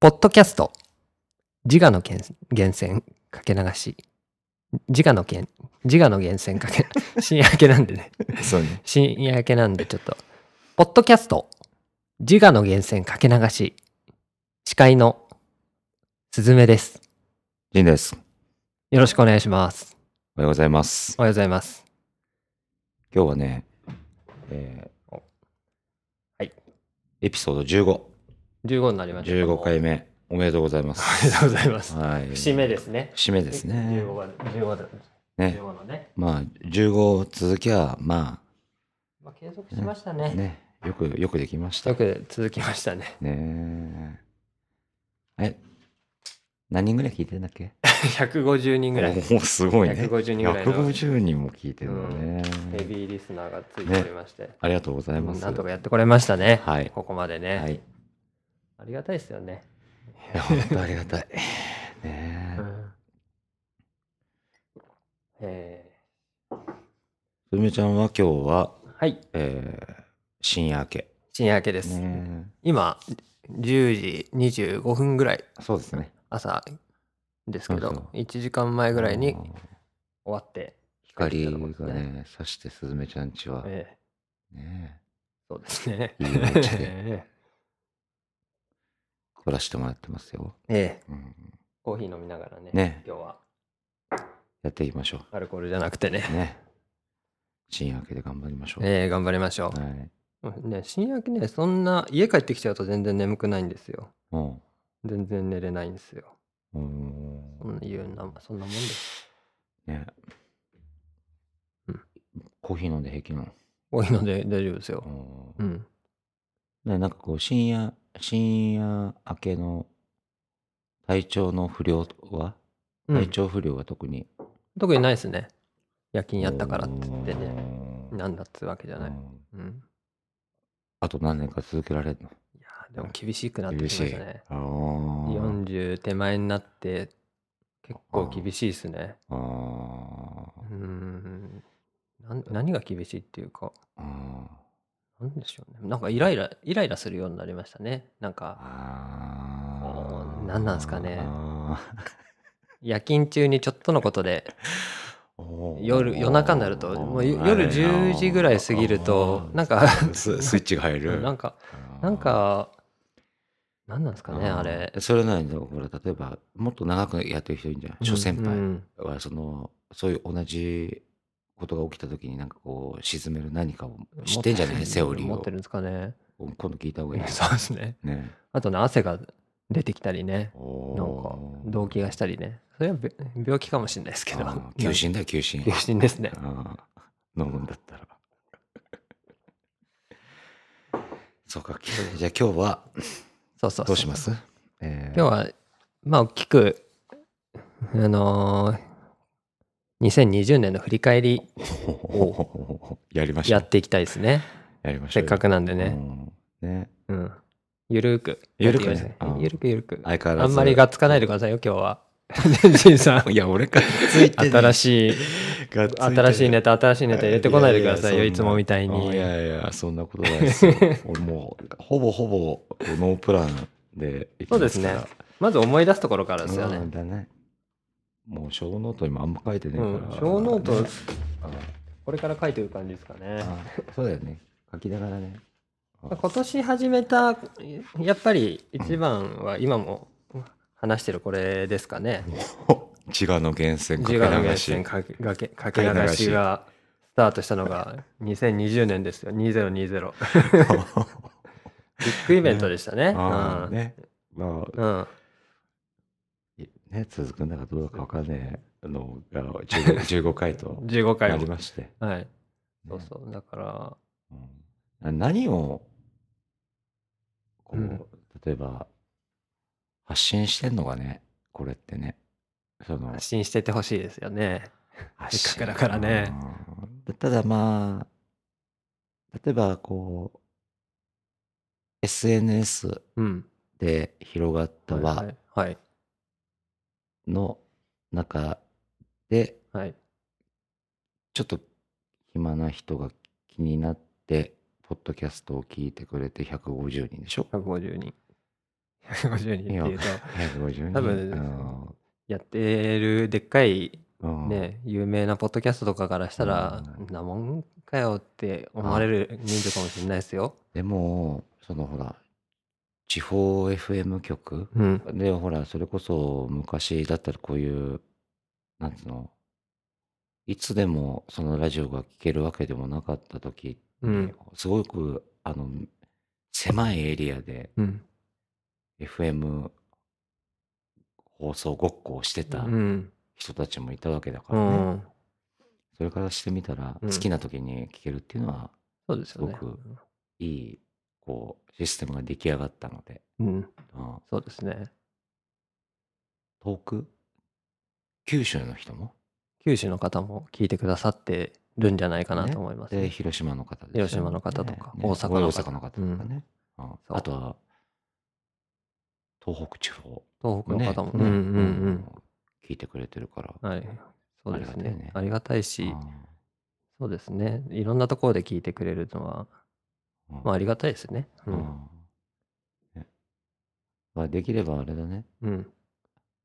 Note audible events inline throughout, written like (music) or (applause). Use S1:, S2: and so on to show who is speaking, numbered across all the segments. S1: ポッドキャスト、自我の源泉かけ流し、自我の源自我の源泉かけ、 (laughs) 深夜明けなんでね、
S2: そうね。
S1: 深夜明けなんでちょっと、ポッドキャスト、自我の源泉かけ流し、司会のすずめです。
S2: ジンです。お
S1: よろしくお願いします。
S2: はようございます。
S1: おはようございます。
S2: 今日はね、えー
S1: はい
S2: エピソード15、
S1: 15になりました。
S2: 15回目、おめでとうございま
S1: あ
S2: す。
S1: りがとうござい
S2: (laughs)
S1: ます。
S2: はい。
S1: 節目ですね。
S2: 節目ですね。
S1: 15番、15だ
S2: ね
S1: 15。のね。
S2: まあ、15続きは、ま
S1: まあ、継続しましたね。
S2: あ、ね、よく、よくできました
S1: よ。く続きましたね。 (laughs)
S2: ねえ。え、何人ぐらい聞いてんだっけ
S1: 150人ぐらい。
S2: おお、すごいね。
S1: 150人ぐらいのヘ
S2: 150人も聞いてるのね。
S1: ビーリスナーがついておりまして、
S2: ありがとうございます。
S1: なんとかやってこれましたね。
S2: はい。
S1: ここまでね、
S2: はい。い
S1: ありがたいですよね。
S2: や、本当ありがたい。ねえ。
S1: え
S2: すずめちゃんは今日は、
S1: ーはい、
S2: えー、深夜明け。
S1: 深夜明けです。
S2: ね
S1: 今、10時25分ぐらい、
S2: えそうですね。
S1: 朝ですけど、
S2: そうそう
S1: 1時間前ぐらいに
S2: あの
S1: 終わって、
S2: 光がね、差してすずめちゃんちは。
S1: えー
S2: ね
S1: そうですね。
S2: いいお家で
S1: (laughs) え
S2: え撮らせてもらってますよ。
S1: ーえー
S2: うん。
S1: コーヒー飲みながらね、
S2: ね
S1: 今日は
S2: やっていきましょ
S1: アルコールじゃなくてね
S2: う。、ね深夜明けで頑張りましょう。
S1: えー頑張りましょう。
S2: はい。
S1: うんね、深夜明けね、そんな、家帰ってきちゃうと全然眠くないんですよ。
S2: うん。
S1: 全然寝れないんですよ。
S2: うん
S1: そんな言うな、そんなもんです。
S2: ね
S1: うん
S2: コーヒー飲んで平気なの。
S1: 多いので大丈夫ですよ。
S2: う
S1: うんん。
S2: ね、なんかこう、深夜、深夜明けの体調の不良は、
S1: うん
S2: 体調不良は特に。
S1: 特にないですね。夜勤やったからって言ってね、
S2: うん。
S1: なんだっつうわけじゃない。
S2: うん
S1: うん。
S2: あと何年か続けられる
S1: いやーでも厳しくなっ
S2: の
S1: てきま
S2: 厳し
S1: し
S2: い。
S1: た
S2: あ
S1: ね。
S2: あー。
S1: 40手前になって、結構厳しいですね。
S2: あ
S1: う
S2: ー
S1: ーん。なん何が厳しいっていうか、
S2: あ
S1: なんでしょうね。なんかイライラ、イライラするようになりましたね。なん
S2: ー。
S1: か、
S2: あー
S1: 何なんすかね
S2: あ
S1: 夜勤中にちょっとのことで
S2: ーおー
S1: 夜夜中になるともうよ夜10時ぐらい過ぎると
S2: あー
S1: なんか
S2: ススイッチが入る。
S1: なんか
S2: あー
S1: なんかなんなんですかね
S2: ー
S1: あれ
S2: それなんだほら例えばもっと長くやってる人いるんじゃない諸先
S1: う
S2: 輩
S1: ん
S2: はそのそういう同じことが起きた時になんかこう沈める何かを
S1: うん
S2: 知ってんじゃな
S1: 持
S2: い
S1: っ
S2: セオリー
S1: 持って
S2: を
S1: るんですかね
S2: 今度聞いた方がいい
S1: そうですね
S2: ね
S1: あとね汗が出てきたりね
S2: な
S1: なんか動悸がしたりねそれはび病気かもしれないですけど
S2: 休診だよ休診
S1: なんか休診ですね
S2: あー飲むんだったらそうかきじゃあ今日は
S1: そうそうそう
S2: どうしますえー
S1: 今日はまあ大きくあのー2020年の振り返り
S2: (laughs) やりましょ
S1: や
S2: う
S1: っていきたいですね。
S2: やりましょ
S1: せ
S2: う
S1: っかくなんで
S2: く
S1: ね。
S2: ね
S1: うん。ゆるーく。
S2: ゆるくね
S1: やっていきましょう
S2: うん
S1: ゆるくゆるく。
S2: 相変わ
S1: あ
S2: ら
S1: ん
S2: ず
S1: まりがっつかないでくださいよ、今日は。ジンさん。
S2: (laughs) いや、俺からついてね
S1: 新しい、
S2: がっついてね
S1: 新しいネタ、新しいネタ入れてこないでくださいよ、
S2: や
S1: いつもみたい
S2: やそんな
S1: に。
S2: いやいや、そんなことない
S1: (laughs)
S2: ですよ。俺もう、ほぼほぼ、ノープランで行き
S1: そう
S2: ま
S1: です
S2: すか
S1: ね
S2: ら。。
S1: まず思い出すところからです
S2: そ
S1: よ
S2: うなん
S1: ね。
S2: だね。もう、小ノートにもあんま書いてね
S1: う
S2: え
S1: ん
S2: から。。
S1: 小ノート、
S2: あ
S1: これから書いてる感じですかね。
S2: あそうだよね。書きながら
S1: (laughs)
S2: ね。あ
S1: 今年始めた、やっぱり一番は今も話してるこれですかね。
S2: 自我の源泉かけ
S1: 自我の源
S2: 流し
S1: 泉。かけかけかけ流しがスタートしたのが2020年ですよ2020 (laughs) ビッグイベントでしたね
S2: (laughs) ああ
S1: うん
S2: ね。まあ、
S1: うん
S2: ね、続くんだかどうだかわかんねえのが15 15回と
S1: 15回
S2: なり
S1: も
S2: まして。
S1: はいそう
S2: ね
S1: そうだから
S2: うん何をこ
S1: う
S2: う、
S1: ん
S2: 例えば発信してんのがねこれってねその
S1: 発信しててほしいですよね
S2: 発
S1: せっかくだからね
S2: うんただまあ例えばこう SNS
S1: うん
S2: で広がった
S1: は
S2: 輪
S1: いはい
S2: の中で
S1: はい
S2: ちょっと暇な人が気になってポッドキャストを聞いてくれて150人でしょ
S1: 150人。150人っていうと、
S2: ?150 人。
S1: 多分やってるでっかい
S2: うん、うん、
S1: ね、有名なポッドキャストとかからしたら、
S2: う
S1: ん
S2: ん
S1: なもんかよって思われる人数かもしれないですよ。
S2: でも、そのほら、地方 FM 局
S1: うん。
S2: で、ほら、それこそ昔だったらこういう、なんつうの、いつでもそのラジオが聞けるわけでもなかった時、
S1: うん。
S2: すごく、あの、狭いエリアで
S1: うん。
S2: FM 放送ごっこをして
S1: う
S2: た
S1: ん。
S2: 人たちもいたわけだか
S1: う
S2: らね。
S1: ん。
S2: それからしてみたら、
S1: う
S2: 好
S1: ん
S2: きな時に聞けるっていうのは、
S1: そうですよね
S2: す。ごくいい、こう、システムが出来上がったので、
S1: うん。
S2: うん
S1: そうですね。
S2: 遠く九州の人も
S1: 九州の方も聞いてくださってるんじゃないかなと思いますね。
S2: で、広島の方ですよね
S1: 広島の方とか
S2: ね
S1: 大阪の方
S2: 大阪の方とかね。うん
S1: そう
S2: あとは、東北地方
S1: 東北の
S2: ね
S1: 方も。
S2: ね
S1: うんうん
S2: 聞いてくれてるから。
S1: うん。はい。そうですね。あり
S2: あ
S1: がたいし、
S2: う
S1: そうですね。いろんなところで聞いてくれるのは、
S2: ん
S1: まあありがたいですね。う
S2: うん
S1: ん。
S2: ねまあできればあれだね。
S1: うん。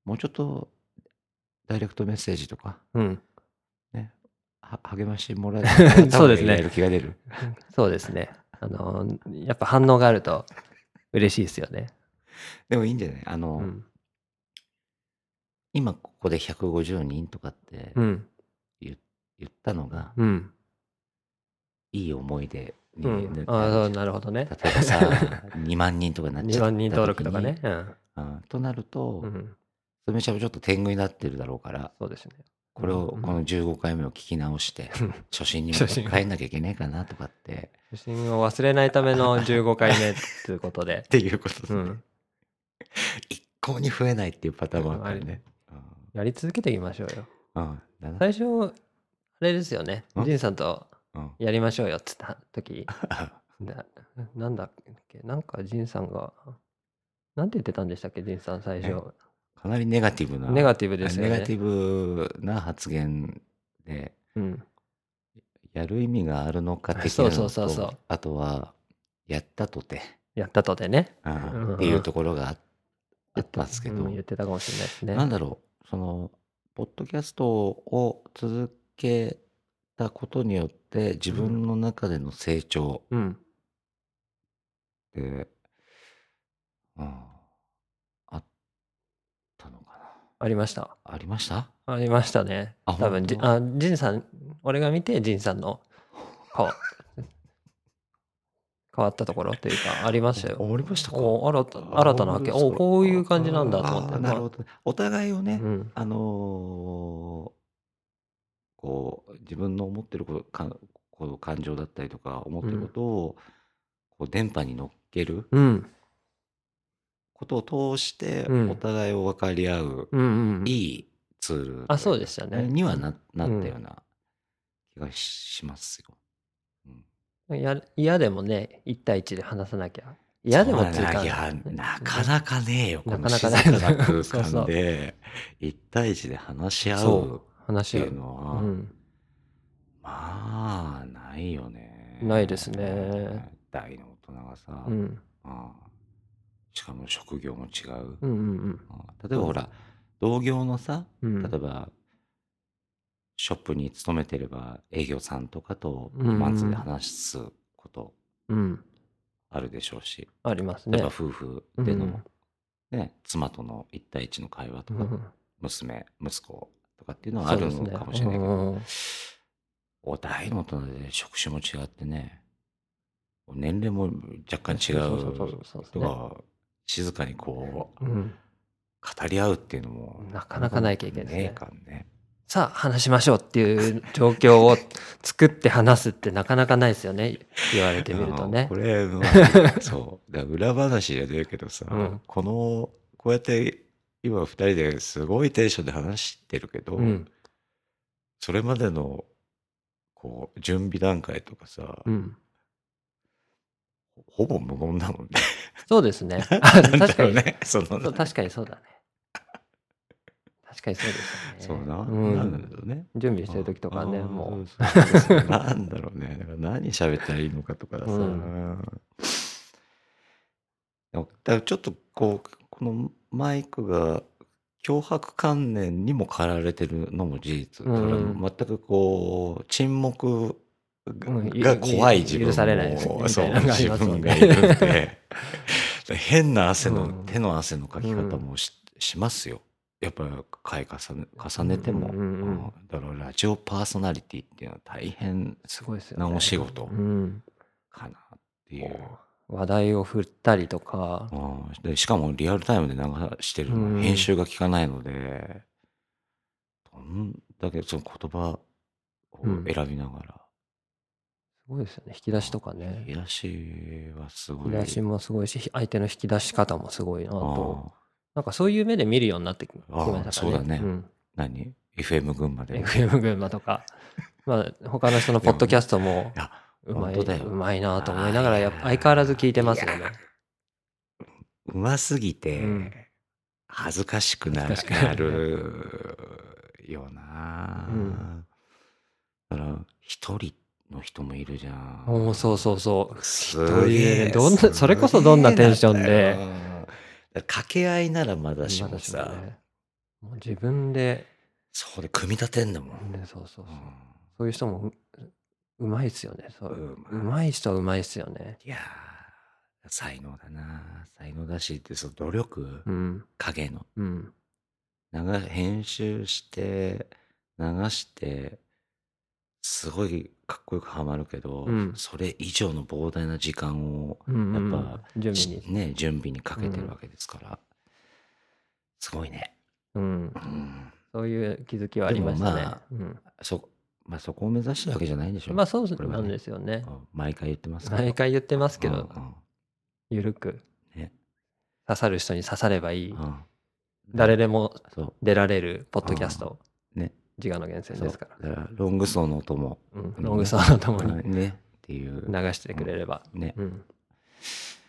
S2: もうちょっと、ダイレクトメッセージとか、
S1: うん。
S2: は励ましてもらえたら
S1: (laughs) そうですね
S2: 多分やる気が出
S1: (laughs)
S2: る。
S1: そうですね。あの、やっぱ反応があると嬉しいですよね。
S2: でもいいんじゃないあの、
S1: うん。
S2: 今ここで150人とかって
S1: うん。
S2: 言ったのが、
S1: うん。
S2: いい思い出に、
S1: うん
S2: ね、
S1: ああ、
S2: な
S1: そう
S2: る
S1: なるほどね。
S2: 例えばさ、2
S1: (laughs)
S2: 万人とかになっちゃ
S1: 2
S2: った時
S1: 万
S2: に
S1: 人登録とかね。。うん。
S2: うんとなると、
S1: うん、
S2: そめちゃちょっと天狗になってるだろうから、
S1: そうですね。
S2: これを
S1: うん
S2: この15回目を聞き
S1: (laughs)
S2: 直して、
S1: うん
S2: 初心に
S1: 初心
S2: 帰んなきゃいけないかなとかって、
S1: 初心を忘れないための15回目ということで (laughs)
S2: っ。ていうことで
S1: う
S2: ね、
S1: ん。
S2: 一向に増えないっていうパターンもあったりね。
S1: やり続けていきましょうよ。
S2: うん。うんだな (laughs)
S1: 最初、あれですよね。
S2: ん
S1: ジンさんと
S2: うん
S1: やりましょうよって言った時、
S2: あ
S1: ななんだっけ、なんかジンさんが、なんて言ってたんでしたっけ、ジンさん最初。
S2: かなりネガティブな。
S1: ネガティブですよね。
S2: ネガティブな発言で、
S1: うん。
S2: やる意味があるのか的なのと
S1: そうそうそうそう
S2: あとは、やったとて、
S1: やったとでね。
S2: うん
S1: うん
S2: っていうところがああったんですけど、
S1: うん言ってたかもしれないですね。
S2: なんだろう、その、ポッドキャストを続けたことによって、自分の中での成長
S1: うん。
S2: って、うんあったのか
S1: ありました。
S2: な。ありました
S1: ありましたね。
S2: あ
S1: 多分
S2: 本
S1: じ
S2: 当
S1: あ、ジンさん、俺が見て、ジンさんの、こう、 (laughs) 変わったところというか、ありましたよ。
S2: ありましたか
S1: お新た新たな発見。おこういう感じなんだと思って。
S2: あなるほどね。お互いをね、
S1: うん。
S2: あのーこう自分の思ってることかこう感情だったりとか思ってることを、こう電波に乗っける
S1: うん。
S2: ことを通して、
S1: うん
S2: お互いを分かり合う、
S1: うんうん。
S2: いいツールというか
S1: あそうでしたね
S2: にはななった
S1: うん
S2: ような気がしますよ。うん
S1: や嫌でもね、一対一で話さなきゃ。嫌でもっていう
S2: そう
S1: か
S2: だないや、なかなかねえよ、こ
S1: な
S2: の
S1: かな
S2: 静
S1: か
S2: か
S1: ね
S2: な
S1: そう
S2: 空
S1: そう
S2: 間で、一対一で話し合
S1: そう
S2: うっ
S1: 話
S2: て
S1: が
S2: い。うの
S1: う
S2: は、
S1: ん。
S2: まあ、ないよね。
S1: ないですね。
S2: 大の大人がさ、
S1: うん。
S2: うんしかも職業も違う。
S1: うんうん
S2: うん例えばほら、同業のさ、
S1: うん。
S2: 例えば、ショップに勤めてれば営業さんとかと
S1: うんうん
S2: マンツーで話すこと
S1: うん。
S2: あるでしょうし、
S1: あります
S2: 例え
S1: ね
S2: ば。夫婦での、
S1: うん
S2: ね、妻との一対一の会話と
S1: う
S2: か、
S1: ん
S2: 娘、息子とかっていうのはあるのかもしれないけど、
S1: そうで
S2: お大の大人で職種も違ってね、年齢も若干違
S1: そうそううそうそう
S2: 人が静かにこう、
S1: うん。
S2: 語り合うっていうのも、
S1: なかなかない経験ですね
S2: えからね。
S1: さあ話しましょうっていう状況を作って話すってなかなかないですよね言われてみると
S2: あの
S1: ね
S2: こ。れ、まあそう。だから裏話じゃねえけどさ、
S1: うん
S2: この、こうやって今二人ですごいテンションで話してるけど、
S1: うん
S2: それまでの、こう、準備段階とかさ、
S1: うん、
S2: ほぼ無言なのね。
S1: そうですね。あ
S2: (laughs) なんだ
S1: 確か
S2: ろう
S1: に、
S2: ね。その、
S1: そう確かにそうだね。確かにそうです
S2: そ
S1: よ
S2: う
S1: ね。
S2: な。
S1: うん
S2: なんなんだろうね。
S1: 準備してる時とかね、
S2: あー
S1: もう。。
S2: そうそうそうなんだろうね。だから何喋ったらいいのかとかさ。
S1: う
S2: でもだからちょっとこう、このマイクが脅迫観念にも駆られてるのも事実。だから
S1: うん
S2: 全くこう、沈黙が,、
S1: うんい
S2: 怖い自分も
S1: 許されないですみ
S2: そ
S1: た
S2: う、
S1: いなのがあり
S2: 自
S1: ますも
S2: 分
S1: ん
S2: が
S1: ね
S2: いるんで。
S1: (laughs)
S2: 変な汗の、
S1: うん
S2: 手の汗のかき方もし,、しますよ。やっぱり回重ね重ねても、
S1: うんうんうん
S2: あだからラジオパーソナリティっていうのは大変
S1: すごいですよね。
S2: なお仕事
S1: うん。
S2: かなっていう、
S1: 話題を振ったりとか、
S2: うんでしかもリアルタイムで流してるの
S1: う
S2: は
S1: ん
S2: 編集が効かないので、どんだけその言葉を
S1: うん
S2: 選びながら、
S1: すごいですよね。引き出しとかね。
S2: 引き出しはすご
S1: 引
S2: い
S1: き出しもすごいし、相手の引き出し方もすごいなと。
S2: ああ
S1: なんかそういう目で見るようになってききましたか
S2: あ
S1: ね。
S2: ーそうだね
S1: ん
S2: 何 FM 群馬で
S1: FM 群馬と
S2: (laughs)
S1: か、まあ、他の人のポッドキャストも
S2: いや
S1: うまい、
S2: 本当だよ
S1: うまいなと思いながら、やっぱ相変わらず聞いてますよね。
S2: うますぎて、
S1: うん
S2: 恥ずかしくな
S1: 恥ずかしくな
S2: るよな、
S1: うん
S2: だから一人の人もいるじゃん
S1: おお、そうそうそう。
S2: す
S1: 人いる
S2: げ
S1: ね
S2: え
S1: どんな
S2: すげえ
S1: それこそどんなテンションで
S2: なんだよだから掛け合いならまだしも
S1: ま
S2: さ、
S1: だしもねもう自分で、
S2: そこで組み立てんだもん、
S1: ね、そうそうそう。
S2: う
S1: そういう人もううまいですよね。そう
S2: うまいう
S1: まい人はうまいですよね。
S2: んいやー才能だな才能だしってその努力
S1: うん。
S2: 影の
S1: うん。
S2: 流編集して流してすごいかっこよくはまるけど、
S1: うん
S2: それ以上の膨大な時間を、
S1: うんうん、
S2: やっぱ
S1: 準
S2: し
S1: 備に。
S2: ね、準備にかけてるわけですから、すごいね、
S1: うん
S2: う。ん
S1: そういう気づきはありました
S2: で
S1: ね
S2: もまあ。
S1: うん
S2: そまあ、そこを目指してるわけじゃないんでしょ
S1: まあそう
S2: これは
S1: なん
S2: ね
S1: ですよね。
S2: うん毎回言ってますけど
S1: 毎回言ってますけ
S2: う
S1: ど
S2: ん、うん
S1: ゆるく
S2: ね
S1: 刺さる人に刺さればいい。
S2: うん
S1: (laughs) 誰でも
S2: そ
S1: 出られるポッドキャスト、
S2: うね
S1: 自我の厳選ですから。
S2: そうだからロングソーの音も、
S1: うんロングソーのともに
S2: うんねっていう
S1: 流してくれれば、
S2: ね
S1: うん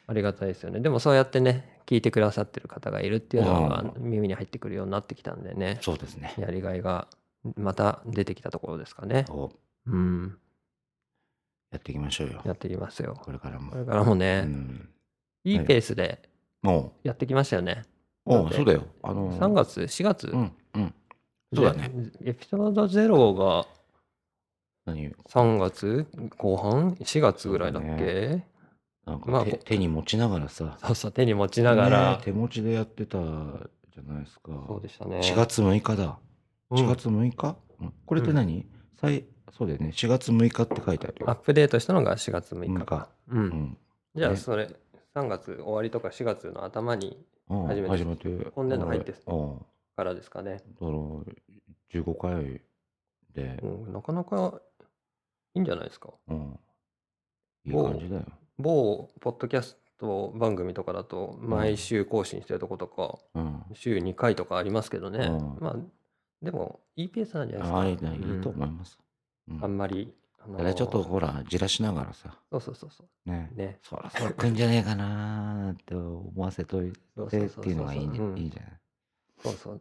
S1: ありがたいですよね。でもそうやってね、聞いてくださってる方がいるっていうのが
S2: う
S1: 耳に入ってくるようになってきたんでね、
S2: そうですね
S1: やりがいがまた出てきたところですかね。
S2: を
S1: うん、
S2: やっていきましょうよ
S1: やっていきますよ。
S2: これからも
S1: これからもね、
S2: うん
S1: いいペースで
S2: も
S1: やってきましたよね。
S2: う、お
S1: だっ
S2: う
S1: て
S2: そうだよ。あのー
S1: 3月、4月、
S2: うん、うん。そうだね。
S1: で。エピソード0が
S2: 何なん
S1: 3月後半 ?4 月ぐらいだっ
S2: そうだ
S1: け
S2: か、
S1: まあ
S2: 手
S1: こ
S2: 手に持ちながらさ。
S1: そうそう、手に持ちながら。
S2: ね手持ちでやってたじゃないですか。
S1: そうでしたね。
S2: 4月6日だ。
S1: うん
S2: 4月6日、うんこれって何、最そうだよね。4月6日って書いてある
S1: アッ
S2: よ。
S1: プデートしたのが4月6
S2: 6
S1: 日か
S2: 日。。
S1: う。
S2: うんん。
S1: じゃあ、
S2: ね
S1: それ、3月終わりとか4月の頭に
S2: うん
S1: 初めて
S2: 初めて。
S1: 本年度入って
S2: うん。
S1: からですかね。
S2: だから、15回で
S1: う、ん、なかなかいいんじゃないですか。
S2: うん。いい感じだよ。
S1: 某ポッドキャスト番組とかだと、毎週更新してるとことか、
S2: うん。
S1: 週2回とかありますけどね。
S2: うん
S1: まあ、でも、いいペースなんじゃないですか。
S2: ああ、いいねいいと
S1: うん
S2: 思います。うん
S1: あんまり。あの
S2: ただちょっとほら、じらしながらさ、
S1: そうそうそうそう。
S2: ね、
S1: ね。
S2: そろそろ来んじゃねえかなーなんて思わせとい
S1: そう
S2: て
S1: そ
S2: っ
S1: うそうそう
S2: ていうのがいい,、ね
S1: うん
S2: いいんじゃない
S1: そうそう。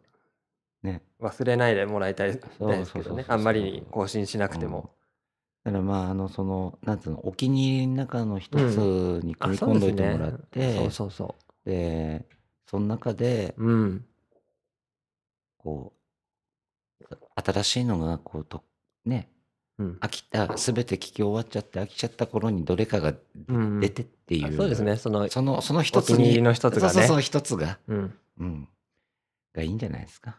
S2: ね。
S1: 忘れないでもらいたいですけ
S2: そうそうそ
S1: ど
S2: うそう
S1: ね。あんまり更新しなくて
S2: うん
S1: も。
S2: だからまあ、あの、その、なんつうの、お気に入りの中の一つに
S1: あ
S2: 組み
S1: そう
S2: 込
S1: で
S2: んど
S1: す
S2: いて
S1: ね
S2: もらって、
S1: そうそうそ
S2: で、その中で、
S1: う。うん。
S2: こう、新しいのが、こう、と、ね、
S1: うん。
S2: 飽きた、すべて聞き終わっちゃって飽きちゃった頃にどれかが
S1: うん
S2: 出てっていう、
S1: あそうですね。その、
S2: その、その一
S1: お
S2: つ
S1: 気に入り
S2: に、
S1: の一つがね。
S2: そうそうそう、一つが、
S1: うん。
S2: うん、がいいんじゃないですか。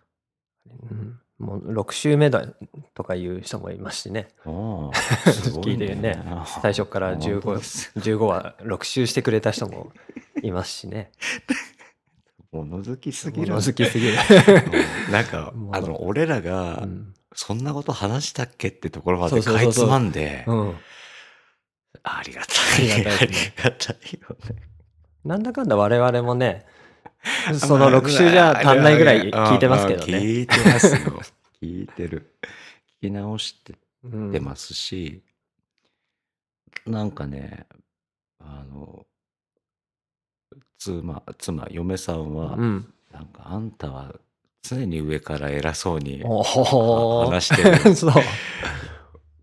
S1: うんもう6週目だとかいう人もいますしね。
S2: おーすごい
S1: (laughs) 聞いてるね
S2: あー
S1: 最初から
S2: 本当で
S1: 15、
S2: す
S1: 15は6週してくれた人も
S2: (laughs)
S1: いますしね。
S2: 物好きすぎる
S1: 物好きすぎる。
S2: なんか
S1: もう
S2: あの俺ら
S1: う
S2: が
S1: ん。
S2: そんなこと話したっけってところま
S1: そ
S2: で
S1: うそう
S2: か
S1: そ
S2: いう
S1: そ
S2: つ
S1: う
S2: まんで
S1: うん
S2: ありがたい
S1: ありがたい
S2: あ
S1: ですね
S2: りがたいよね
S1: なんだかんだ我々もね、その6週じゃ足んないぐらい聞いてますけど
S2: あ
S1: ね。
S2: 聞いてますよ聞いてる聞き直して
S1: うん
S2: ってますし、なんかねあの妻妻嫁さんは、
S1: うん。
S2: なんかあんたは常に上から偉そうに
S1: おお。
S2: 話して
S1: (laughs)
S2: る
S1: そう。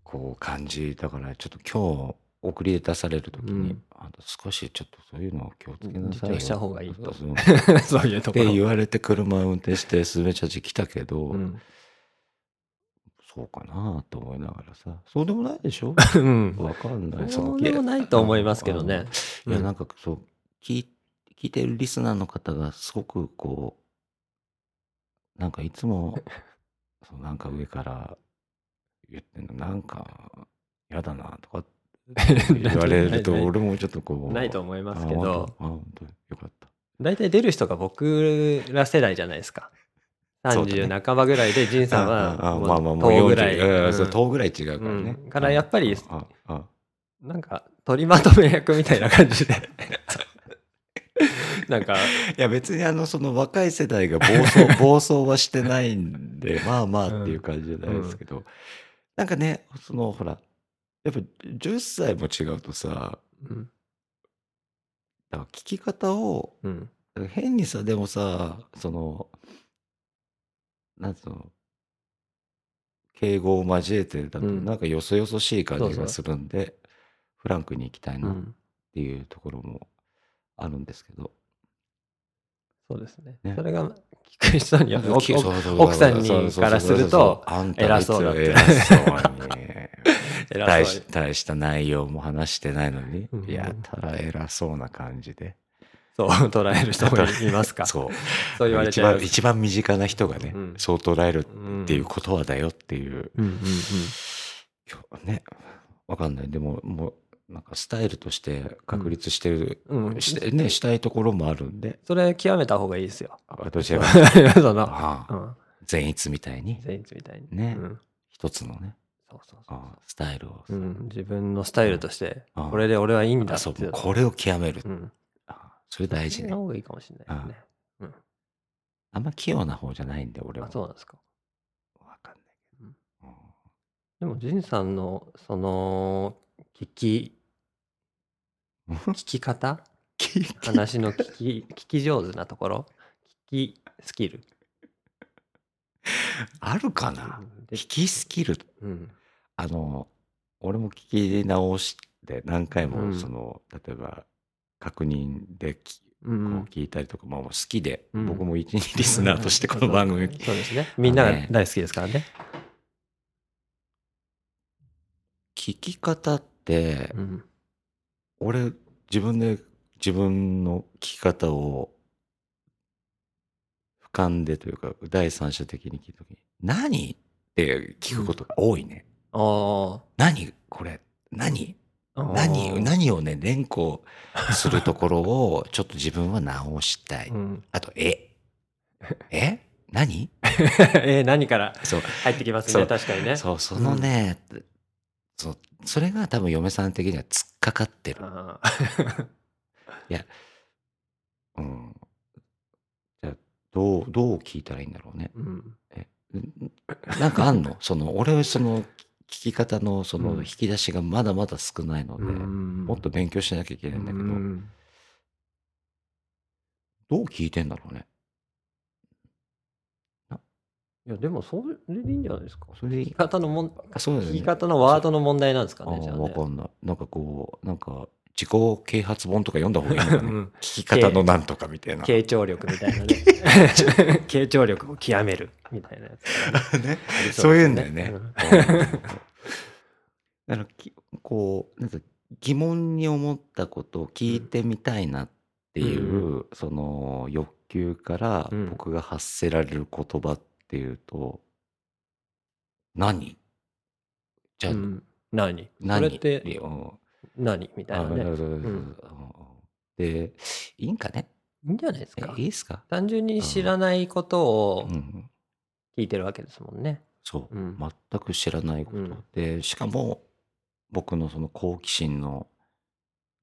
S2: こう感じだからちょっと今日送り出される時に、
S1: うん
S2: あと少しちょっとそういうのを気をつけなさ
S1: う
S2: い
S1: ん
S2: よ
S1: 自重した方がいいと
S2: そう
S1: そういうと
S2: っ
S1: こ
S2: て
S1: ろ。
S2: 言われて車を運転してスズメちゃち来たけど、
S1: うん。
S2: そうかなと思いながらさそうでもないでしょ
S1: うん
S2: わかんない
S1: そ
S2: の
S1: うでもないと思いますけどね。
S2: いや
S1: うん (laughs)
S2: なんかそう聞い聞いてるリスナーの方がすごくこうなんかい
S1: (laughs)
S2: つもそうなんか上から言ってんのなんか嫌だなとかって言われる
S1: (laughs)
S2: と
S1: ないない
S2: 俺もちょっとこう
S1: ないと思いますけ
S2: あ本
S1: ど、
S2: 当あ本当よかった
S1: 大体出る人が僕ら世代じゃないですか。
S2: そうだね
S1: 30半ばぐらいで、仁さん
S2: ああ
S1: は
S2: まあまあもう
S1: もうぐらい。
S2: 40うんそう
S1: うん
S2: 遠ぐらい違うからね
S1: うんからやっぱり
S2: あああ
S1: なんか取りまとめ役みたいな感
S2: (laughs)
S1: じでなんか
S2: いや別にあのその若い世代が暴走
S1: (laughs)
S2: 暴走はしてないんでまあまあっていう感じじゃないですけど、なんかねそのほらやっぱ10歳も違うとさ
S1: うん、
S2: だから聞き方を
S1: うん、
S2: 変にさでもさそのなんつうの敬語を交えてだと
S1: うん
S2: なんかよそよそしい感じ
S1: そう
S2: が
S1: そ
S2: するんで、フランクに行きたいうなっ
S1: ん
S2: ていうところもあるんですけど、
S1: そうですね
S2: ね
S1: それが聞く人には
S2: なんか
S1: 奥
S2: きそう
S1: 奥
S2: そう
S1: 奥さんにからすると偉そうだ
S2: だ
S1: っ
S2: ってて偉そうに
S1: (laughs) 偉
S2: 大
S1: そう
S2: し大した内容も話してないのに、
S1: うん
S2: やたら偉そうな感じで
S1: そう捉える人もいますか
S2: そう
S1: そう言われちゃ
S2: 一
S1: い
S2: 番
S1: ます
S2: 一番身近な人がね、
S1: うん
S2: そう捉える
S1: っ
S2: っていうことはだよっていう、
S1: うんうんうん
S2: 今日ねわかんないでももうなんかスタイルとして確立してる、
S1: うん、うん、
S2: してねしたいところもあるんで
S1: それ極めた方がいいですよ
S2: どち
S1: (laughs) そ
S2: らか
S1: の、
S2: あ
S1: う
S2: あ
S1: ん、
S2: 善逸みたいに
S1: 善逸みたいに
S2: ね
S1: うん、
S2: 一つのね
S1: そうそうそう
S2: ああスタイルを
S1: う、ん、自分のスタイルとして
S2: ああ
S1: これで俺はいいんだ
S2: あ
S1: って
S2: そう
S1: い
S2: もう
S1: う
S2: これを極める、
S1: うん、
S2: あそれ大事ね
S1: の方がいいかもしれないですね
S2: あんま器用な方じゃないんで俺は
S1: あそうなんですか
S2: わかんないけど、
S1: でも、仁さんの、その、聞
S2: (laughs)
S1: き、
S2: うん
S1: 聞き方
S2: 聞いて
S1: 話の聞き、
S2: (laughs)
S1: 聞き上手なところ聞きスキル。
S2: あるかな
S1: で
S2: 聞きスキル
S1: うん。
S2: あの俺も聞き直して何回
S1: う
S2: も
S1: ん
S2: その、例えば確認でき
S1: う。
S2: こうん聞いたりとか、まあ、もう好きで、
S1: うん
S2: 僕も一日リスナーとしてこの番組、
S1: そうですね。みんな
S2: あ
S1: が
S2: のね
S1: 大好きですからね。
S2: 聞き方って
S1: うん。
S2: 俺自分で自分の聞き方を俯瞰でというか第三者的に聞いた時に「何?」って聞くことが多いね。
S1: あ
S2: 何これ何
S1: あ。
S2: 何何をね連呼するところをちょっと自分は直したい。 (laughs)
S1: うん、
S2: あと「ええ何
S1: えー何から
S2: そう
S1: 入ってきますね
S2: そう
S1: 確かにね
S2: そうそのね、そうそれが多分嫁さん的には突っかかってる。
S1: あー
S2: うん、じゃあどうどう聞いたらいいんだろうね。
S1: うん
S2: うんなんか
S1: (laughs)
S2: あんのその俺その聞き方のその
S1: うん
S2: 引き出しがまだまだ少ないので、
S1: うん
S2: もっと勉強しなきゃいけないんだけど、
S1: うん
S2: どう聞いてんだろうね。
S1: いやでもそれでいいんじゃないですか
S2: それで
S1: 聞
S2: い
S1: き
S2: い
S1: 方のもん
S2: あそうだよ
S1: 聞
S2: ね。
S1: き方のワードの問題なんですか
S2: あ
S1: ねじゃあ
S2: ー
S1: ね
S2: わかんない。なんかこうなんか自己啓発本とか読んだ方がいいのか
S1: う
S2: ね。
S1: ん
S2: 聞き方のなんとかみたいな。
S1: 傾聴力みたいなね傾聴力を極めるみたいなやつがね
S2: (laughs) ね
S1: あり
S2: そう
S1: で
S2: い
S1: す
S2: うんだよね。あのきこうなんか疑問に思ったことを聞いてみたいなっていう、
S1: う
S2: その欲求から
S1: うん
S2: 僕が発せられる言葉っていうと「何?」じゃあ、
S1: うんうん何
S2: 何
S1: それって
S2: うん
S1: 何みたい
S2: あ
S1: な
S2: な
S1: ね
S2: るほどなるほど
S1: うん
S2: でいいんかね
S1: いいんじゃないです
S2: え
S1: か
S2: いいっすか、
S1: 単純に知らないこと
S2: う
S1: を
S2: ん、
S1: 聞いてるわけですもんね
S2: そう、
S1: うん
S2: 全く知らないこと、
S1: うん
S2: でしかも僕のその好奇心の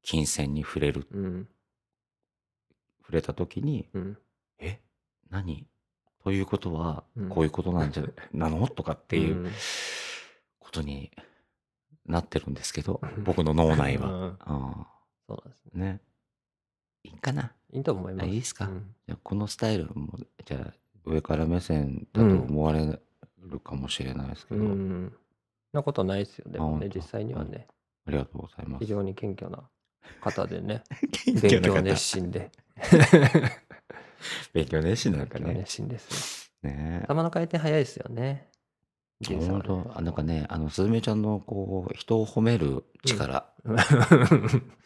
S2: 金銭に触れる
S1: うん
S2: 触れた時に
S1: うん
S2: 「え何?」ということは
S1: うん
S2: こういうことな
S1: (laughs)
S2: んじゃ、なのとかっていううんことになってるんですけど、
S1: うん
S2: 僕の脳
S1: (laughs)
S2: 内
S1: う
S2: は。
S1: ん
S2: あ
S1: そうなんですね
S2: あねいいかな、
S1: いいと思いま
S2: あ
S1: す
S2: いいっすか
S1: うん
S2: じゃあこのスタイルもじゃあ上から目線だと思われるかもしれないですけ
S1: う
S2: ど、
S1: ん。そんなことないですよ。でもね
S2: あ本、当
S1: 実際にはね、
S2: ありがとうございます
S1: 非。常に謙虚な方で
S2: (laughs)
S1: ね、
S2: 勉
S1: 勉強熱心で。
S2: 勉強熱心な
S1: 勉
S2: んか
S1: 強
S2: ね。
S1: 熱心です
S2: ね
S1: よ。頭の回転早いですよね。
S2: え。
S1: 仁さん
S2: 本
S1: はね
S2: 当あな
S1: (laughs)
S2: んかね、あの、すずめちゃんの、こう、人を褒める力、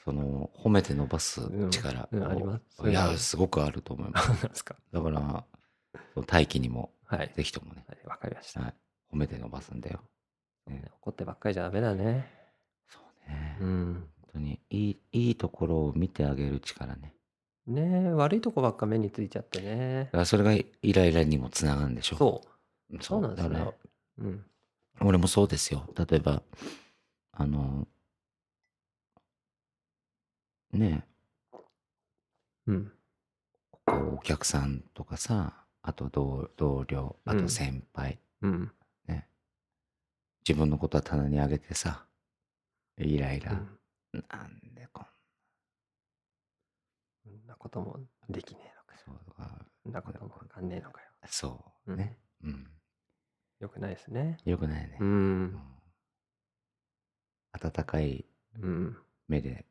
S2: その、褒めて伸ばす力、
S1: うんうんあります
S2: こう
S1: (laughs)
S2: い
S1: うん
S2: や、すごくあると思います。
S1: そうなんですか。
S2: だから、大気にも、
S1: はい。
S2: ぜひともね、
S1: はいわかりました。
S2: はい、褒めて伸ばすんだよ。ね
S1: 怒ってばっかりじゃダメだね。
S2: そうね。
S1: う
S2: 本
S1: ん。
S2: 当に、いい、いいところを見てあげる力ね。
S1: ねえ悪いとこばっか目についちゃってね
S2: だか。らそれがイライラにもつながるんでしょ
S1: そう。
S2: う。
S1: そうなんです
S2: だから
S1: ね。うん。
S2: 俺もそうですよ。例えば、あの、ね
S1: うん。
S2: え、こうお客さんとかさ、あと同同僚、あ
S1: う
S2: と
S1: ん
S2: 先輩、
S1: うん。
S2: ね。自分のことは棚にあげてさ、イライ
S1: う
S2: ラ。
S1: ん
S2: なんでこん
S1: そんなこともできねえのかよ。
S2: そうとか、
S1: そんなこともわかんねえのかよ。
S2: そうね。うん。
S1: よくないですね。
S2: よくないね
S1: う。
S2: うん
S1: ん。
S2: 温かい
S1: うん。
S2: 目で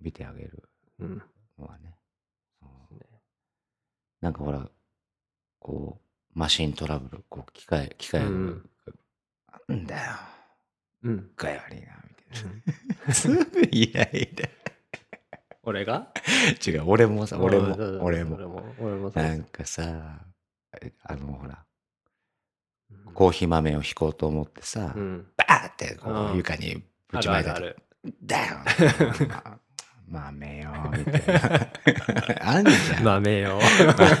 S2: 見てあげる
S1: うん。
S2: のはね。そう
S1: ね
S2: なんかほら、こう、マシントラブル、こう、機械、機械が、
S1: うん
S2: なんだよ、 (laughs)
S1: うん。
S2: ガヤ悪いな、みたいな。 (laughs) すぐイライラ。
S1: 俺が
S2: (laughs) 違う、俺もさ、俺
S1: うん
S2: も
S1: そうそう、
S2: 俺
S1: 俺
S2: も。
S1: も。俺もそう
S2: な
S1: です
S2: んかさ、あの、ほら、
S1: うん
S2: コーヒー豆を引こうと思ってさ、
S1: うん。
S2: バーってこ
S1: うん
S2: う床にぶ
S1: あ
S2: ち
S1: る
S2: ま
S1: あ
S2: い
S1: る
S2: たと
S1: ある。
S2: だよ、
S1: (laughs)
S2: 豆よ、みたいな。 (laughs) あんじゃん。
S1: 豆よ。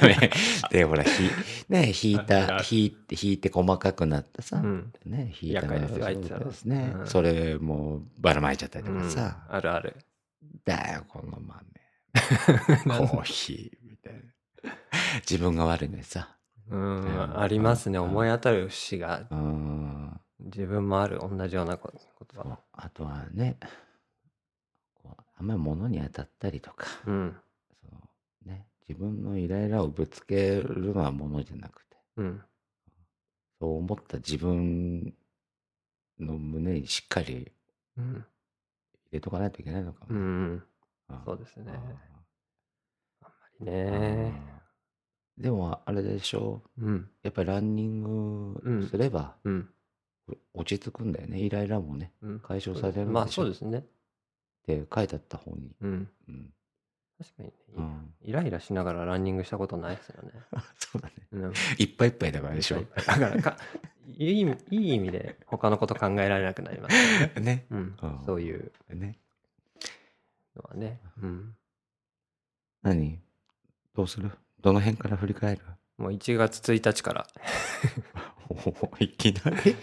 S2: (laughs) で、ほら、ひ、ね、引い
S1: あ
S2: た、
S1: あ
S2: 引いて、引いて細かくなったさ、
S1: うん。
S2: ね、引いた
S1: 厄介ですよ
S2: そ
S1: あ
S2: う
S1: いつら
S2: ですね、
S1: うん
S2: それもうばらまいちゃったりとかさ、
S1: うんあるある。
S2: だよ、この
S1: (laughs)
S2: 豆、
S1: なん
S2: コーヒー、みたいな。自分が悪いのにさ、
S1: う
S2: うん
S1: ん。ありますね。
S2: うん
S1: 思い当たる節が
S2: うーん、
S1: 自分もある。同じようなことこと
S2: こ
S1: は。
S2: うあとはね、こうあんまり物に当たったりとか、
S1: うん。
S2: そのね、自分のイライラをぶつけるのは物じゃなくて、
S1: うん。
S2: そう思った自分の胸にしっかり入
S1: うん。
S2: れとかないといけないのか
S1: う
S2: もね。
S1: ん。
S2: ん
S1: そうですね。ね
S2: あー
S1: え。
S2: でもあれでしょ
S1: うん。
S2: やっぱりランニン
S1: うん
S2: グすれば
S1: うん。
S2: 落ち着くんだよね、イライラもね
S1: うん
S2: 解消されるんでしょ
S1: まあそうですね。
S2: って書いてあった本に、
S1: うん。
S2: うん
S1: 確かにね、
S2: うん、
S1: イライラしながらランニングしたことないですよね。
S2: (laughs) そうだね
S1: うん、
S2: いっぱいいっぱいだからでしょ
S1: いっぱいいっぱいだからかいい意味、いい意味で他のこと考えられなくなりますよね、
S2: ね
S1: うん
S2: うん
S1: そういう
S2: ね
S1: のはね、うん。
S2: 何どうするどの辺から振り返る
S1: もう1月1日から。
S2: おー (laughs) いきなり
S1: いきなり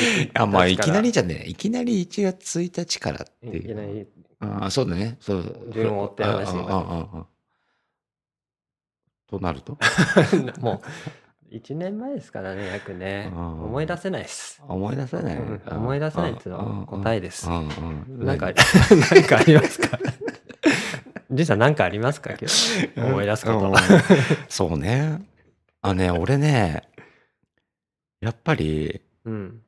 S2: (laughs) あまあいきなり
S1: じ
S2: じゃねいきなり1月1日からって
S1: い
S2: い
S1: き
S2: う
S1: なり、
S2: ああ、そうだね。そう。
S1: 順を追って話してい
S2: あ
S1: く
S2: あああああとな
S1: (laughs)
S2: ると
S1: もう1年前ですからね、約ね。
S2: うん
S1: 思い出せないです。
S2: 思い出せない。
S1: うん思い出せないっていうのは答え
S2: で
S1: です。
S2: うんうん。
S1: なんか、な
S2: (laughs)
S1: んかありますかじいさん、なんかありますか今日
S2: うん
S1: 思い出すこと。
S2: うんそうね。あ、ね、俺ね、やっぱり、
S1: うん。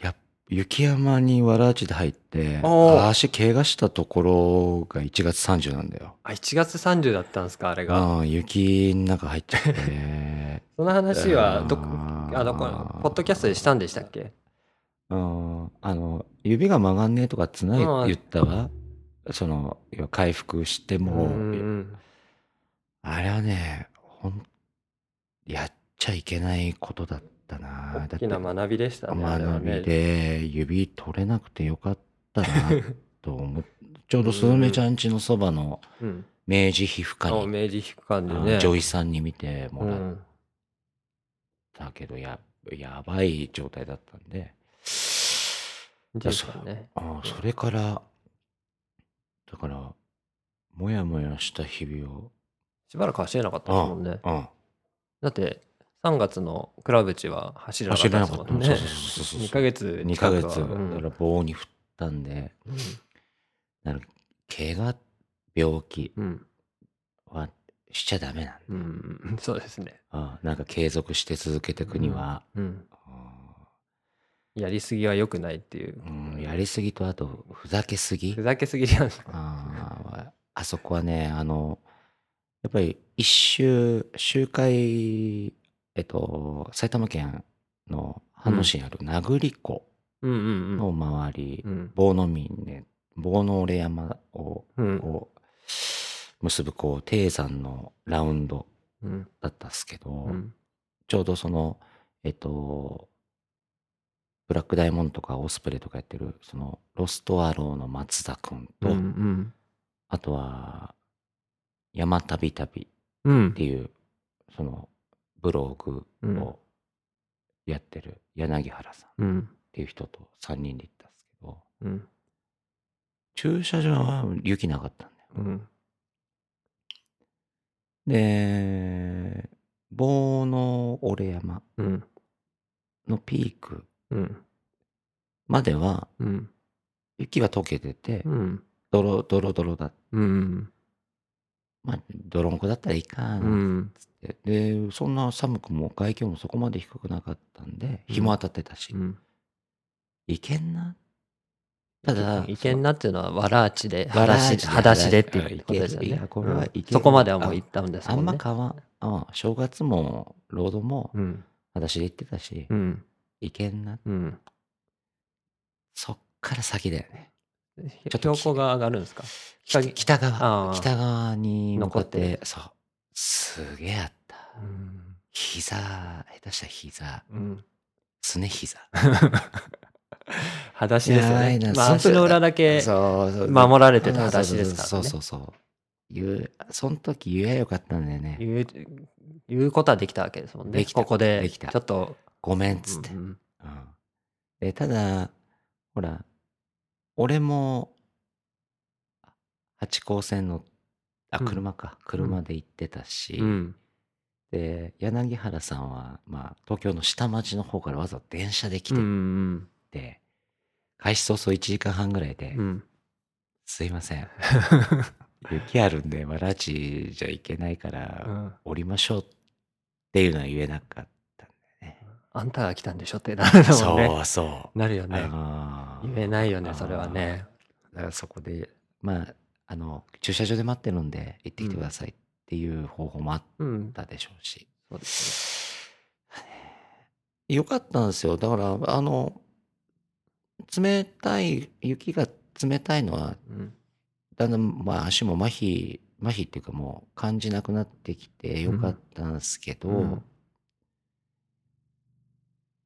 S2: や雪山にわらじで入って、
S1: おー
S2: 足怪我したところが1月30なんだよ。
S1: あ、1月30だったんですか、あれが。
S2: うん、雪の中入っちゃって。 (laughs)
S1: その話はどこ、
S2: あー
S1: あの、このポッドキャストでしたんでしたっけ
S2: うんあの、指が曲がんねえとかつない
S1: うん
S2: 言ったわ。その、要は回復しても、
S1: うんうん
S2: あれはね、ほん、やっちゃいけないことだったな。
S1: 大きな
S2: だっ
S1: 学びでした
S2: て、
S1: ね。あれは
S2: 学
S1: ね
S2: びで指取れなくてよかったな、と
S1: (laughs)
S2: 思っちょうどすずめちゃん家のそばの
S1: うん。
S2: 明治皮膚科
S1: あ
S2: に、
S1: 明治皮膚科で
S2: あ
S1: ね。
S2: の女医さんに見ても
S1: う
S2: らっ
S1: ん。
S2: たけど、や、やばい状態だったんで、
S1: ジェイさんね。
S2: ああ、それから、だから、もやもやした日々を、
S1: しばらく走れなかったですもんね。
S2: うん、
S1: だって、3月のクラブチは走れなかっ
S2: 走
S1: たで
S2: れな
S1: す
S2: か
S1: も
S2: った
S1: ん
S2: の。
S1: ね。
S2: そうそうそうそう。
S1: 2ヶ月
S2: 2
S1: 近
S2: ヶ
S1: くは。
S2: 月、
S1: う
S2: だから
S1: ん
S2: 棒に振ったんで、なんか怪我、病気、
S1: うん。
S2: しちゃダメなんだ
S1: うん、 (laughs) そうですね。
S2: あなんか継続して続けていくには、
S1: うん。やりすぎは良くないっていう
S2: う。んうんやりすぎとあとふざけすぎ
S1: ふざけすぎじゃん。
S2: あーあそこはねあのやっぱり一周周回えっと埼玉県の飯能市にある名栗湖
S1: うんうん
S2: の周り、
S1: うん。うん。
S2: 棒の峰ね棒の折山を
S1: うん。
S2: こう結ぶこう低山のラウンド
S1: うん。
S2: だったっすけど、
S1: うん。
S2: ちょうどそのえっとブラックダイモンドとかオスプレイとかやってるそのロストアローの松田君と、
S1: うん。
S2: あとは山旅旅
S1: うん
S2: って。いうそのブログをやってる柳原さんっ
S1: うん。
S2: ていう人と3人で行ったんですけど
S1: うん。
S2: 駐車場は雪なかったんだよ
S1: うん。
S2: で、棒の折山
S1: うん。
S2: のピーク
S1: うん。
S2: までは
S1: うん。
S2: 雪は溶けてて
S1: う、ん。
S2: ドロドロドロだ。
S1: うん。
S2: まあ、泥んこだったらいいか
S1: う
S2: なん
S1: ん。
S2: つって、で、そんな寒くも外気温もそこまで低くなかったんで、日も当たってたし、
S1: うん。
S2: いけんな。ただ、
S1: いけんなっていうのは、わらあちで、
S2: わ
S1: は
S2: ら
S1: だ
S2: あち
S1: し
S2: で
S1: で、はだしでっていうこと
S2: いや
S1: で
S2: いける
S1: すよ
S2: い
S1: ね
S2: やこれはいけ
S1: うん
S2: る
S1: そこまではもう行ったんです
S2: あ
S1: も
S2: ん
S1: んね。
S2: ま変わんあ正月もロードも
S1: うん。
S2: 私で行ってたし、
S1: うん。
S2: いけんな。
S1: うん。
S2: そっから先だよね。ょっと
S1: 標高が上がるんですか北
S2: 北北
S1: あ
S2: 側
S1: ー
S2: 北側に向かっ
S1: 残って
S2: そうすげえあった
S1: うん。
S2: 膝下手したら膝
S1: うん。
S2: すね膝
S1: 裸足ですよ
S2: やばい
S1: ね
S2: な。
S1: まあ、
S2: そん
S1: 足の裏だけ
S2: (laughs) そうそう
S1: 守られてた裸足ですからね。
S2: そうそうそうそう言うその時言えよかったんだよね
S1: 言う言うことはできたわけですもんね。
S2: できた
S1: ここで
S2: でき
S1: ち
S2: た
S1: ょっと、
S2: ごめんっつって、
S1: う
S2: うん
S1: ん
S2: でただほら俺も八高線のあ
S1: うん
S2: 車か、車で行ってたし、
S1: うん
S2: で柳原さんは、まあ、東京の下町の方からわざわざ電車で来
S1: うん
S2: て
S1: うん
S2: って、開始早々1時間半ぐらいで、
S1: うん
S2: すい
S1: (laughs)
S2: ません雪あるんでわらちじゃいけないから、
S1: うん
S2: 降りましょうっていうのは言えなかったんだよね。
S1: あんたが来たんでしょってなるもんね。
S2: そうそう。
S1: なるよね。
S2: あー
S1: 言えないよね、それはね。
S2: だからそこでまああの駐車場で待ってるんで行ってきてくださいっていう方法もあっ
S1: うん。
S2: たでしょうし、
S1: そうです
S2: よかったんですよ。だから、あの、冷たい、雪が冷たいのは、
S1: ね。うん
S2: だんだん、まあ、足も麻痺、麻痺っていうかもう感じなくなってきてよかったんですけど、
S1: うん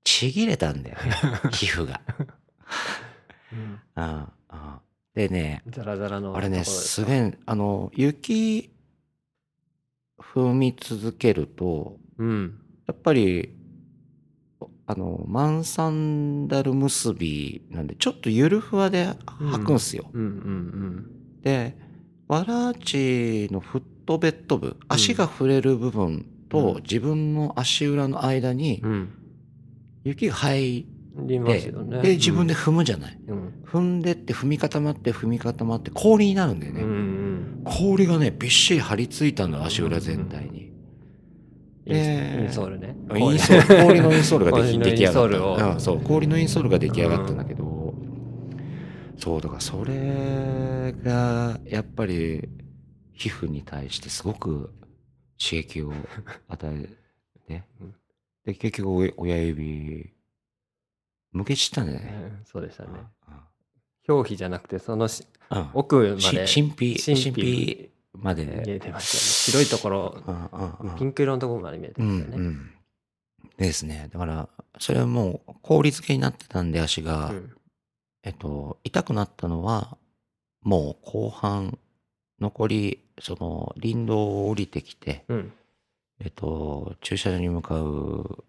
S2: ちぎれたんだよね、皮膚が。 (laughs)
S1: うん
S2: うんうんでね、
S1: ザラザラの。
S2: あれね、すげ
S1: え。
S2: え、あの、雪、踏み続けると、
S1: うん。
S2: やっぱり、あの、マンサンダル結びなんで、ちょっとゆるふわで履くんすよ。
S1: うんうん
S2: で、わらあちのフットベッド部、足が触れる部分と、
S1: うん
S2: 自分の足裏の間に
S1: うん。うん。
S2: 雪が入っ
S1: ります
S2: て、
S1: よね。
S2: で、自分で踏むじゃない。
S1: うん。
S2: 踏んでって踏み固まって踏み固まって氷になるんだよ
S1: うん。う
S2: ね。
S1: ん。
S2: 氷がね、びっしり張り付いたのよ、足裏全体に。
S1: イン
S2: で
S1: インソールね。
S2: インソール氷のインソール
S1: (laughs)
S2: がで
S1: 氷
S2: き
S1: のイ
S2: 出
S1: ン
S2: 来上
S1: ソール
S2: がった、
S1: を
S2: うん、そう氷のインソールが出来上がったんだけど、そうだからそれがやっぱり皮膚に対してすごく刺激を与えて、ね
S1: うん
S2: で結局お親指無け散ったんだよ
S1: う
S2: ね、
S1: んそうでしたね。
S2: う
S1: 表皮じゃなくて、そのし
S2: んうん
S1: 奥ま
S2: し
S1: で
S2: 神秘
S1: 神秘
S2: 神秘まで、
S1: 見えてますよね。白いところ、
S2: うんうんうん
S1: ピンク色のところまで見えて
S2: う
S1: ま
S2: ん
S1: すよね。
S2: う。んですねだからそれはもう氷漬けになってたんで足が、
S1: うん
S2: えっと、痛くなったのは、もう後半、残り、その、林道を降りてきて、
S1: うん。
S2: えっと、駐車場に向かう、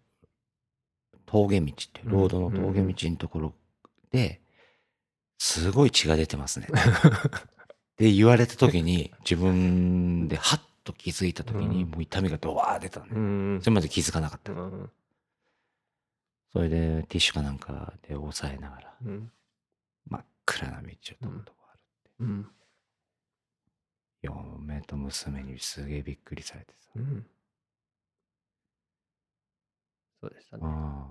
S2: 峠道っていう、ロードの峠道のところで、すごい血が出
S1: (laughs)
S2: てますね。って言われた時に、自分でハッと気づいた時に、
S1: うん
S2: もう痛みがドワー出た
S1: う
S2: ね。
S1: ん
S2: それまで気づかなかっ
S1: う
S2: た。
S1: ん。
S2: それで、ティッシュかなんかで押さえながら、
S1: うん。
S2: 真っ暗な道を飛ぶとこある。
S1: うん。
S2: 嫁と娘にすげえびっくりされてさ。
S1: うん。そうでしたね。
S2: あ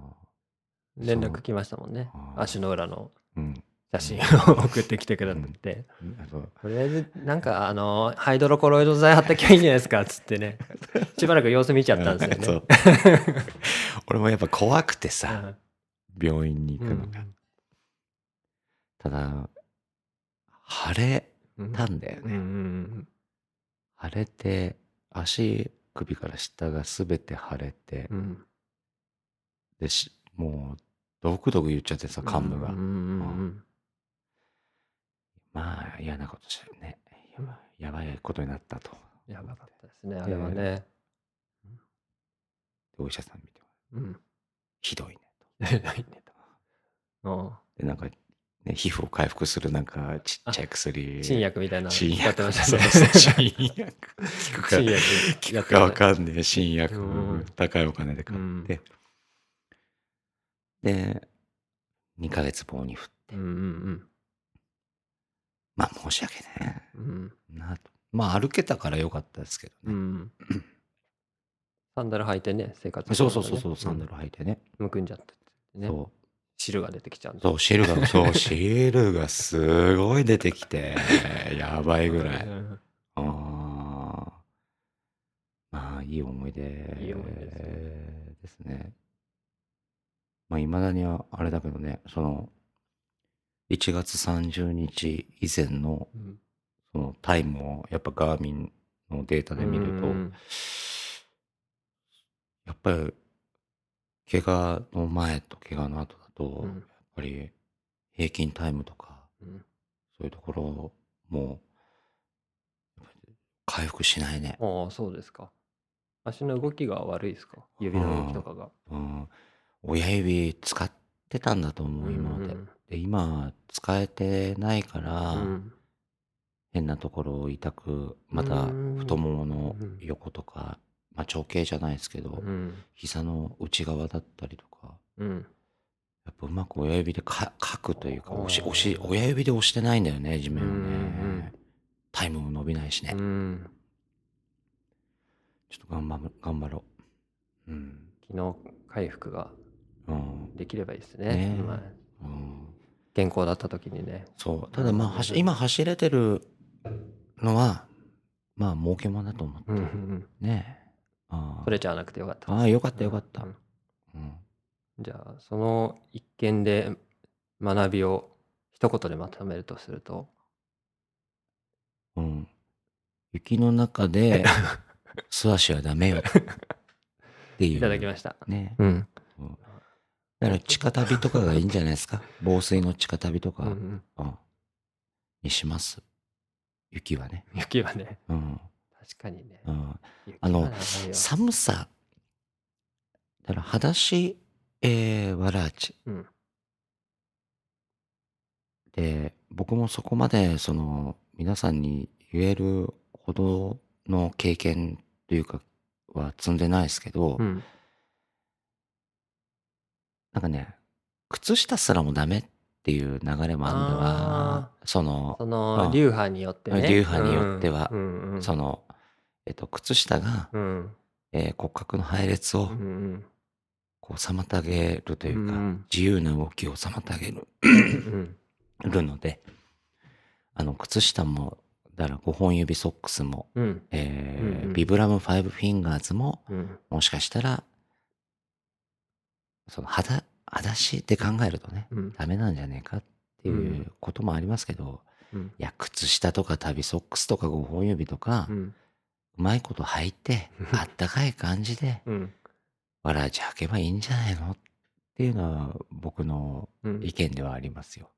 S2: ー
S1: 連絡来ましたもんね
S2: あ。ー
S1: 足の裏の
S2: あ。うん。
S1: 写真を送ってきてくださって。
S2: あと
S1: とりあえず、なんか、あの、ハイドロコロイド剤貼ったきゃいいんじゃないですか、つって
S2: (laughs)
S1: ね。しばらく様子見ちゃったんです
S2: そ
S1: よね
S2: う。 (laughs) 俺もやっぱ怖くてさ、病院に行
S1: う
S2: くの
S1: ん
S2: が。ただ、腫れ
S1: うん
S2: たんだよ
S1: うんう
S2: ね。
S1: ん
S2: 腫れて、足首から下がすべて腫れて
S1: うんう、ん
S2: でし、もう、ドクドク言っちゃってさ、幹部が
S1: うんう。んうん
S2: まあ、嫌なことしたよね。やばいやばいことになったと。
S1: うんやばかったですね、あれはね。
S2: でお医者さん見て、
S1: うん。
S2: ひどいね。 (laughs)
S1: うん
S2: で、なんか、ね、皮膚を回復するなんか、ちっちゃい薬。
S1: 新薬みたいなの
S2: 新
S1: 使ってま
S2: 薬。
S1: したね。
S2: (laughs) そうそう新薬。効くか
S1: 新薬
S2: 効くかわかんねえ、新薬
S1: うん。
S2: 高いお金で買
S1: う
S2: っ
S1: ん
S2: て。で、2ヶ月棒に振って。
S1: うんうん
S2: まあ、申し訳ね
S1: うん
S2: えなと。まあ、歩けたから良かったですけ
S1: う
S2: どね。
S1: ん。サンダル履いてね、生活、
S2: そうそうそうそう、サンダル履いてね。
S1: ル。むくんじゃっててね。
S2: そう。
S1: 汁が出てきちゃうん
S2: そう、シールが、そう、 (laughs) シールがすごい出てきて、やばいぐ
S1: (laughs)
S2: らい。
S1: うん
S2: あーまあ、いい思い出
S1: いい思い出ですね
S2: ですね。まあ、いまだにはあれだけどね、その、1月30日以前の
S1: うん
S2: そのタイムを、やっぱガーミンのデータで見ると、
S1: うん
S2: やっぱり、怪我の前と怪我の後だと、
S1: う
S2: やっ
S1: ん
S2: ぱり平均タイムとか、
S1: うん
S2: そういうところも、回復しないね。
S1: ああ、そうですか。足の動きが悪いですか指の動きとかが。
S2: うん、親指使ってたんだと思う、今まで。
S1: うん
S2: で、今、使えてないから、
S1: うん
S2: 変なところを痛く、また
S1: うん
S2: 太ももの横とか、まあ、長径じゃないですけ
S1: う
S2: ど、
S1: ん
S2: 膝の内側だったりとか、
S1: うん
S2: やっぱうまく親指でか書くというか、
S1: おー
S2: 押し、押し、親指で押してないんだよね、地面を
S1: うんうんう
S2: ね
S1: ん。
S2: タイムも伸びないしね。
S1: うん
S2: ちょっと頑張る、頑張ろう。うん。
S1: 昨日回復が
S2: うん。
S1: できればいいです
S2: ね
S1: ね。
S2: え
S1: 今
S2: うん、
S1: 健康だった時にね。
S2: そう。ただまあ、走今走れてるのは、まあ、儲けもんだと思って。
S1: うんうんうん
S2: ねえ。あ
S1: 取れちゃわなくてよかった。
S2: ああ、よかったよかった。
S1: うん
S2: うん。
S1: じゃあその一件で学びを一言でまとめるとすると、
S2: うん。雪の中で、 (laughs) 素足はダメよ。っていう。
S1: いただきました。
S2: ね。
S1: うん。
S2: うんだから、地下旅とかがいいんじゃないですか。防水の地下旅とか、
S1: うんうん
S2: うんにします。雪はね。
S1: 雪はね、
S2: うん。
S1: 確かにね
S2: う。ん。
S1: 雪
S2: あの
S1: は長いよ
S2: 寒さ。だから、裸足、えー、わらあち。
S1: うん
S2: で、僕もそこまで、その、皆さんに言えるほどの経験というか、は積んでないですけど、
S1: うん。
S2: なんかね、靴下すらもダメっていう流れもあるんだわ
S1: あ。
S2: その
S1: そ、
S2: う
S1: の
S2: ん
S1: 流派によってね。
S2: 流派によっては
S1: うんうん
S2: その、えっと、靴下が、
S1: うん
S2: えー骨格の配列を
S1: うんうん
S2: こう妨げるというか、
S1: うん
S2: 自由な動きを妨げる
S1: うん
S2: るので、あの、靴下も、だから5本指ソックスも、
S1: うん
S2: えー
S1: うんうん
S2: ビブラム5フィンガーズも、
S1: うん
S2: もしかしたら、その、裸、裸足で考えるとね、
S1: うん
S2: ダメなんじゃねえかっていううこともありますけど、
S1: うん
S2: いや、靴下とか旅ソックスとか5本指とか、う
S1: うん
S2: まいこと履
S1: (laughs)
S2: いて、あったかい感じで、
S1: うん
S2: わらじ履けばいいんじゃないのっていうのは僕の
S1: うん
S2: 意見ではありますよ。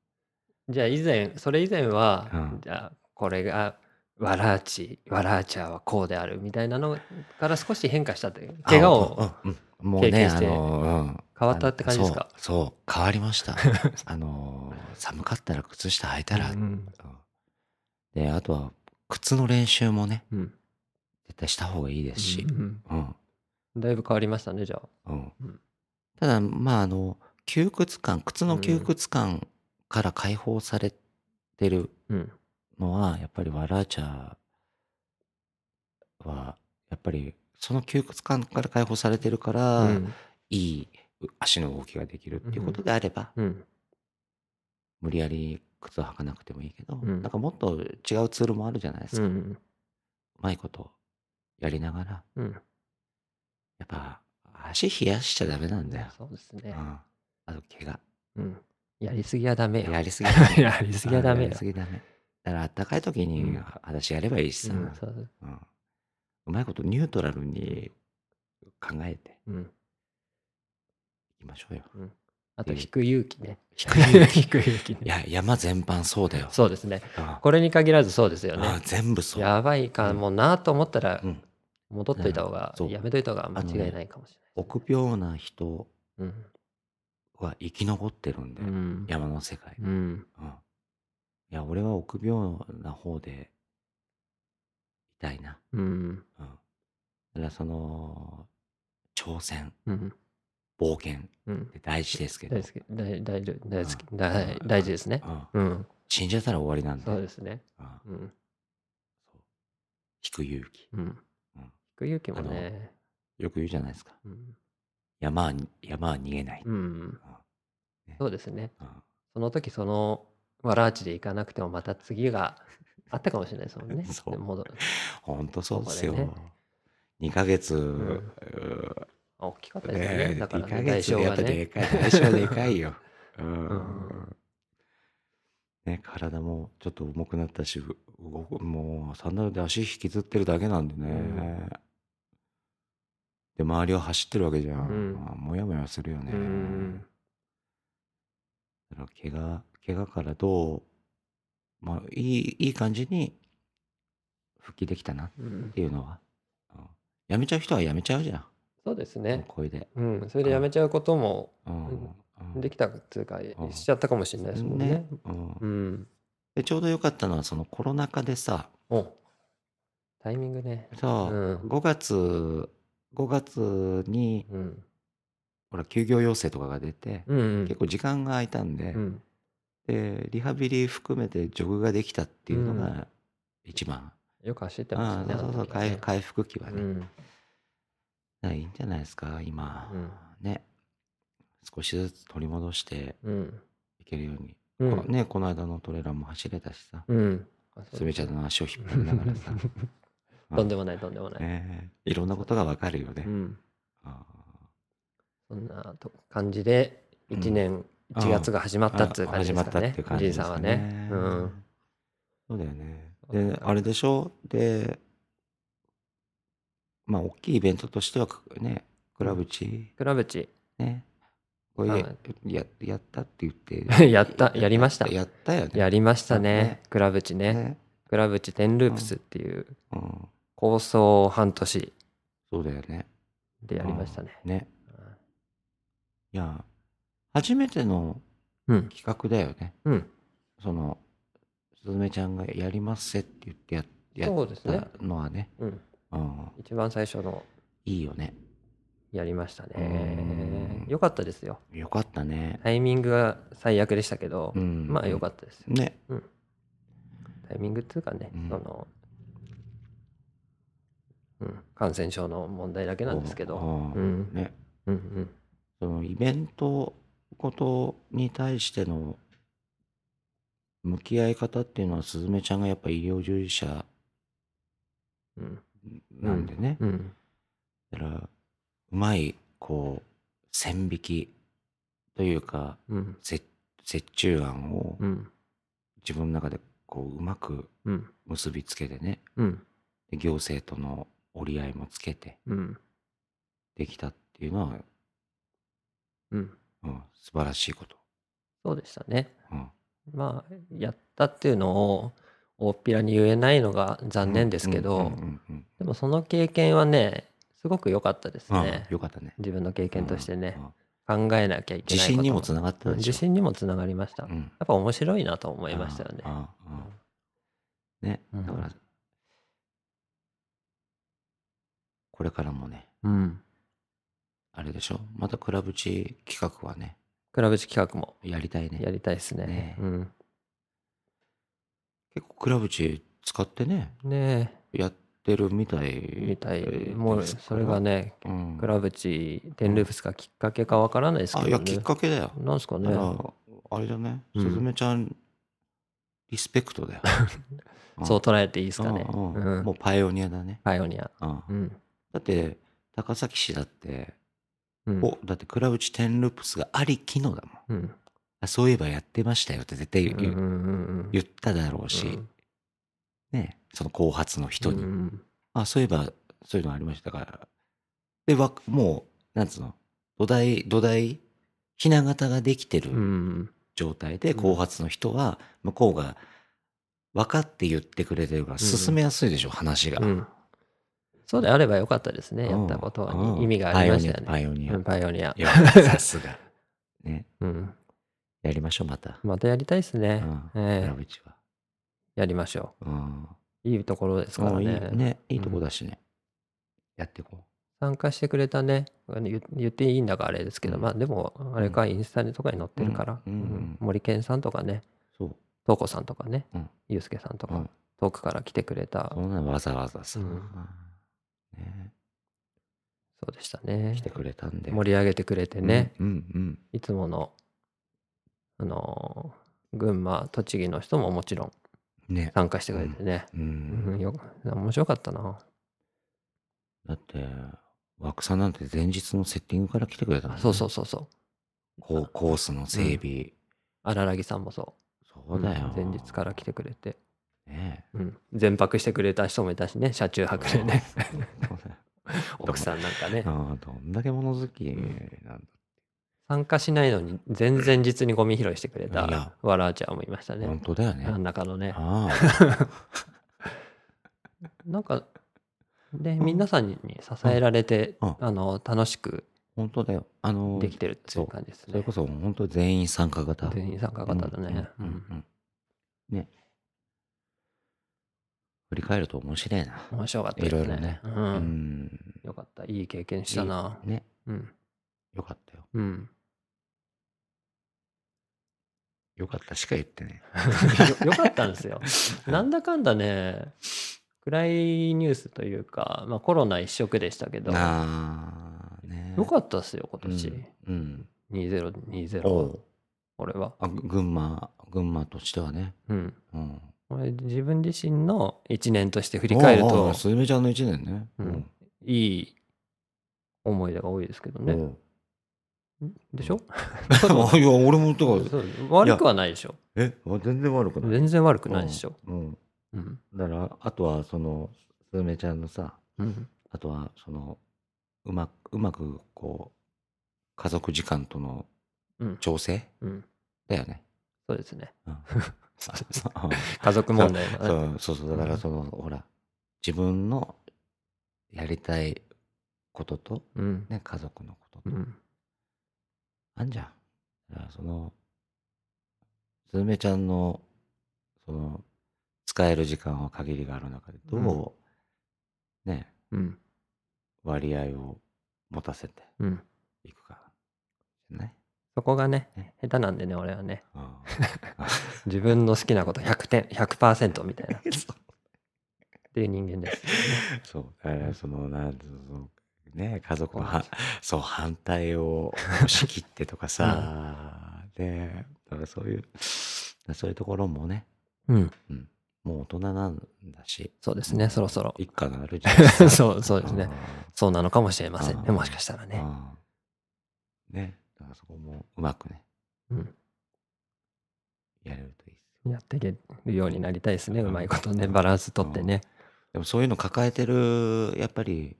S1: じゃあ以前それ以前は、
S2: うん
S1: じゃあこれがわらあちわらあちゃはこうであるみたいなのから少し変化したという怪我を
S2: あ、うんうんもう
S1: 経
S2: ね、
S1: 験
S2: あ
S1: して
S2: の、うん。
S1: 変わったって感じですか
S2: あのそう、そう変わり
S1: (laughs)
S2: ました。あの、寒かったら靴下履いたら、
S1: う
S2: うん
S1: ん
S2: で、あとは、靴の練習もね、
S1: うん
S2: 絶対した方がいいですし
S1: う、ん
S2: うん、
S1: だいぶ変わりましたねじゃあ
S2: うん
S1: うん。
S2: ただ、まあ、あの、窮屈感、靴の窮屈感から解放されてる
S1: うん
S2: のは、やっぱりワラーチャーは、やっぱりその窮屈感から解放されてるから、
S1: うん
S2: いいう足の動きができるっていうことであれば、
S1: うん
S2: 無理やり靴を履かなくてもいいけど、
S1: うん
S2: なんかもっと違うツールもあるじゃないです
S1: う
S2: か。うんまいことやりながら、
S1: うん
S2: やっぱ足冷やしちゃダメなんだよ。
S1: そうです
S2: う
S1: ね
S2: ん、、あと怪我。
S1: うん、やりすぎはダメよ
S2: やりすぎだ
S1: (laughs)
S2: ね。
S1: やりすぎはダメ
S2: や
S1: よ
S2: りすぎダメ。だからあったかい時に
S1: うん
S2: 裸足やればいいしさ、う
S1: うん
S2: ん
S1: そう
S2: うまいことニュートラルに考えて
S1: うん、
S2: いきましょうよ。
S1: あと引く勇気ね
S2: 引く勇
S1: 引く勇気
S2: い
S1: ね
S2: や、山全般そうだよ。
S1: そうですね
S2: うん
S1: これに限らずそうですよ
S2: あ
S1: ね
S2: 全部そう。
S1: やばいかもなと思ったら
S2: うん、
S1: 戻っといた方が
S2: そう
S1: やめといた方が間違いないかもし
S2: 臆病な人
S1: れない
S2: は生き残ってるんだ
S1: うん
S2: よ、
S1: うん
S2: 山の世界。
S1: うん
S2: うん、いや、俺は臆病な方でいたいな。
S1: うん
S2: うん、だからその、挑戦、
S1: うん
S2: 冒険っ
S1: うん
S2: て大事ですけど、
S1: 大好き大大丈夫大好き大大事ですね
S2: うん、
S1: うん
S2: 死んじゃったら終わりなんだ
S1: そう
S2: よ。
S1: ですね
S2: うん
S1: うん
S2: そう引く勇気。
S1: うん
S2: うん
S1: 引く勇気もね
S2: よく言うじゃないですか。
S1: うん
S2: 山はに、山は逃げない。
S1: うん
S2: ね
S1: そうですね
S2: うん
S1: その時そのわらあちで行かなくてもまた次
S2: (laughs)
S1: があったかもしれないですもんね
S2: そう
S1: で戻る
S2: ほんとそうですよ。
S1: そうだよ
S2: 2ヶ月、
S1: ん
S2: うん
S1: あ大きかったですよ
S2: ね
S1: ねだから
S2: 2ヶ
S1: ね代
S2: 月
S1: 償
S2: でやっ
S1: が
S2: ぱで
S1: ね
S2: かい。代償でか
S1: (laughs)
S2: いよ。うん
S1: ん
S2: ね、体もちょっと重くなったし、う動くもうサンダルで足引きずってるだけなんでね。
S1: うん
S2: で、周りを走ってるわけじゃん。
S1: うん
S2: まあもやもやするよね。
S1: うん
S2: だから怪我、怪我からどう、まあ、いい、いい感じに復帰できたなっ
S1: うん
S2: ていうのは。うんやめちゃう人はやめちゃうじゃん。
S1: そうです
S2: もう
S1: ね
S2: これで。
S1: うんそれでやめちゃうことも
S2: うんうん
S1: できたっていうか、
S2: ん
S1: しちゃったかもしれないですもんね。
S2: ねうん
S1: うん。
S2: でちょうど良かったのはそのコロナ禍でさ
S1: おタイミングね。
S2: そう、
S1: うん
S2: 5月5月に
S1: うん。
S2: ほら休業要請とかが出て、
S1: うん、うん。
S2: 結構時間が空いたんで,、
S1: うん。
S2: でリハビリ含めてジョグができたっていうの
S1: う
S2: が一番、
S1: よく走ってま
S2: あ
S1: した
S2: あ
S1: ね。
S2: そうそう
S1: あの
S2: そ
S1: 時
S2: う
S1: ね
S2: 回回復期は
S1: う
S2: ね、
S1: ん。
S2: だからいいんじゃないですか今、
S1: うん
S2: ね少しずつ取り戻して
S1: うん。
S2: いけるように、
S1: う
S2: こ
S1: ん。
S2: ねこの間のトレーラーも走れたしさ
S1: うん。あそう
S2: すみちゃんの足を引っ張りながら
S1: (laughs)
S2: さう
S1: とんでもない、とんでもない。
S2: ねえいろんなことがわかるよね、
S1: うん。
S2: あ
S1: そんなと感じで、
S2: うん
S1: 1年、1月が始ま
S2: あ
S1: ったっていう感じで
S2: 始ますった
S1: か
S2: ってい
S1: ね
S2: う。感じ
S1: じ
S2: で
S1: い
S2: す
S1: さん
S2: か
S1: は
S2: ね
S1: ね。うん。
S2: そうだよね
S1: そう
S2: であれでしょでまあ大きいイベントとしてはねクラブチ
S1: 倉渕、
S2: ねこれ
S1: は
S2: ややったって言って (laughs)
S1: やったやりました
S2: やったよね
S1: やりました
S2: ね
S1: ね。倉渕ね。
S2: ね
S1: 倉渕テンループスっていう
S2: うん
S1: 構想半年
S2: そうだよね
S1: でやりましたね。
S2: うんねいや初めての
S1: うん。
S2: 企画だよね
S1: うん。
S2: そのすずめちゃんがやりますせって言ってやや
S1: そうですね
S2: ったのはね
S1: うん。
S2: うん
S1: 一番最初の
S2: いいよね
S1: やりました
S2: う
S1: ね
S2: ん。
S1: よかったですよ。
S2: よかったね、
S1: タイミングが最悪でしたけど、
S2: うん
S1: まあよかったですよ。
S2: ね
S1: タイミングっていうかね、
S2: うん
S1: その、うん、感染症の問題だけなんですけど、
S2: ああ
S1: うん、
S2: ね
S1: うん、うん、
S2: そのイベントことに対しての向き合い方っていうのはすずめちゃんがやっぱ医療従事者
S1: うん、
S2: なんでね、
S1: うん、
S2: だからうまいこう線引きというか
S1: うん、
S2: 折折衷案を
S1: うん、
S2: 自分の中でこううまく
S1: うん、
S2: 結びつけてね
S1: うん、
S2: で行政との折り合いもつけて
S1: うん、
S2: できたっていうのは、
S1: うん、
S2: うん、素晴らしいこと。
S1: そうでしたね。
S2: うん
S1: まあ、やったっていうのを大っぴらに言えないのが残念ですけど、
S2: うんうんうん
S1: でもその経験はね、すごく良かったです
S2: うんうん
S1: ね。
S2: よかったね。
S1: 自分の経験としてね
S2: うん、うん
S1: 考えなきゃいけ
S2: 自
S1: ないことも。
S2: 信にもつながったでしょ。
S1: 自信にもつながりました。や
S2: うん
S1: っぱ面白いなと思いましたよね。
S2: ああああね、
S1: うん
S2: だから、これからもね、
S1: うん。
S2: あれでしょ、またクラブチ企画はね、
S1: クラブチ企画も
S2: やりたい
S1: や
S2: ね。
S1: りたいですね。
S2: ね
S1: うん。
S2: 結構クラブチ使ってね、
S1: ね
S2: やってるみたい
S1: みたい、
S2: です
S1: もうそれが
S2: ね、
S1: ね、
S2: うん
S1: クラブチ、テンループスがきっかけかわからないです
S2: あ
S1: け
S2: い
S1: ど
S2: やき
S1: ね
S2: っ。かけだよ
S1: なんですかね
S2: だ。からあれだね、
S1: うん
S2: すずめちゃんリスペクトだよう
S1: (laughs)
S2: ん
S1: そう捉えていいですかね。
S2: うんうん
S1: うん
S2: もうパイオニアだね、
S1: パイオニア。
S2: うん
S1: うん。
S2: だって高崎市だって、
S1: うん
S2: おだって倉内テンループスがありきのだもん
S1: うん。
S2: あそういえばやってましたよって絶対言,、
S1: うんうんうんうん
S2: 言っただろうし、
S1: うん
S2: ねその後発の人に、
S1: うん
S2: あそういえばそういうのありましたからでわもうなんつうの土台土台ひな形ができて
S1: うんう
S2: る
S1: ん
S2: 状態で
S1: うん
S2: 後発の人は向こうが分かって言ってくれてるから
S1: ん
S2: 進めやすいでしょ、話が、
S1: うんうんそうであればよかったですね。やったこと
S2: う
S1: は
S2: ん
S1: 意味がありましたよね。
S2: パイオニア
S1: う
S2: パ
S1: んパイオニア。
S2: イオニアいやさすがね
S1: うん。
S2: やりましょうまた、
S1: またやりたいですね。
S2: うん
S1: ええ
S2: 裏口は
S1: やりましょ
S2: うん
S1: う。いいところですから
S2: もういい
S1: ね。
S2: ねいいとこだしね、やっていこ
S1: 参加してくれたね、あの言言っていいんだかあれですけど、
S2: うん
S1: まあでも、あれか、インスタとかに載ってるから、
S2: うんうん
S1: うん森健さんとかね、
S2: うそう
S1: 東子さんとかね
S2: うん、
S1: ゆうすけさんと
S2: う
S1: か
S2: ん、
S1: 遠くから来てくれた、
S2: そんなわざわざさ、
S1: うん
S2: ね、
S1: そうでしたね
S2: 来。てくれたんで
S1: 盛り上げてくれてね、
S2: うんうん
S1: いつもの、あのー群馬、栃木の人ももちろん
S2: うんね
S1: 参加してくれてね、
S2: う
S1: うん
S2: ん
S1: よ面白かったな。
S2: だって枠さんなんて前日のセッティングから来てくれたの、
S1: あそうそうそうそう、
S2: こうコースの整備、
S1: 荒木さんもそ、
S2: そううだよ、
S1: うん前日から来てくれて、
S2: ね
S1: うん、全泊してくれた人もいたしね、車中泊でね、
S2: そうだよ
S1: 奥さんなんかね。
S2: ああどんだけ物好きなん
S1: 参加しないのに前々日にゴミ拾いしてくれ
S2: いや
S1: たわらあちゃんもいました
S2: だ、本
S1: ね。
S2: 当だよね、
S1: 真ん中のね。
S2: ああ
S1: なんか、で、
S2: ん
S1: 皆さんに支えられて、
S2: うん
S1: あの、楽しく
S2: 本当だよあの
S1: できてるってい
S2: そうう
S1: 感じです
S2: それ
S1: ね
S2: こ。そ本当全員参加型
S1: 全員参加型だね。
S2: う
S1: うん
S2: うん
S1: ん
S2: うんうんね振り返ると面白いな
S1: 面白かったですね。
S2: いろいろね
S1: う。
S2: うんん
S1: よかった。いい経験したな。
S2: ね
S1: うん。
S2: よかったよ
S1: うん。 (laughs)
S2: よかったしか言ってね
S1: よよかったんです
S2: (laughs)
S1: よ。なんだかんだね、暗いニュースというか、まあコロナ一色でしたけど、よ
S2: ああね
S1: かったですよ、今年。
S2: うん、うん、お
S1: 2020。
S2: う
S1: 俺は。
S2: あぐ群馬群馬としてはね
S1: うん。
S2: うん
S1: 俺自分自身の一年として振り返る
S2: おうお
S1: と
S2: うすずめちゃんの一年ね
S1: うんいい思い出が多いですけど
S2: お
S1: ね。
S2: う
S1: でしょ
S2: (laughs) いや俺もとか
S1: そう悪くはないでしょ。
S2: え全然悪くない
S1: 全然悪くないでしょ。
S2: うん
S1: うん。
S2: だからあとはそのすずめちゃんのさ
S1: うん。
S2: あとはそのうまくうまくこう家族時間との
S1: うん。
S2: 調整
S1: うん
S2: だよね。
S1: そうですね。 (laughs)
S2: うんあ
S1: 家族問題が
S2: そ
S1: ね。
S2: うそうそうだからその、ほら自分のやりたいことと、
S1: うん。
S2: ね、家族のことと、
S1: うん。
S2: あんじゃん。だからそのすずめちゃんのその使える時間は限りがある中でどう、ね
S1: うん。
S2: 割合を持たせて
S1: うん。
S2: いくかじゃ (laughs) ない
S1: そこがね
S2: ね、
S1: 下手なんでね、俺はね。
S2: うん
S1: 自分の好きなこと100点、100%みたいな。っ
S2: そ
S1: ていう人間です。
S2: うそうだからそのなんつうのね家族のはそう反対を押し切ってとかさ、でだからそういうそういうところもね
S1: うん。
S2: もう大人なんだし
S1: そうですね、そろそろ。
S2: 一家があるじゃないです
S1: (laughs)
S2: か
S1: そう、そうですね。そうなのかもしれませんね。
S2: あー
S1: もしかしたら
S2: うんう
S1: ね。
S2: んねだからそこもうまくね
S1: うん。
S2: やれるといいですよ
S1: やっていけるようになりたいですね。
S2: うん
S1: うまいことね。バランスとってね。
S2: でもそういうの抱えてるやっぱり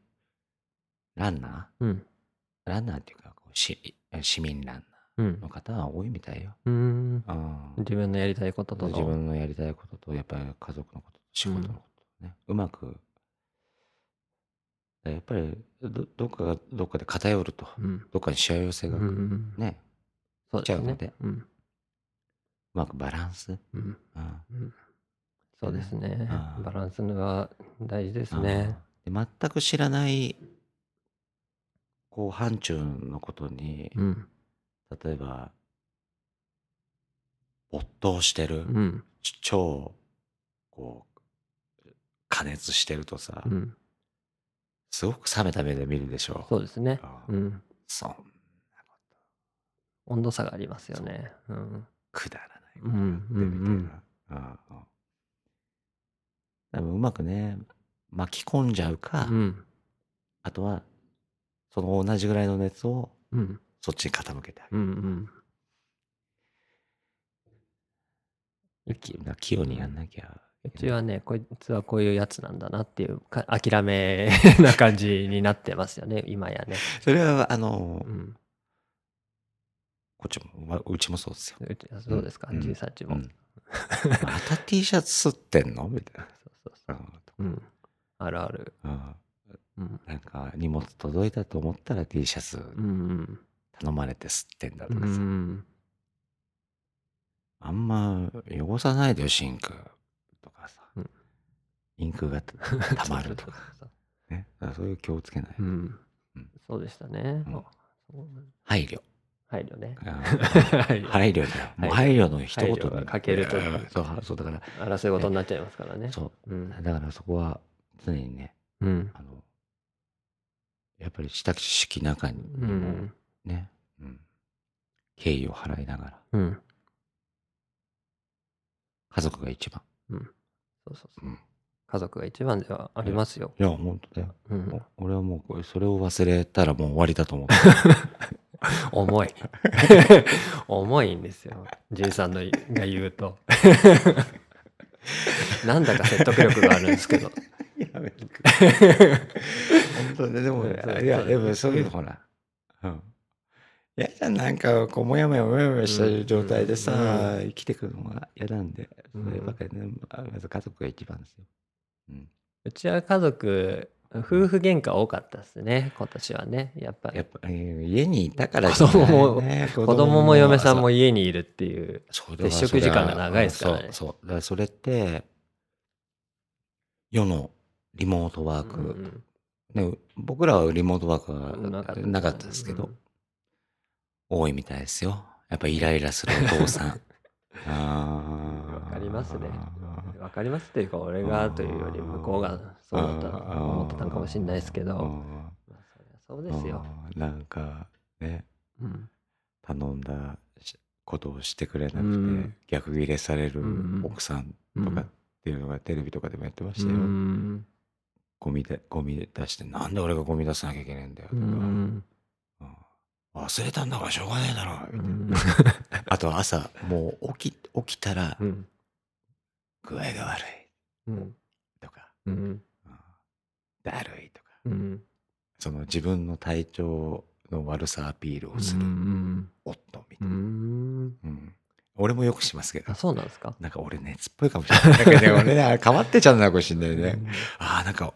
S2: ランナ
S1: うん。
S2: ーランナーっていうかこうし市民ランナー
S1: うん
S2: の。方は多いみたいよ。
S1: うん。
S2: うん、
S1: 自分のやりたいこととの。
S2: 自分のやりたいこととやっぱり家族のことと仕事のことね、うまくやっぱりどどっかがどっかで偏ると、
S1: うん。
S2: どっかにしわ寄せ
S1: う
S2: が、
S1: ん。
S2: ね
S1: そうです
S2: ちゃうの
S1: ね
S2: で。
S1: うん。
S2: うまくバランス、
S1: うん。
S2: うん
S1: そうですね
S2: あー。
S1: バランスが大事です
S2: うん
S1: ね。
S2: で全く知らないこう範疇のことに、
S1: うん。
S2: 例えば没頭してる、
S1: うん。
S2: 超こう加熱してるとさ、
S1: うん。
S2: すごく冷めた目で見るでしょ
S1: そうですね。
S2: ああ
S1: うん。
S2: そん
S1: 温度差がありますよね。うん。
S2: くだらない
S1: うん
S2: ことやってみたいな
S1: うんうん
S2: ああでもうまくね巻き込んじゃうか、
S1: うん。
S2: あとはその同じぐらいの熱を
S1: うん。
S2: そっちに傾けてあげ
S1: う
S2: る、
S1: ん。うん。
S2: きな器用にやんなきゃ
S1: う
S2: い
S1: ち
S2: けない
S1: はね、こいつはこういうやつなんだなっていうか、諦めな感じになってますよね、 (laughs) 今やね。
S2: それはあの、
S1: うん。
S2: こっちもまうちもそうですよ、
S1: うちそうですか、
S2: うん
S1: じいさんち
S2: う
S1: も。
S2: ん、 (laughs) また T シャツ吸ってんのみたい
S1: そうそうそ
S2: な、
S1: う。うん。あるある。
S2: うんうん
S1: うん。
S2: なんか荷物届いたと思ったら T シャツ
S1: うん。
S2: 頼まれて吸ってんだと
S1: う
S2: かさ、
S1: ん。
S2: あんま汚さないでよ、シンクとかさ。
S1: うん
S2: インクがた溜まるとか、
S1: そうそうそう (laughs)
S2: ね。だからそう (laughs) いう気をつけない。
S1: そう。うん
S2: うん。
S1: そうでしたね。
S2: うん
S1: あそうなん
S2: 配慮。
S1: 配慮ね。 (laughs)
S2: うん配慮だよ。もう配慮の一言
S1: 配慮が
S2: に
S1: 欠けると
S2: うんそう、そうだから、
S1: 争い事になっちゃいますからね。
S2: そうう。
S1: ん。
S2: だからそこは常にね、
S1: うん。
S2: あの、やっぱり親しき中に
S1: う
S2: も
S1: ん。
S2: ね、うん敬意を払いながら、
S1: うん。
S2: 家族が一番。
S1: そうそう
S2: う
S1: そう。
S2: ん
S1: 家族が一番ではありますよ。
S2: いや、本当だよ。
S1: うん。
S2: お俺はもうこれ、それを忘れたらもう終わりだと思って。
S1: 重い。 (laughs) 重いんですよ。じいさんのいが言うと。 (laughs) なんだか説得力があるんですけど。
S2: (laughs)
S1: (laughs)
S2: やめてく本当ね、でも、
S1: うん
S2: いや、でもそういうのほら。うん。嫌じゃん、なんか、こう、もやもやもやもやした状態でさ、
S1: うん
S2: 生きてくのが嫌なんで、そ
S1: うん
S2: ればっかりね、あまず家族が一番ですよ。うん。
S1: うちは家族、夫婦喧嘩多かったですね、今年はね。やっぱ
S2: やっぱ、えー家にいたから
S1: 子供も
S2: じゃないね
S1: 子供も嫁さんも家にいるっていう。
S2: そうだわ
S1: 接触時間が長いですからね
S2: そう、そう。だからそれって、世のリモートワーク、
S1: うん
S2: ね、僕らはリモートワーク
S1: うん
S2: はなかったですけど、多いみたいですよ。やっぱイライラするお父
S1: (laughs)
S2: さん。
S1: うんわ
S2: わ
S1: かりますね。わかりますっていうか、俺がというより向こうがそうだった思ってたんかもしれないですけど、まあそりゃそうですよ。。
S2: あーなんかね、
S1: うん
S2: 頼んだしことをしてくれなくて、
S1: うん
S2: 逆切れされる
S1: うん
S2: 奥さん
S1: う
S2: と
S1: ん
S2: かっていうのがテレビとかでもやってまし
S1: う
S2: たよ。
S1: ん
S2: ゴミでゴミ出して、なんで俺がゴミ出さなきゃいけないんだよと
S1: う
S2: か、
S1: ん
S2: うん忘れたんだからしょうがねえだろ
S1: う
S2: みたいな。
S1: ん
S2: あと朝、もう起き、起きたら
S1: う、
S2: (laughs)
S1: ん
S2: 具合が悪い
S1: うん
S2: とか、
S1: うん
S2: うんだるいとか、
S1: うん
S2: その自分の体調の悪さアピールをす
S1: う
S2: る
S1: ん
S2: 夫み
S1: う
S2: たいな。
S1: ん
S2: うん俺もよくしますけど
S1: あ、そうなんですか
S2: なんか俺熱っぽいかもしれ
S1: (laughs)
S2: ない。なんかね、俺ね、変わってちゃうのかもしれないね。ああ、なんか、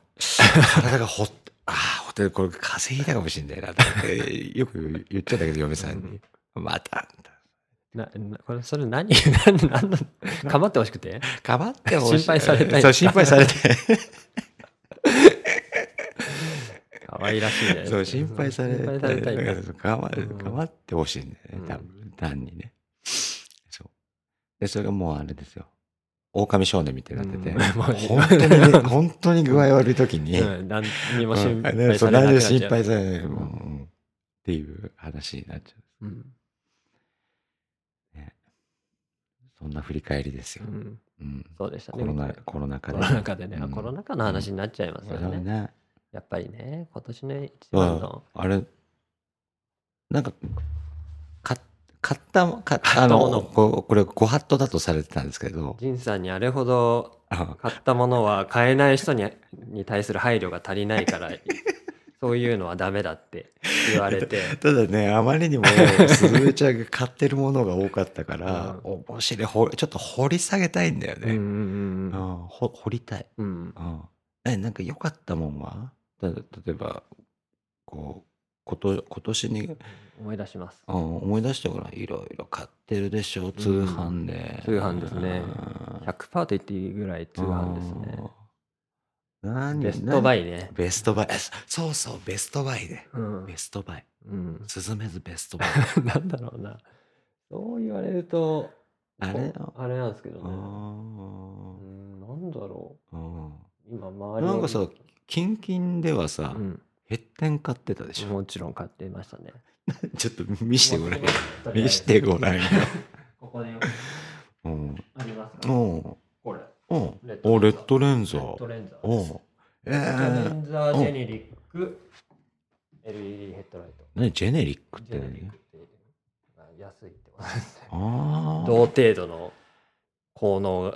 S2: 体がほっ、ああ、ほって、これ風邪ひいたかもしれないなと思って。よく言っちゃったけど、嫁さんに。また、
S1: ななこれそれ何 (laughs) 何何のかまってほしくて
S2: かばってほしい
S1: 心配されたい
S2: そう、心配されて。
S1: (laughs) 可愛らしいね
S2: そう、心配され
S1: 心配
S2: て、
S1: されたいんだ
S2: だから我
S1: うん
S2: 慢我慢ってほしいんだよ
S1: う
S2: ね
S1: ん、
S2: 多分、単にね。そう。で、それがもうあれですよ。狼少年みたいになってて、
S1: うんもう
S2: 本当にね、本当に具合悪い時に、うん
S1: うん、何にも
S2: あ
S1: 心
S2: ね
S1: 配
S2: そ
S1: さ
S2: う
S1: れな
S2: 何
S1: くなっちゃ
S2: で
S1: う
S2: 心配されない、うんんうんっていう話になっちゃ
S1: うん
S2: う。ね、そんな振り返りです
S1: う
S2: よ。
S1: ん、
S2: うん、
S1: そうでした
S2: コ
S1: ね
S2: ロナ、コロナ禍
S1: コ
S2: で。
S1: ロナ禍でね、あ
S2: うん
S1: コロナ禍の話になっちゃいますよ
S2: そうだ
S1: ね、
S2: ね。
S1: やっぱりね今年の一番の
S2: あれ、なんか、か買ったも、買ったあ
S1: もの
S2: の、ここれ、ご法度だとされてたんですけど、
S1: 仁さんにあれほど
S2: あ
S1: 買ったものは買えない人にに対する配慮が足りない
S2: (laughs)
S1: からそういうのはダメだって言われて
S2: ただ (laughs) ね、あまりにも、すずめちゃんが買ってるものが多かったから、面白いほ、ちょっと掘り下げたいんだよ
S1: うんうん
S2: ね。あほ掘りたい。
S1: うんうん
S2: あえ、なんか良かったもんはた例えば、こう、こと今年に、
S1: 思い出します
S2: うん思い出したから、いろいろ買ってるでしょ、通販で。
S1: 通販ですね
S2: うん
S1: 100%と言っていいぐらい通販ですね
S2: あー。何
S1: ベストバ
S2: イ。
S1: イね
S2: ベストバイ。あそそうそう、ベストバイで。
S1: うん
S2: ベストバイ。
S1: うん、 (laughs)
S2: スズメズベストバイ。
S1: なんだろうなそう言われると
S2: あれ
S1: こあれなんですけど
S2: あ
S1: ね
S2: ー
S1: うんなんだろ
S2: うん
S1: 今周り
S2: なんか
S1: う
S2: さ、キンキンではさ、
S1: ん、
S2: ヘッテン買ってたでしょ。
S1: もちろん買ってましたね。
S2: ちょっと見してごらん
S1: も。う
S2: 見してご
S1: (laughs)
S2: らんよ。
S1: ここに
S2: うん。
S1: ありますか
S2: お
S1: これ。
S2: おお
S1: レッドレンザー
S2: おレッドレン
S1: レ
S2: ザ
S1: ッド
S2: ー。
S1: レンザー
S2: お
S1: です。
S2: うええ
S1: レッドレ
S2: ー。
S1: ンザージェネリック LED ヘッドライト。
S2: 何ジェネリックっ
S1: ジ
S2: て
S1: ェネリッ
S2: 何
S1: クってまあ安いってことですね。
S2: ああ。
S1: 同程度の効能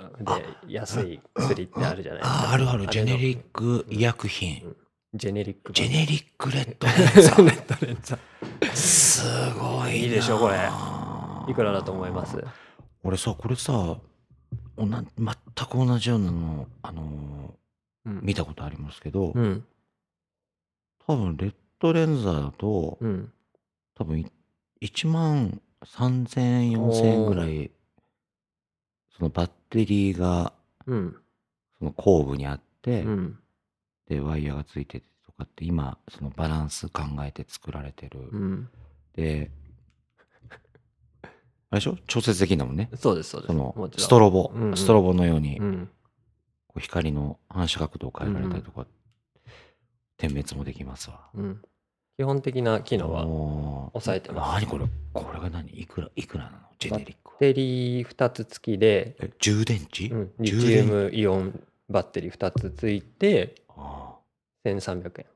S1: で安い薬ってあるじゃないです
S2: あ
S1: か。
S2: ーあるある、ジェネリッ
S1: ク。
S2: ク医薬品。
S1: ジェネリック版。
S2: ジェネリックレッド
S1: レッドレンザ
S2: すごいな。
S1: いいでしょこれー。いくらだと思います
S2: 俺さ、これさ、おな全く同じようなの、あの
S1: うん
S2: ー見たことありますけど、
S1: うん。
S2: 多分レッドレンザーだと、
S1: うん。
S2: 多分い1万3000円、4000円ぐらい、そのバッテリーが
S1: うん。
S2: その後部にあって、
S1: うん。
S2: で、ワイヤーがついててとかって、今、そのバランス考えて作られてる。
S1: うん。
S2: で、あれでしょ調節できるんだもんね。
S1: そうです、そうです。
S2: そ
S1: も
S2: の
S1: ちろん
S2: ストロボ、
S1: うんうん
S2: ストロボのように、
S1: うん。
S2: こう光の反射角度を変えられたりとか、点滅もできますわ。
S1: うん。基本的な機能は、バッ
S2: は
S1: 抑えてます
S2: 何これこれが何いくら、いくらなのジェネリックは。
S1: テリー2つ付きで、
S2: え、充電池、
S1: うん、リ
S2: 充
S1: チウ
S2: 電
S1: ムイオンバッテリー2つ付いて、
S2: あ
S1: 1300円。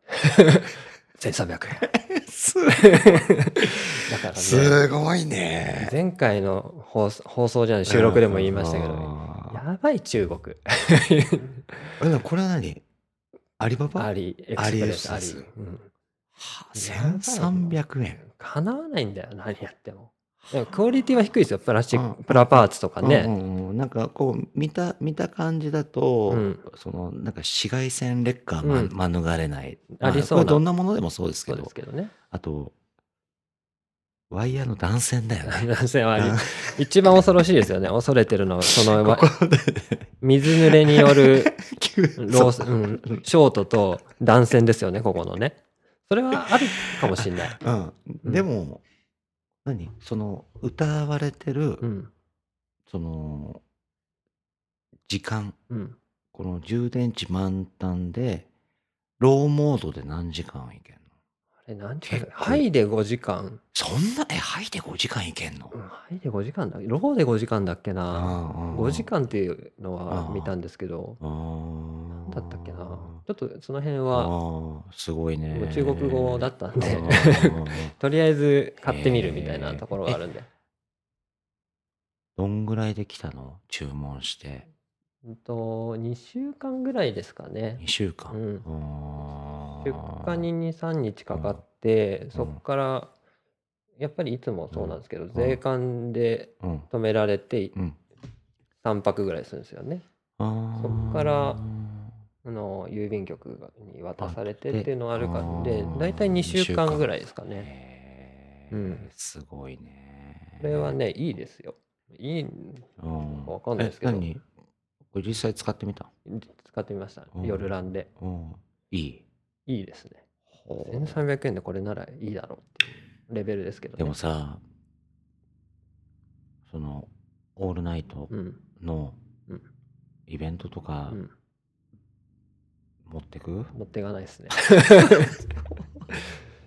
S1: 1300円。
S2: あす
S1: だからね、
S2: すごいね。
S1: 前回の放送放送じゃない、収録でも言いましたけど、
S2: あ
S1: やばい中国。
S2: ー。えこれは何アリババ
S1: あ
S2: は
S1: り、エクスプレス
S2: ア
S1: あ
S2: リエクス
S1: り
S2: プレ。
S1: うん
S2: あ1300円。
S1: かなわないんだよ、何やっても。でもクオリティは低いですよ、プラスチッ
S2: う
S1: ク、プラパーツとか
S2: う
S1: ね。
S2: んうんうんなんかこう見た見た感じだと、
S1: うん
S2: そのなんか紫外線劣化は、ま
S1: うん
S2: 免れない、
S1: ありそうな
S2: まあこれどんなものでもそうですけ
S1: そう
S2: ど
S1: ですけどね。
S2: あとワイヤーの断線だよね
S1: (laughs) 男性はあり一番恐ろしいですよね、恐れてるのは、その、
S2: ここで
S1: 水濡れによる
S2: 急に
S1: ロース、
S2: そう
S1: うん、ショートと断線ですよね、ここのね。それはあるかもしれない。
S2: うん
S1: うん
S2: (laughs) でも、何その歌われてる、
S1: うん、
S2: その時間
S1: うん。
S2: この充電池満タンでローモードで何時間いけんの
S1: あれ、なんていう
S2: 結
S1: か、
S2: 構
S1: ハイで5時間。
S2: そんなえはいで5時間いけんの、
S1: うんハイで5時間だローで5時間だっけな。
S2: 5
S1: 5時間っていうのは
S2: あ
S1: 見たんですけど、
S2: あ
S1: だったっけな。
S2: は
S1: ちょっとその辺
S2: あ
S1: は、
S2: ーすごいね
S1: 中国語だったんで
S2: あー
S1: (laughs) とりあえず買ってみるみたいなところがあるんで。
S2: どんぐらいで来たの注文して
S1: うんと、2週間ぐらいですかね。
S2: 2週間、
S1: うん
S2: あ
S1: 出
S2: ー
S1: 荷に23日かかって、
S2: ん
S1: そこからやっぱりいつもそうなんですけど、
S2: ん
S1: 税関で
S2: うん
S1: 止められて
S2: うん
S1: 3泊ぐらいするんですよね。
S2: あー
S1: そっからあの郵便局に渡されてっていうのはあるか
S2: あ
S1: で
S2: ー
S1: 大体2週間ぐらいですかね。
S2: へ
S1: う
S2: ー
S1: ん
S2: すごいね
S1: これはねいいですよ。いい
S2: うん
S1: わかんないですけど
S2: え何これ実際使ってみた
S1: 使ってみました
S2: う。ん
S1: 夜ランで
S2: うんいい
S1: いいですね。
S2: ほう
S1: 1300円でこれならいいだろうっていうレベルですけど、ね。
S2: でもさそのオールナイト
S1: うん
S2: の
S1: うん
S2: イベントとか
S1: うん
S2: 持ってく、
S1: 持っていかない
S2: (laughs)
S1: ですね。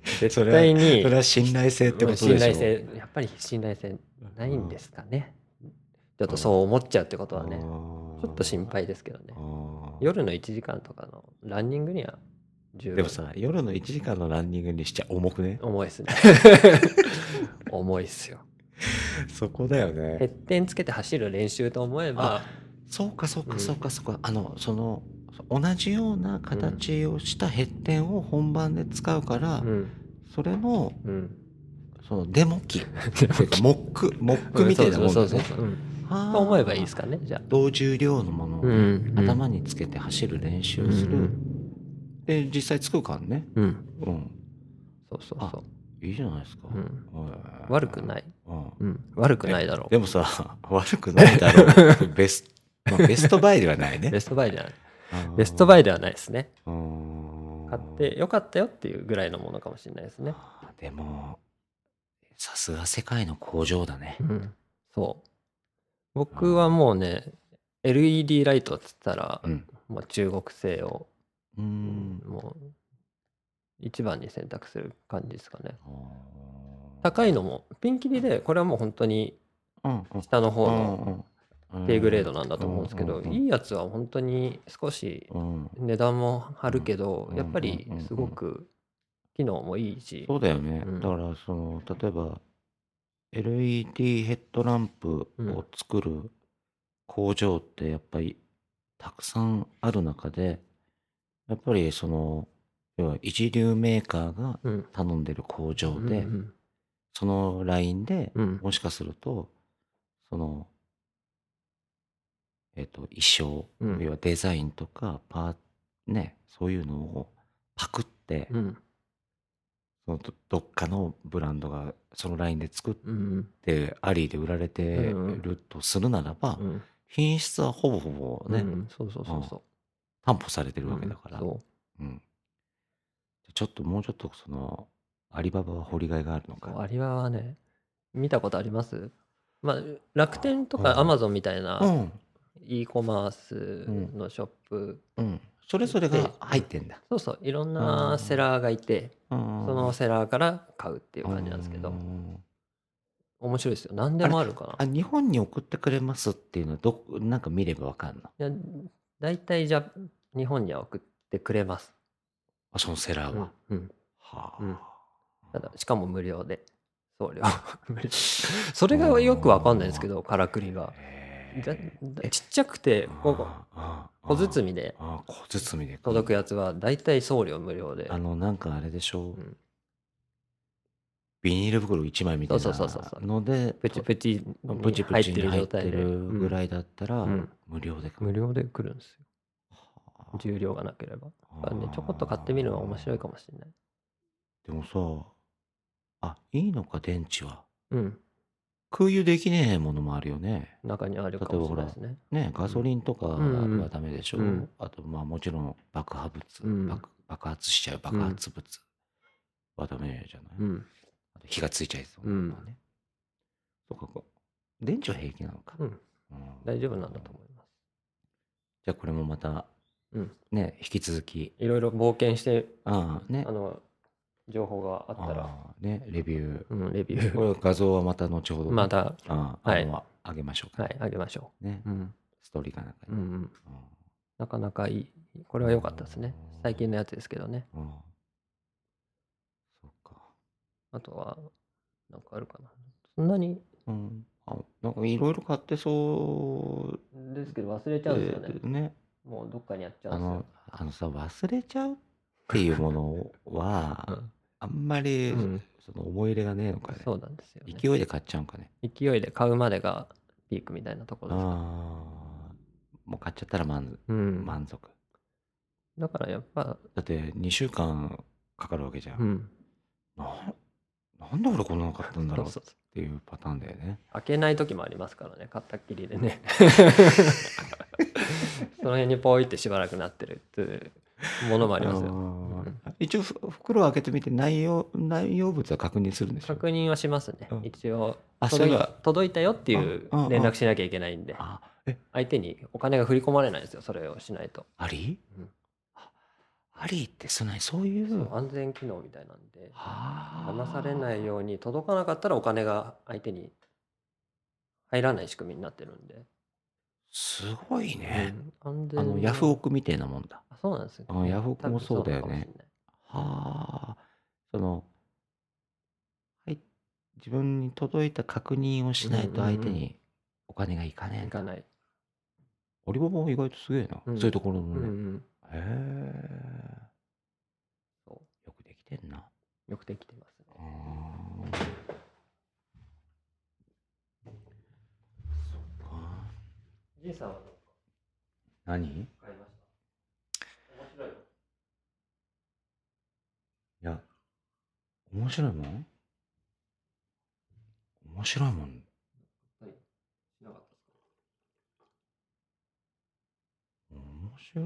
S2: そ
S1: 絶
S2: れは
S1: 対に
S2: は信頼性
S1: 信頼性やっぱり信頼性ないんですかね、ちょっとそう思っちゃうってことはね、ちょっと心配ですけどね、
S2: 夜
S1: 夜の1時間とかのランニングには十
S2: で
S1: 分
S2: もさ夜の1時間のランニングにしちゃ重くね
S1: 重い
S2: (laughs)
S1: ですね重いっすよ
S2: (laughs) そこだよ
S1: ヘ
S2: ね
S1: ッテンつけて走る練習と思えば
S2: そうかそう
S1: う
S2: か
S1: ん
S2: そうかそうか、あのその同じような形をしたヘッテンを本番で使うから、
S1: うん
S2: それの
S1: うん
S2: そのデモ
S1: (laughs)
S2: 機というかモックモックみたいなもんだ
S1: そ
S2: よ
S1: うそう
S2: ね
S1: そうそう、うん
S2: あー
S1: と思えばいいですかねじゃあ、
S2: 同重量のものを
S1: う
S2: ね、
S1: ん
S2: 頭につけて走る練習をする、で実際つくからね
S1: うん、うん
S2: うん
S1: そうそうそう、
S2: いいじゃないですか、
S1: うん、
S2: はい
S1: 悪くない、
S2: うん
S1: うん、悪くないだろ
S2: でもさ (laughs) 悪くないだろうベス,、ま
S1: (laughs)
S2: あ、ベストバイではないう
S1: ベ
S2: ね
S1: ストバイじゃないベストバ
S2: イ
S1: イではないですね買ってよかったよっていうぐらいのものかもしれないですね。
S2: でもさすが世界の工場だね
S1: うん、そう僕はもうね LED ライトっつったら
S2: うん
S1: もう中国製を
S2: うーん。
S1: もう一番に選択する感じですかね。
S2: あー
S1: 高いのもピンキリでこれはもう本当に
S2: うんうん
S1: 下の方の
S2: うんうん
S1: 低グレードなんだと思うんですけど、
S2: うんうんうん
S1: いいやつは本当に少し
S2: うん
S1: 値段も張るけど、
S2: うん
S1: やっぱりすごく機能もいいし、
S2: そうだよね、
S1: うん
S2: だからその例えば LED ヘッドランプを作る工場ってやっぱりたくさんある中でやっぱりその要は一流メーカーが
S1: うん、
S2: 頼んでる工場
S1: うんう
S2: で、
S1: ん
S2: そのラインで
S1: うん
S2: もしかするとそのえっ、と衣装、
S1: うん
S2: 要はデザインとかパーねそういうのをパクって、
S1: うん
S2: そのどどっかのブランドがそのラインで作っ
S1: うん
S2: てアリーで売られて
S1: うん
S2: るとするならば、
S1: うん
S2: 品質はほぼほぼね、
S1: うんそうそうそうそ
S2: 担保されて
S1: う
S2: るわけだから、
S1: うん
S2: う
S1: そ
S2: ん
S1: う
S2: ちょっともうちょっとそのアリババは掘りがいがあるの
S1: そう
S2: か
S1: アリババはね見たことありますまあ楽天と
S2: うん
S1: かアマゾンみたいな、
S2: うん、
S1: e コマースのショップ、
S2: うん、それぞれが入ってんだ、
S1: そうそういろん
S2: う
S1: なんセラーがいて、
S2: うん
S1: そのセラーから買うっていう感じなんですけど、
S2: うん
S1: 面白いですよ何でもあるか
S2: あ
S1: な
S2: 日本に送ってくれますっていうのはどこなんか見ればわかんの
S1: いや大体じゃ日本には送ってくれます、
S2: あそのセラー
S1: う
S2: は
S1: ん、うん
S2: はあ
S1: うんただしかも無料で送
S2: (laughs)
S1: 料無料それがよくわかんないんですけどからくりが
S2: へ
S1: だ
S2: え
S1: だちっちゃくてこう
S2: ああ
S1: 小包みで
S2: ああ小包みで
S1: 届くやつは大体送料無料で
S2: あのなんかあれでしょ
S1: う
S2: う、
S1: ん
S2: ビニール袋1枚みたいな
S1: そうそうそうそう
S2: ので
S1: プチプチ
S2: と
S1: に
S2: プチ
S1: 入
S2: プ
S1: っ
S2: チ
S1: て
S2: に
S1: る
S2: 入っ
S1: 状
S2: て
S1: 態で
S2: るぐ
S1: うん
S2: らいだったら、
S1: うん
S2: 無料で
S1: 無料で来るんですよ
S2: はあ
S1: 重量がなければ。だからね、ちょこっと買ってみるのは面白いかもしれない。
S2: でもさあいいのか電池は
S1: うん。
S2: 空輸できねえものもあるよね
S1: 中にあるかもしれないですね。
S2: ねガソリンとか
S1: うんうん
S2: はダメでしょ、
S1: うん
S2: あとまあもちろん爆破物、
S1: うん
S2: 爆爆発しちゃう爆発物はダメじゃない、
S1: うん。
S2: あと火がついちゃいそうなのはね。そうかこう、電池は平気なのか。
S1: うん。
S2: うん
S1: 大丈夫なんだと思います。
S2: じゃあこれもまた、
S1: うん
S2: ね、引き続き、
S1: いろいろ冒険して、
S2: ああね
S1: あ、の、情報があったら、
S2: ああね、レビュ
S1: うん、レビ
S2: ー。こ (laughs)
S1: ュー。
S2: れ画像はまた後ほど、
S1: また、
S2: ああ、
S1: は
S2: あ
S1: い
S2: の、あげましょうか。
S1: はい、あげましょ
S2: ね
S1: う。、うん。
S2: ストーリーかなんか
S1: う
S2: に。
S1: ん。なかなかいい。これは良かったですね。最近のやつですけどね。
S2: うん。うんそうか。
S1: あとは、なんかあるかな。そんなに
S2: うん。あなんかいろいろ買ってそう
S1: ですけど忘れちゃうんですよね。
S2: でね。
S1: もうどっかにやっちゃう
S2: あ
S1: んです
S2: の
S1: よ。、
S2: あのさ、忘れちゃうっていうもの
S1: (laughs)
S2: は、あんまり、
S1: うん
S2: その思い入れがねえのかね。
S1: そうなんですよ、ね。
S2: 勢いで買っちゃうんかね。
S1: 勢いで買うまでがピークみたいなとこ
S2: あ
S1: ろ
S2: あ
S1: です。
S2: もう買っちゃったら満
S1: うん
S2: 満足。
S1: だからやっぱ、
S2: だって2週間かかるわけじゃん。
S1: うん、
S2: ななんで俺こんなの買ったんだ
S1: (laughs) そ
S2: ろ
S1: う
S2: う
S1: そう
S2: っ
S1: そう
S2: ていうパターンだよね。
S1: 開けない時もありますからね買ったっきりで
S2: (laughs)
S1: ねその辺にポイってしばらくなってるっていうものもあ
S2: あ
S1: りますよ
S2: ー一応ふ袋を開けてみて内容内容物は確認するんでしょ
S1: 確認はしますね
S2: うん
S1: 一応
S2: あそう
S1: 届
S2: いえ
S1: い
S2: ば
S1: 届いたよっていう
S2: うんうんうん
S1: 連絡しなきゃいけないんで
S2: あえ
S1: 相手にお金が振り込まれないんですよそれをしないと
S2: あり、
S1: うん
S2: あありってそんなにそういう
S1: そう安全機能みたいなんで
S2: 話
S1: 騙されないように届かなかったらお金が相手に入らない仕組みになってるんで、
S2: すごいね、
S1: うん安
S2: あ
S1: 全
S2: の
S1: に
S2: ヤフオクみたいなもんだ
S1: あそうなんですよ、
S2: うんヤフオクもそうだよ
S1: 多
S2: ね
S1: 分かもしれない
S2: はあ、その、はい、自分に届いた確認をしないと相手
S1: うんうん
S2: にお金がいかねえ
S1: 行
S2: んだ。
S1: かない。
S2: オリババも意外とすげえな、
S1: うん
S2: そういうところ
S1: う
S2: の
S1: んう
S2: ね。
S1: ん、
S2: へえ。
S1: そ
S2: よくできてんな。
S1: うよくできてますね。
S2: うーんそっか
S1: じいさんは
S2: 何い
S1: 買いました。面白い。
S2: や、面白いもん面白いもん。
S1: しなかったです
S2: 面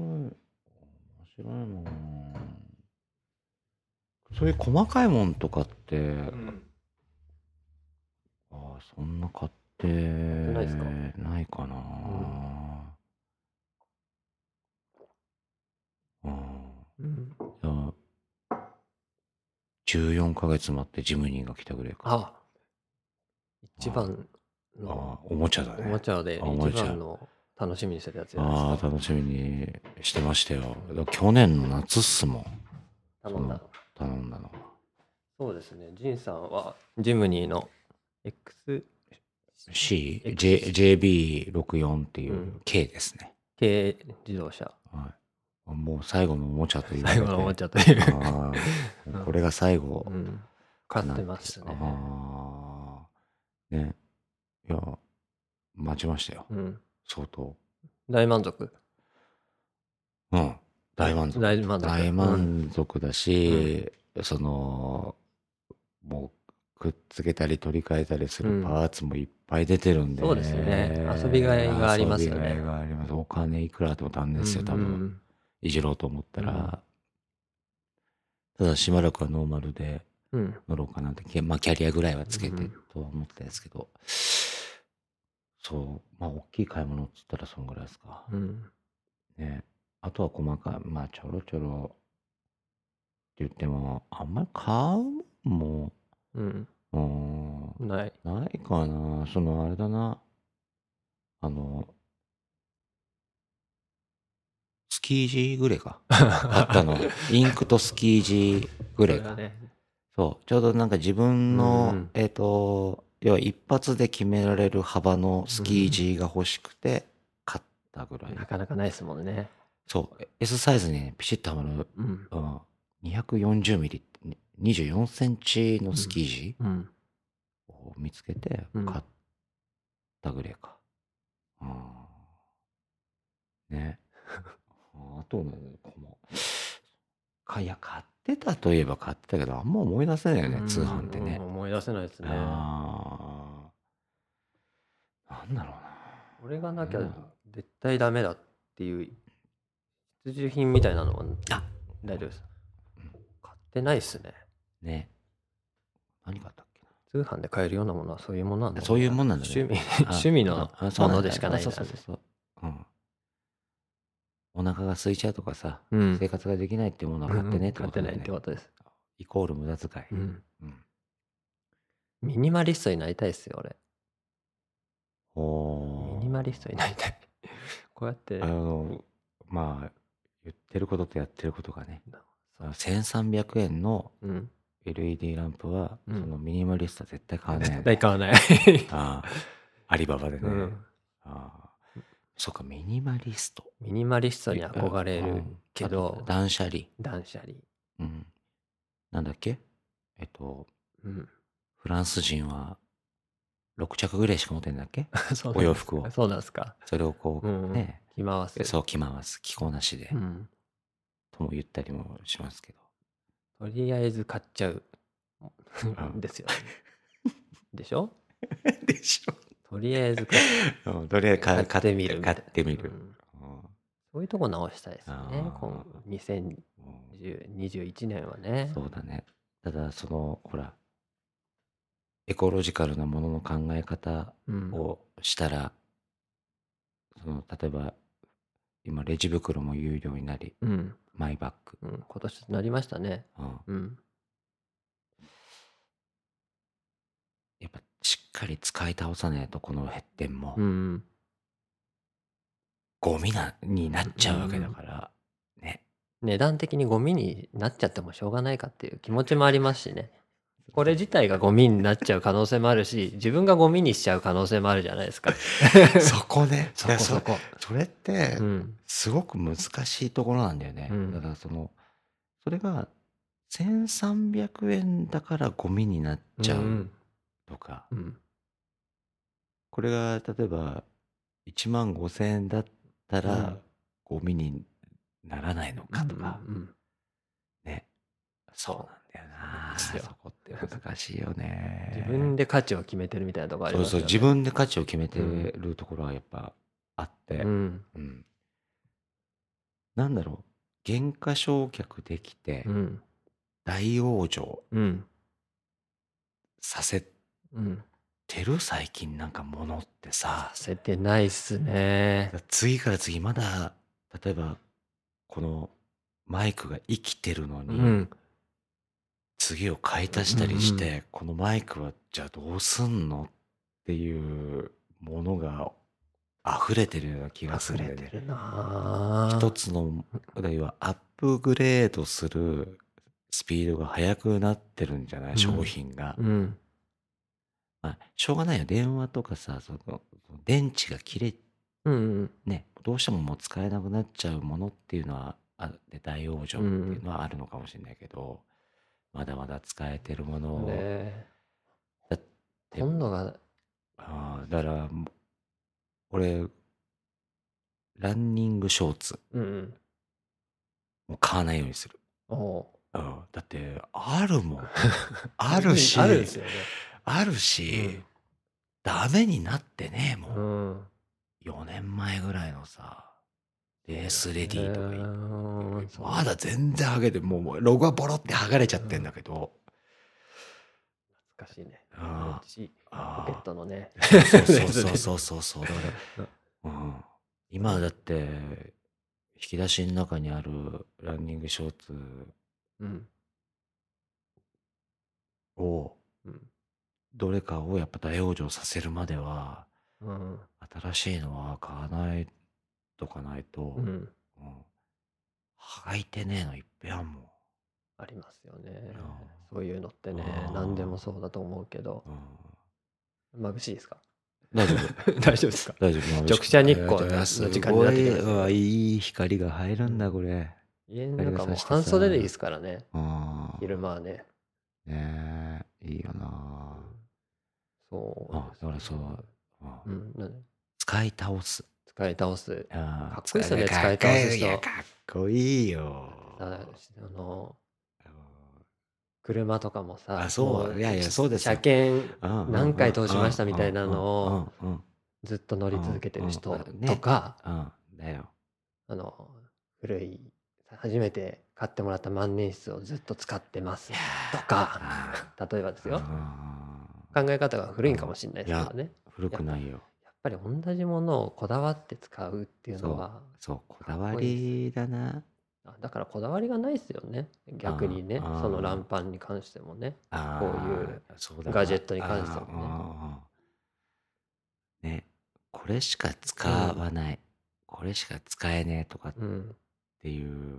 S2: 白い面白いもんそういう細かいもんとかって、
S1: か。うん。
S2: ああそんな買って
S1: ないですか
S2: ないかな、 14ヶ月待ってジムニーが来たぐらいか。
S1: あ一番
S2: ああ
S1: の
S2: おもちゃだ
S1: お
S2: ね。
S1: もちゃで
S2: あおも
S1: 一
S2: ちゃ
S1: 番の楽しみにしてたやつじゃない
S2: あ
S1: ですか
S2: あ、楽しみにしてましたよ。だから去年の夏っすもん、
S1: 頼んだの
S2: 頼んだのは。
S1: そうですねジンさんはジムニーの X X
S2: CJB64 っていううん K ですね。
S1: 軽自動車
S2: はい、もう最後のおもちゃという
S1: 最後のおも
S2: ゃ。
S1: ちゃという
S2: ああもうこれが最後
S1: うん
S2: か
S1: 買
S2: な
S1: ってましたね
S2: ああ。ね。いや、待ちましたよ。
S1: うん
S2: 相当。
S1: 大満足
S2: うん。大満足。
S1: 大満足
S2: 大
S1: うん
S2: 満足だし、そのもうくっつけたり取り替えたりす
S1: う
S2: る
S1: ん
S2: パーツもいっぱい出てるんで、
S1: そうですね遊びがいがありますよね
S2: 遊びがいがありますお金いくらとったんですよ多分、
S1: うん
S2: いじろうと思ったら、ただしばらくはノーマルで
S1: うんうん
S2: 乗ろうかなって、まあ、キャリアぐらいはつけ
S1: う
S2: て
S1: ん
S2: とは思ったんですけど、そうまあ大きい買い物っつったらそんぐらいですか、
S1: うん
S2: ね、あとは細かい、まあちょろちょろって言っても、あんまり買うも
S1: うん
S2: んも、
S1: うんない
S2: うん、ないかな。そのあれだな、あの、スキージーグレーか。あった
S1: (laughs)
S2: の。インクとスキージーグレ
S1: それ
S2: ー
S1: は
S2: か。
S1: ね
S2: そう。ちょうどなんか自分の、
S1: うん
S2: えっ、と、要は一発で決められる幅のスキージーが欲しくて、買ったぐらい。
S1: なかなかないですもんね
S2: そう。S サイズにね、ピシッとはまる
S1: うん
S2: うん、240ミリって24センチのスキージ
S1: うん
S2: を見つけて
S1: うん
S2: 買ったぐらいか。うんね。 (laughs) あとね、この、かいや、買ってたといえば買ってたけど、あんま思い出せないよね、通販ってね
S1: うん。思い出せないですね
S2: ああ。なんだろ
S1: 俺がなきゃ
S2: うん
S1: 絶対ダメだっていう必需品みたいなのは
S2: あ
S1: 大丈夫です買ってないっすね
S2: うな。ね。何買ったっけな。
S1: 通販で買えるようなものはそういうものなんだ
S2: そういうもんなんだね
S1: 趣味
S2: (laughs) あ
S1: (laughs) 趣味の
S2: あそ
S1: も
S2: うんだ
S1: のでしかないん
S2: そ
S1: だ
S2: うそうそうそう、うん、お腹が空いちゃうとかさ、
S1: うん
S2: 生活ができないってものは買ってねって
S1: 買
S2: こ
S1: って
S2: とだ
S1: な
S2: よ
S1: い
S2: ね
S1: ってことです
S2: イコール無駄遣
S1: う
S2: い、
S1: ん
S2: うん
S1: ミニマリストになりたいっすよ俺
S2: おー
S1: ミニマリストになりたい (laughs) こうやって
S2: あのまあ言ってることとやってることがねその1300円の
S1: うん
S2: LED ランプは、
S1: うん
S2: そのミニマリストは絶対買わないよ
S1: 絶
S2: (laughs) ね
S1: 対買わない
S2: ああアリババで
S1: う
S2: ね、
S1: ん
S2: ああそっかミニマリスト
S1: ミニマリストに憧れるけ
S2: うんあ
S1: ど
S2: 断捨離
S1: 断捨離
S2: うん。なんだっけえっと、 (laughs)
S1: うん
S2: フランス人は6着ぐらいしか持ってんだ
S1: (laughs)
S2: っけ
S1: そうなんです
S2: お洋服を
S1: そうなんですか
S2: それをこう、
S1: うん
S2: ね、
S1: 着回す
S2: そう着回す、着こなしで、
S1: うん
S2: とも言ったりもしますけど。
S1: とりあえず買っちゃう
S2: ん
S1: (laughs) ですよね。でしょ
S2: でし
S1: とりあえず買っ
S2: ょ。うんとりあえず
S1: 買
S2: か
S1: ってみるみた
S2: (laughs) 買
S1: い
S2: っ
S1: な
S2: てみる
S1: う。んそういうとこ直したいですよね
S2: あー。
S1: 今2021
S2: うん
S1: 年はね。
S2: そうだね。ただ、その、ほら、エコロジカルなものの考え方
S1: うん
S2: をしたら、その、例えば、今、レジ袋も有料になり、
S1: うん
S2: マイバッグ。
S1: うん今年なりましたね。
S2: うん
S1: うん
S2: やっぱしっかり使い倒さないとこの減点も
S1: うん
S2: ゴミなになっちゃうわけだからね
S1: 値段的にゴミになっちゃってもしょうがないかっていう気持ちもあります
S2: (laughs)
S1: しね。これ自体がゴミになっちゃう可能性もあるし、自分がゴミにしちゃう可能性もあるじゃないですか。
S2: (laughs) そこね
S1: そこそこ。
S2: それって
S1: うん
S2: すごく難しいところなんだよね、
S1: うん
S2: だからそのそれが1300円だからゴミになっちゃうとか、
S1: うん
S2: これが例えば1万5000円だった
S1: う
S2: ら
S1: ん
S2: ゴミにならないのかとか、
S1: うんうん
S2: ねそうなんだよな
S1: そうですよ
S2: そこって難しいよね
S1: 自分で価値を決めてるみたいなとこあり
S2: そう
S1: ます
S2: そ
S1: よ
S2: う
S1: ね。
S2: 自分で価値を決めてるところはやっぱあって、うん
S1: うん
S2: なんだろう減価償却できて
S1: うん
S2: 大往生
S1: うん
S2: させ
S1: うん。
S2: てる最近なんかものってさ
S1: 焦ってないっすね。
S2: 次から次まだ例えばこのマイクが生きてるの
S1: う
S2: に
S1: ん
S2: 次を買い足したりして、このマイクはじゃあどうすんのっていうものが溢れてるような気がす
S1: 溢
S2: るんだ
S1: れ
S2: よね
S1: てるなぁ
S2: 一つの要はアップグレードするスピードが速くなってるんじゃない、
S1: うん
S2: 商品が、
S1: うん
S2: まあ、しょうがないよ電話とかさその電池が切れ
S1: うんうん
S2: ねどうしてももう使えなくなっちゃうものっていうのはあって大往生っていうのはあるのかもしれないけど、まだまだ使えてるもの
S1: ね
S2: を、
S1: え
S2: だって
S1: 今度が
S2: あーだから俺ランニングショーツ
S1: うんうん
S2: もう買わないようにする、
S1: おう
S2: うん、だってあ
S1: (laughs)
S2: るもんあるし
S1: あるんですよね
S2: あるし、
S1: うん
S2: ダメになってね
S1: う
S2: もうん4年前ぐらいのさレースレディーとか言って
S1: うんそう
S2: まだ全然剥げてもうもうロゴはボロって剥がれちゃってんだけど、
S1: 懐かしいね
S2: あ
S1: 嬉しいポ
S2: あ
S1: ケットのね
S2: ーそうそうそうそうそうそうだから、うん、今だって引き出しの中にあるランニングショーツ
S1: うん
S2: を
S1: うん
S2: どれかをやっぱ大往生させるまでは
S1: うん
S2: 新しいのは買わないとかないと、
S1: うん
S2: うん履いてねえのいっぺんはも
S1: ありますよね
S2: ん
S1: そういうのってね
S2: あー
S1: 何でもそうだと思うけど
S2: う、うん、
S1: 眩しいですか
S2: 大丈夫
S1: 大丈夫ですか
S2: (laughs) 大丈
S1: (laughs)
S2: 夫
S1: 直射日光の
S2: の
S1: 時間になってきました
S2: いい光が入るんだこれ
S1: 家の中も
S2: 光が
S1: う
S2: 差してさ
S1: 半袖でいいですからね
S2: あ
S1: 昼間はね
S2: ねえいいよな
S1: そう
S2: あだから
S1: です
S2: そ
S1: ね
S2: う、う
S1: うんん、なんで
S2: 使い倒す
S1: 使い倒す
S2: か
S1: っこいいっすよね使い倒す人
S2: かっこいいよ
S1: だからあの車とかもさ
S2: あそう
S1: も
S2: いやいやそうですよ
S1: 車検何
S2: 何
S1: 回通しましたみたいなの
S2: をうん
S1: ずっと乗り続けてる人
S2: うんうんね
S1: とか、
S2: うんだよ
S1: あの古い初めて買ってもらった万年筆をずっと使ってますとか
S2: あ
S1: 例えばです
S2: ー
S1: よ
S2: うん
S1: 考え方が古いんかもしれないですからね
S2: 古くないよ
S1: やっぱり同じものをこだわって使うっていうのは
S2: そうこだわりだな
S1: あだからこだわりがないですよね逆にね
S2: あー
S1: そのランパンに関してもね
S2: あ
S1: こういう
S2: う
S1: ガジェットに関してもね
S2: ね。ね、これしか使わない、これしか使えねえとかっ
S1: うん
S2: ていう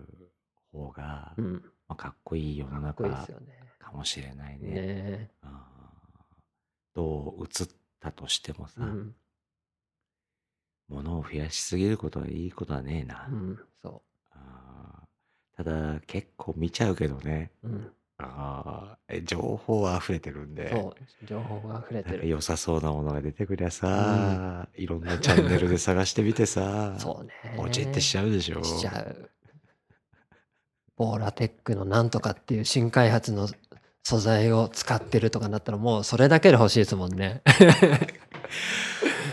S2: 方が、
S1: うん
S2: まあ、かっこいい世
S1: か
S2: の
S1: っ
S2: 中
S1: こいいで
S2: か
S1: すよね
S2: もしれないね。
S1: ねえ
S2: あーどう映ったとしてもさ、
S1: うん
S2: 物を増やしすぎることはいいことはねえな。
S1: うんそ
S2: あーただ結構見ちゃうけどね。
S1: ううん
S2: あーえ情報は溢れてるんで。
S1: そう情報が溢れて
S2: なんか
S1: る
S2: 良さそうなものが出てくりゃさ、いろんなチャンネルで探してみてさ
S1: そうね
S2: ポチってしちゃうでしょ
S1: しちゃう。 (laughs) ボーラテックのなんとかっていう新開発の素材を使ってるとかなったらもうそれだけで欲しいですもん (laughs) ね。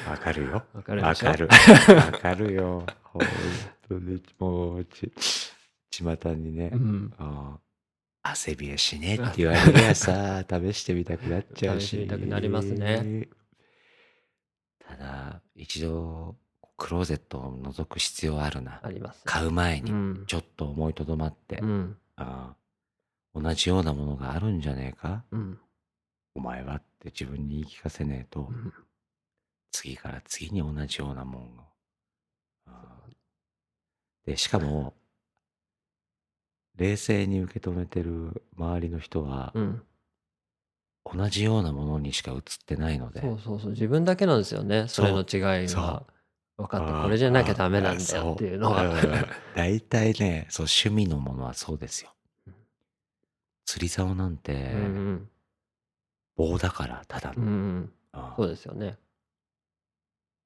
S2: わかるよ
S1: わかる
S2: わ
S1: でしょ (laughs)
S2: かるわかるよ本当にもうち巷にね、
S1: うん。
S2: ああ汗びえしねえって言われりゃさ試してみたくなっちゃうし
S1: 試してみたくなりますね
S2: ただ一度クローゼットを覗く必要あるな
S1: あります。
S2: 買う前に
S1: うん。
S2: ちょっと思いとどまって、
S1: うん。
S2: ああ同じようなものがあるんじゃねえか
S1: うん。
S2: お前はって自分に言い聞かせねえと、次から次に同じようなもんを。ああで、しかも、冷静に受け止めてる周りの人は
S1: う、ん。
S2: 同じようなものにしか映ってないので。
S1: そうそうそう。自分だけなんですよね。それの違い
S2: そ
S1: が。分かっ
S2: ああ
S1: た。これじゃなきゃダメなん
S2: ああ
S1: だ
S2: そ
S1: よっていうの
S2: うん
S1: が。
S2: 大体ね、そう、趣味のものはそうですよ
S1: うん。
S2: 釣り竿なん
S1: う
S2: て、
S1: ん
S2: 棒だから、ただ
S1: うん。う
S2: の。
S1: んうん。
S2: ああ
S1: そうですよね。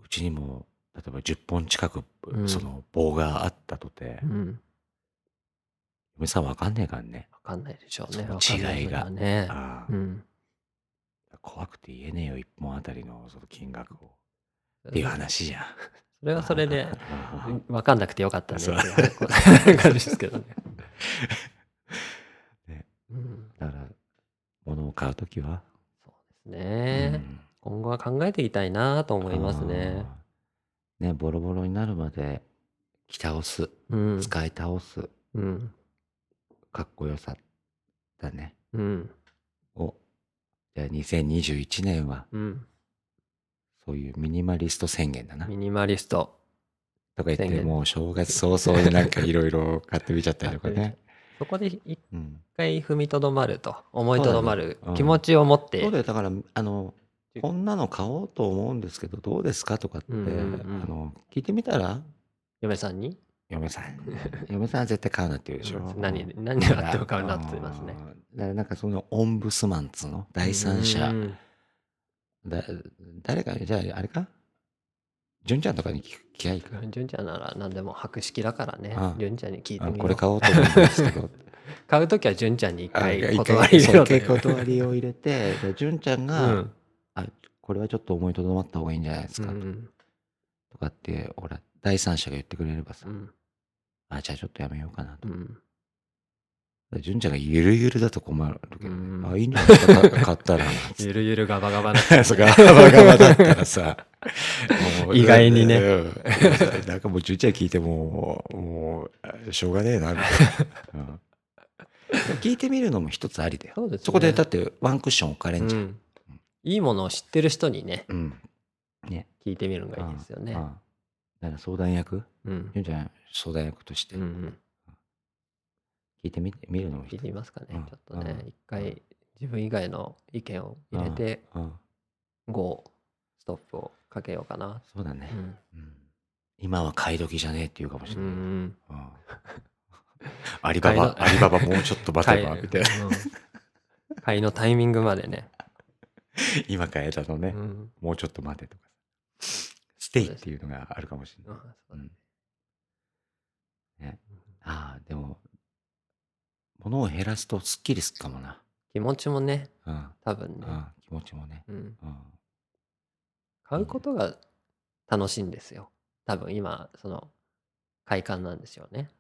S2: うちにも例えば10本近く
S1: うん
S2: その棒があったとて、
S1: うん。
S2: 嫁さんわかんねえからね、
S1: わかんないでしょうね。
S2: その違いが
S1: わかんないですよね。
S2: ああ
S1: うん。
S2: 怖くて言えねえよ1本あたりのその金額をっていう話じゃん。
S1: それはそれで
S2: あー
S1: 分かんなくてよかったねって
S2: そう
S1: いう感じですけどね。
S2: (laughs) ね
S1: うん、
S2: だから物を買うときは、
S1: そうですね、
S2: うん
S1: 今後は考えていきたいなと思いますね。
S2: あーねボロボロになるまで着倒す
S1: うん。
S2: 使い倒す
S1: うん。
S2: かっこよさだね。
S1: うん。
S2: を、じゃあ2021年は、
S1: うん。
S2: そういうミニマリスト宣言だな
S1: ミ。ニマリスト。
S2: とか言っ
S1: 宣
S2: て、
S1: 言
S2: もう正月早々でなんかいろいろ買ってみちゃったり
S1: (laughs)
S2: とかね。
S1: そこで一
S2: うん。
S1: 回踏みとどまると、思いとどまる
S2: そうだねうん
S1: 気持ちを持って、
S2: そうだよ、だから、あの、こんなの買おうと思うんですけど、どうですかとかって、
S1: うんうんうん
S2: あの、聞いてみたら、
S1: 嫁さんに、
S2: 嫁さ
S1: (laughs)
S2: ん、嫁さんは絶対買うなって言うでしょ。
S1: 何、何があっても買うなって言いますね
S2: だ。からなんかそのオンブスマンっつうの第三者、
S1: うん
S2: だ誰かにじゃああれか純ちゃんとかに聞く気合いか
S1: 純ちゃんなら何でも博識だからね
S2: ああ。
S1: 純ちゃんに聞いて
S2: あ
S1: みよう
S2: これ買おうと思うんです
S1: (laughs)
S2: けど
S1: 買うときは純ちゃんに一
S2: あ
S1: 回
S2: 一
S1: 断り入れ
S2: そう
S1: ろ
S2: 一
S1: とい
S2: 回
S1: う
S2: 断りを入れて
S1: (laughs)
S2: で純ちゃん
S1: う
S2: が、
S1: ん。
S2: あこれはちょっと思いとどまった方がいいんじゃないです
S1: う
S2: か、
S1: ん。
S2: とかってほら第三者が言ってくれればさ、
S1: うん。
S2: あじゃあちょっとやめようかな
S1: う
S2: と、
S1: ん。
S2: 純ちゃんがゆるゆるだと困るけどね、
S1: うん
S2: あいいんじゃないですか買ったら
S1: (laughs) ゆるゆるガバガバな。
S2: (laughs) そうガバガバだった
S1: (laughs)
S2: らさもう
S1: 意外にね
S2: うんなんかもう純ちゃん聞いてももうしょうがねえなみたいな、うん聞いてみるのも一つありだよ
S1: そうですね
S2: そこでだってワンクッション置かれんじゃん、
S1: うんいいものを知ってる人にね、
S2: うんね
S1: 聞いてみるのがいいですよね
S2: うんう。んだから相談役
S1: うん。
S2: 純ちゃん相談役として
S1: うんうん。
S2: 聞いてみてみるのも
S1: 聞
S2: 一
S1: い
S2: つ
S1: てみますかね。
S2: うん
S1: ちょっとね
S2: う、ん
S1: 一回自分以外の意見を入れて、
S2: うん
S1: 5、ストップをかけようかな。
S2: そうだね
S1: う、ん。
S2: うん今は買い時じゃねえって言うかもし
S1: う
S2: れない、
S1: ん。
S2: うんアリバ
S1: 買い
S2: バ
S1: の
S2: アリババもうちょっと待てばみたいな
S1: 買いうん買いのタイミングまでね。
S2: 今買えたのね、
S1: うん。
S2: もうちょっと待てとか。ステイっていうのがあるかもしれ
S1: う
S2: ない。
S1: ん
S2: うんね、ああ、でも、物を減らすとすっきりすっかもな。
S1: 気持ちもね、
S2: うん。
S1: 多分
S2: う
S1: ね。
S2: ん、気持ちもね。
S1: うん。
S2: うん。
S1: 買うことが楽しいんですよ。多分今、その、快感なんですよね。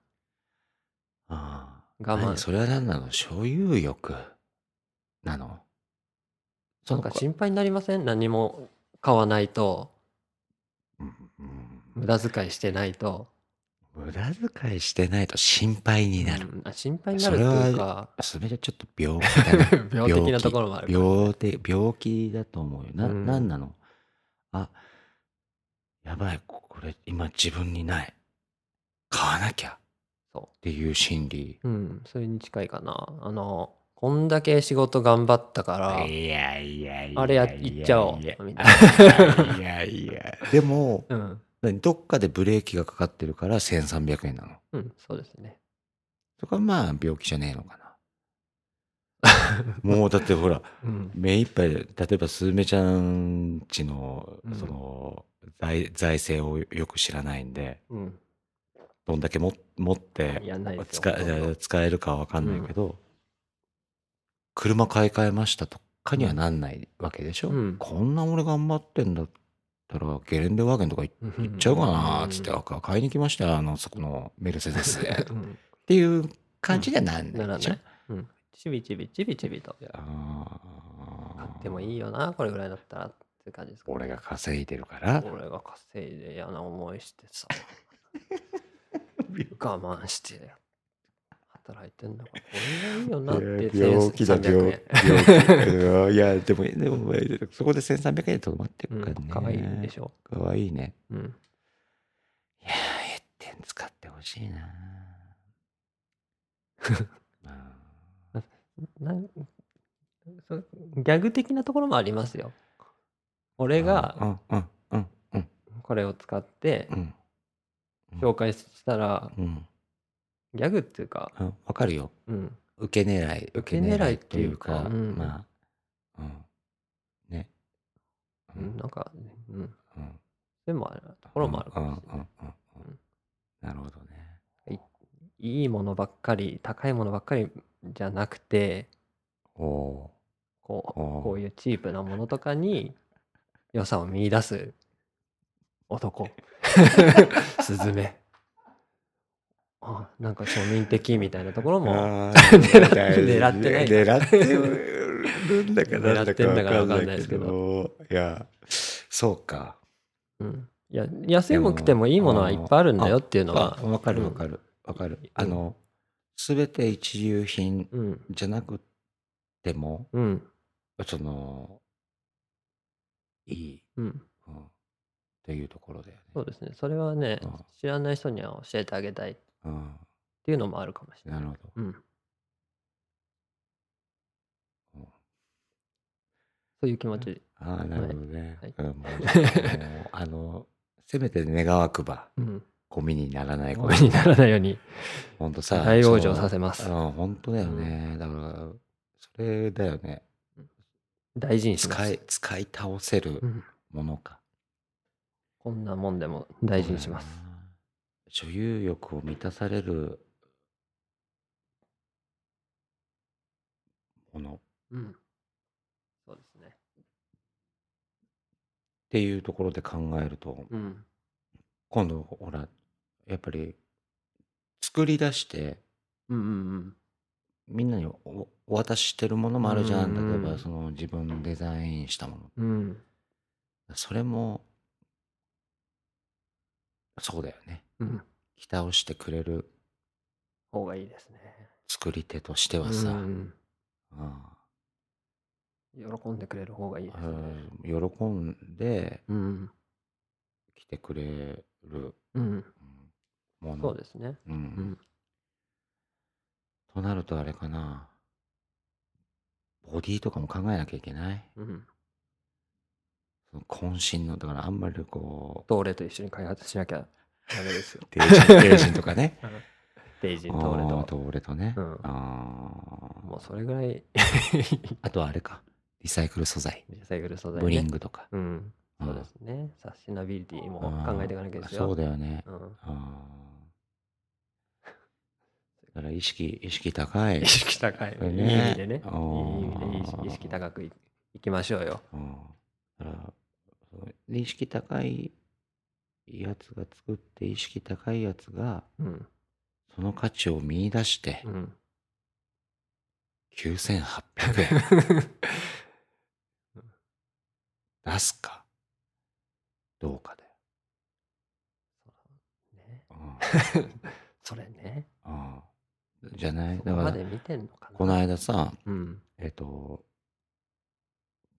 S2: ああ。
S1: 我慢
S2: 何それは何なの所有欲なの
S1: なんか心配になりません何も買わないと、
S2: うんうん
S1: 無駄遣いしてないと。
S2: 無駄遣いしてないと心配になる。
S1: うんあ心配になるっていうか、
S2: それじゃちょっと病気だ
S1: (laughs)
S2: な
S1: 病的なところもあるから。
S2: 病的病気だと思うよ。な、
S1: うん
S2: なんなのあ、やばい、ここれ今自分にない。買わなきゃっ
S1: そ
S2: ていう心理。
S1: う。うん、それに近いかな。あの、こんだけ仕事頑張ったから、
S2: いやいやいや。
S1: あれやいっちゃおう
S2: いや
S1: みた
S2: いや
S1: (laughs)
S2: いや。でも、
S1: うん、
S2: 何どっかでブレーキがかかってるから1300円なの。
S1: うん、そうですね。
S2: そこはまあ病気じゃねえの
S1: (laughs)
S2: かな。もうだってほら、
S1: うん、
S2: 目いっぱい例えばスズメちゃんちの
S1: うん
S2: その、財財政をよく知らないんで
S1: うん、
S2: どんだけも持って
S1: やんないですよ
S2: 使え使えるかわかんないけど、車買い替えましたとかにはなんないわけでしょ、
S1: うん
S2: こんな俺頑張ってんだったらゲレンデワーゲンとか行
S1: 言
S2: っちゃうかなっつって、あ買いに来ましたよあのそこのメルセデ
S1: (laughs)
S2: スっ
S1: うん、
S2: ていう感じではなん
S1: な
S2: な
S1: ら
S2: いでしょ、
S1: ない。うん、ちびちびちびちびと
S2: あー
S1: 買ってもいいよな、これぐらいだったらって感じですか、
S2: 俺が稼いでるから
S1: 俺が稼いで嫌な思いして
S2: (laughs)
S1: さ我慢して働いてんだからこれがいいよなって
S2: 病気だ
S1: 1300
S2: 病
S1: 円
S2: 気病気いやでもでもそこで1300円でとどまって
S1: う
S2: るからね
S1: ん、かわいいでし
S2: ょ
S1: ょ、
S2: かわいいね
S1: うん、
S2: いやー1点使ってほしいな
S1: (laughs)
S2: うん
S1: なんそギャグ的なところもありますよ俺
S2: う
S1: が
S2: んうんうんうん
S1: これを使って
S2: うん
S1: 紹介したら
S2: うん
S1: ギャグっていうか、
S2: うんわかるよ
S1: うん、
S2: 受け狙い
S1: 受け狙いっていうか
S2: 受け狙いっ
S1: う
S2: ていう
S1: ん
S2: かまあうんねう
S1: うん
S2: ん
S1: なんか、うん、
S2: うん
S1: でもあるところもあるか
S2: うん
S1: もしれない
S2: うんうんうんうんなるほどね
S1: いいものばっかり高いものばっかりじゃなくて
S2: おお
S1: こう
S2: おー
S1: こういうチープなものとかに良さを見出す
S2: (laughs)
S1: 男スズメあなんか庶民的みたいなところも
S2: あー
S1: (laughs) 狙って
S2: 大事
S1: 狙ってない
S2: 狙ってるんだかなん
S1: 狙
S2: だ
S1: って
S2: か
S1: んだか
S2: わかんないけ
S1: わか
S2: どいやそうか
S1: うん、いや安くてもいいものはいっぱいあるんだよっていうのは
S2: あわかる
S1: うん
S2: わかるわか
S1: う
S2: る
S1: ん
S2: あの全て一流品
S1: うん
S2: じゃなくでも、
S1: うん。
S2: その、いい、
S1: うん。
S2: うん、っていうところだよね。
S1: そうですね。それはね
S2: うん、
S1: 知らない人には教えてあげたいっ
S2: うん、
S1: ていうのもあるかもしれない。
S2: なるほど。
S1: うん。
S2: うん
S1: そういう気持ち。
S2: ああ、なるほどね。
S1: はい
S2: うんもうもうあの、せめて願わくば、
S1: うん。
S2: ゴミにならない
S1: ゴ
S2: こ
S1: ミ
S2: と。
S1: にならないように
S2: ほんとさ。
S1: 大往生
S2: その
S1: させます。
S2: うん、本当だよね。だから、それだよね。
S1: 大事にします。
S2: 使い、使い倒せる
S1: うん
S2: ものか。
S1: こんなもんでも大事にします
S2: そう。だよな。所有欲を満たされるものっ
S1: うん。そうですね。
S2: ていうところで考えると、
S1: うん。
S2: 今度、ほら、やっぱり、作り出して、
S1: うんうんうん。
S2: みんなにおお渡ししてるものもあるじゃん。
S1: うんうん
S2: 例えば、その自分のデザインしたもの。
S1: うん。
S2: それも、そうだよね。
S1: うん。
S2: 期待をしてくれる
S1: 方がいいですね。
S2: 作り手として
S1: う
S2: はさ、
S1: ん
S2: うん
S1: 喜んでくれる方がいいですね。
S2: うん喜んで
S1: うん。
S2: 来てくれる
S1: うん。
S2: うんもの。
S1: そうですね。
S2: うん
S1: ん
S2: となるとあれかな。ボディとかも考えなきゃいけない。
S1: うん。
S2: その渾身の、だからあんまりこう、
S1: 同レと一緒に開発しなきゃダメですよ。
S2: デージンデージンと
S1: (laughs)
S2: かね。
S1: デイジ
S2: あ
S1: ン、同レ
S2: ー
S1: と。
S2: と俺とね。
S1: うん
S2: あー
S1: もうそれぐらい (laughs)
S2: あとはあれか。リサイクル素材。
S1: リサイクル素材、ね。
S2: ブリングとか。
S1: うん。
S2: ん
S1: そうですね。サスティナビリティも考えていかなきゃです
S2: あー
S1: よ。
S2: そうだよね。
S1: うん。
S2: ああ。だから意識、意識高い
S1: 意。識高い。いい
S2: ね
S1: 意味でね。いい
S2: あー
S1: 意味で意識高くいいきましょうよ。
S2: うん。だから、その意識高いやつが作って、意識高いやつが、
S1: うん。
S2: その価値を見出して
S1: う、
S2: (laughs)
S1: ん。
S2: 9800円出すか、どうかだよ。
S1: ね
S2: うん
S1: それね。
S2: ああじゃない
S1: そこ
S2: だか
S1: ま
S2: ら
S1: で、見てんのかな。
S2: この間さ、
S1: うん。
S2: えっ、と、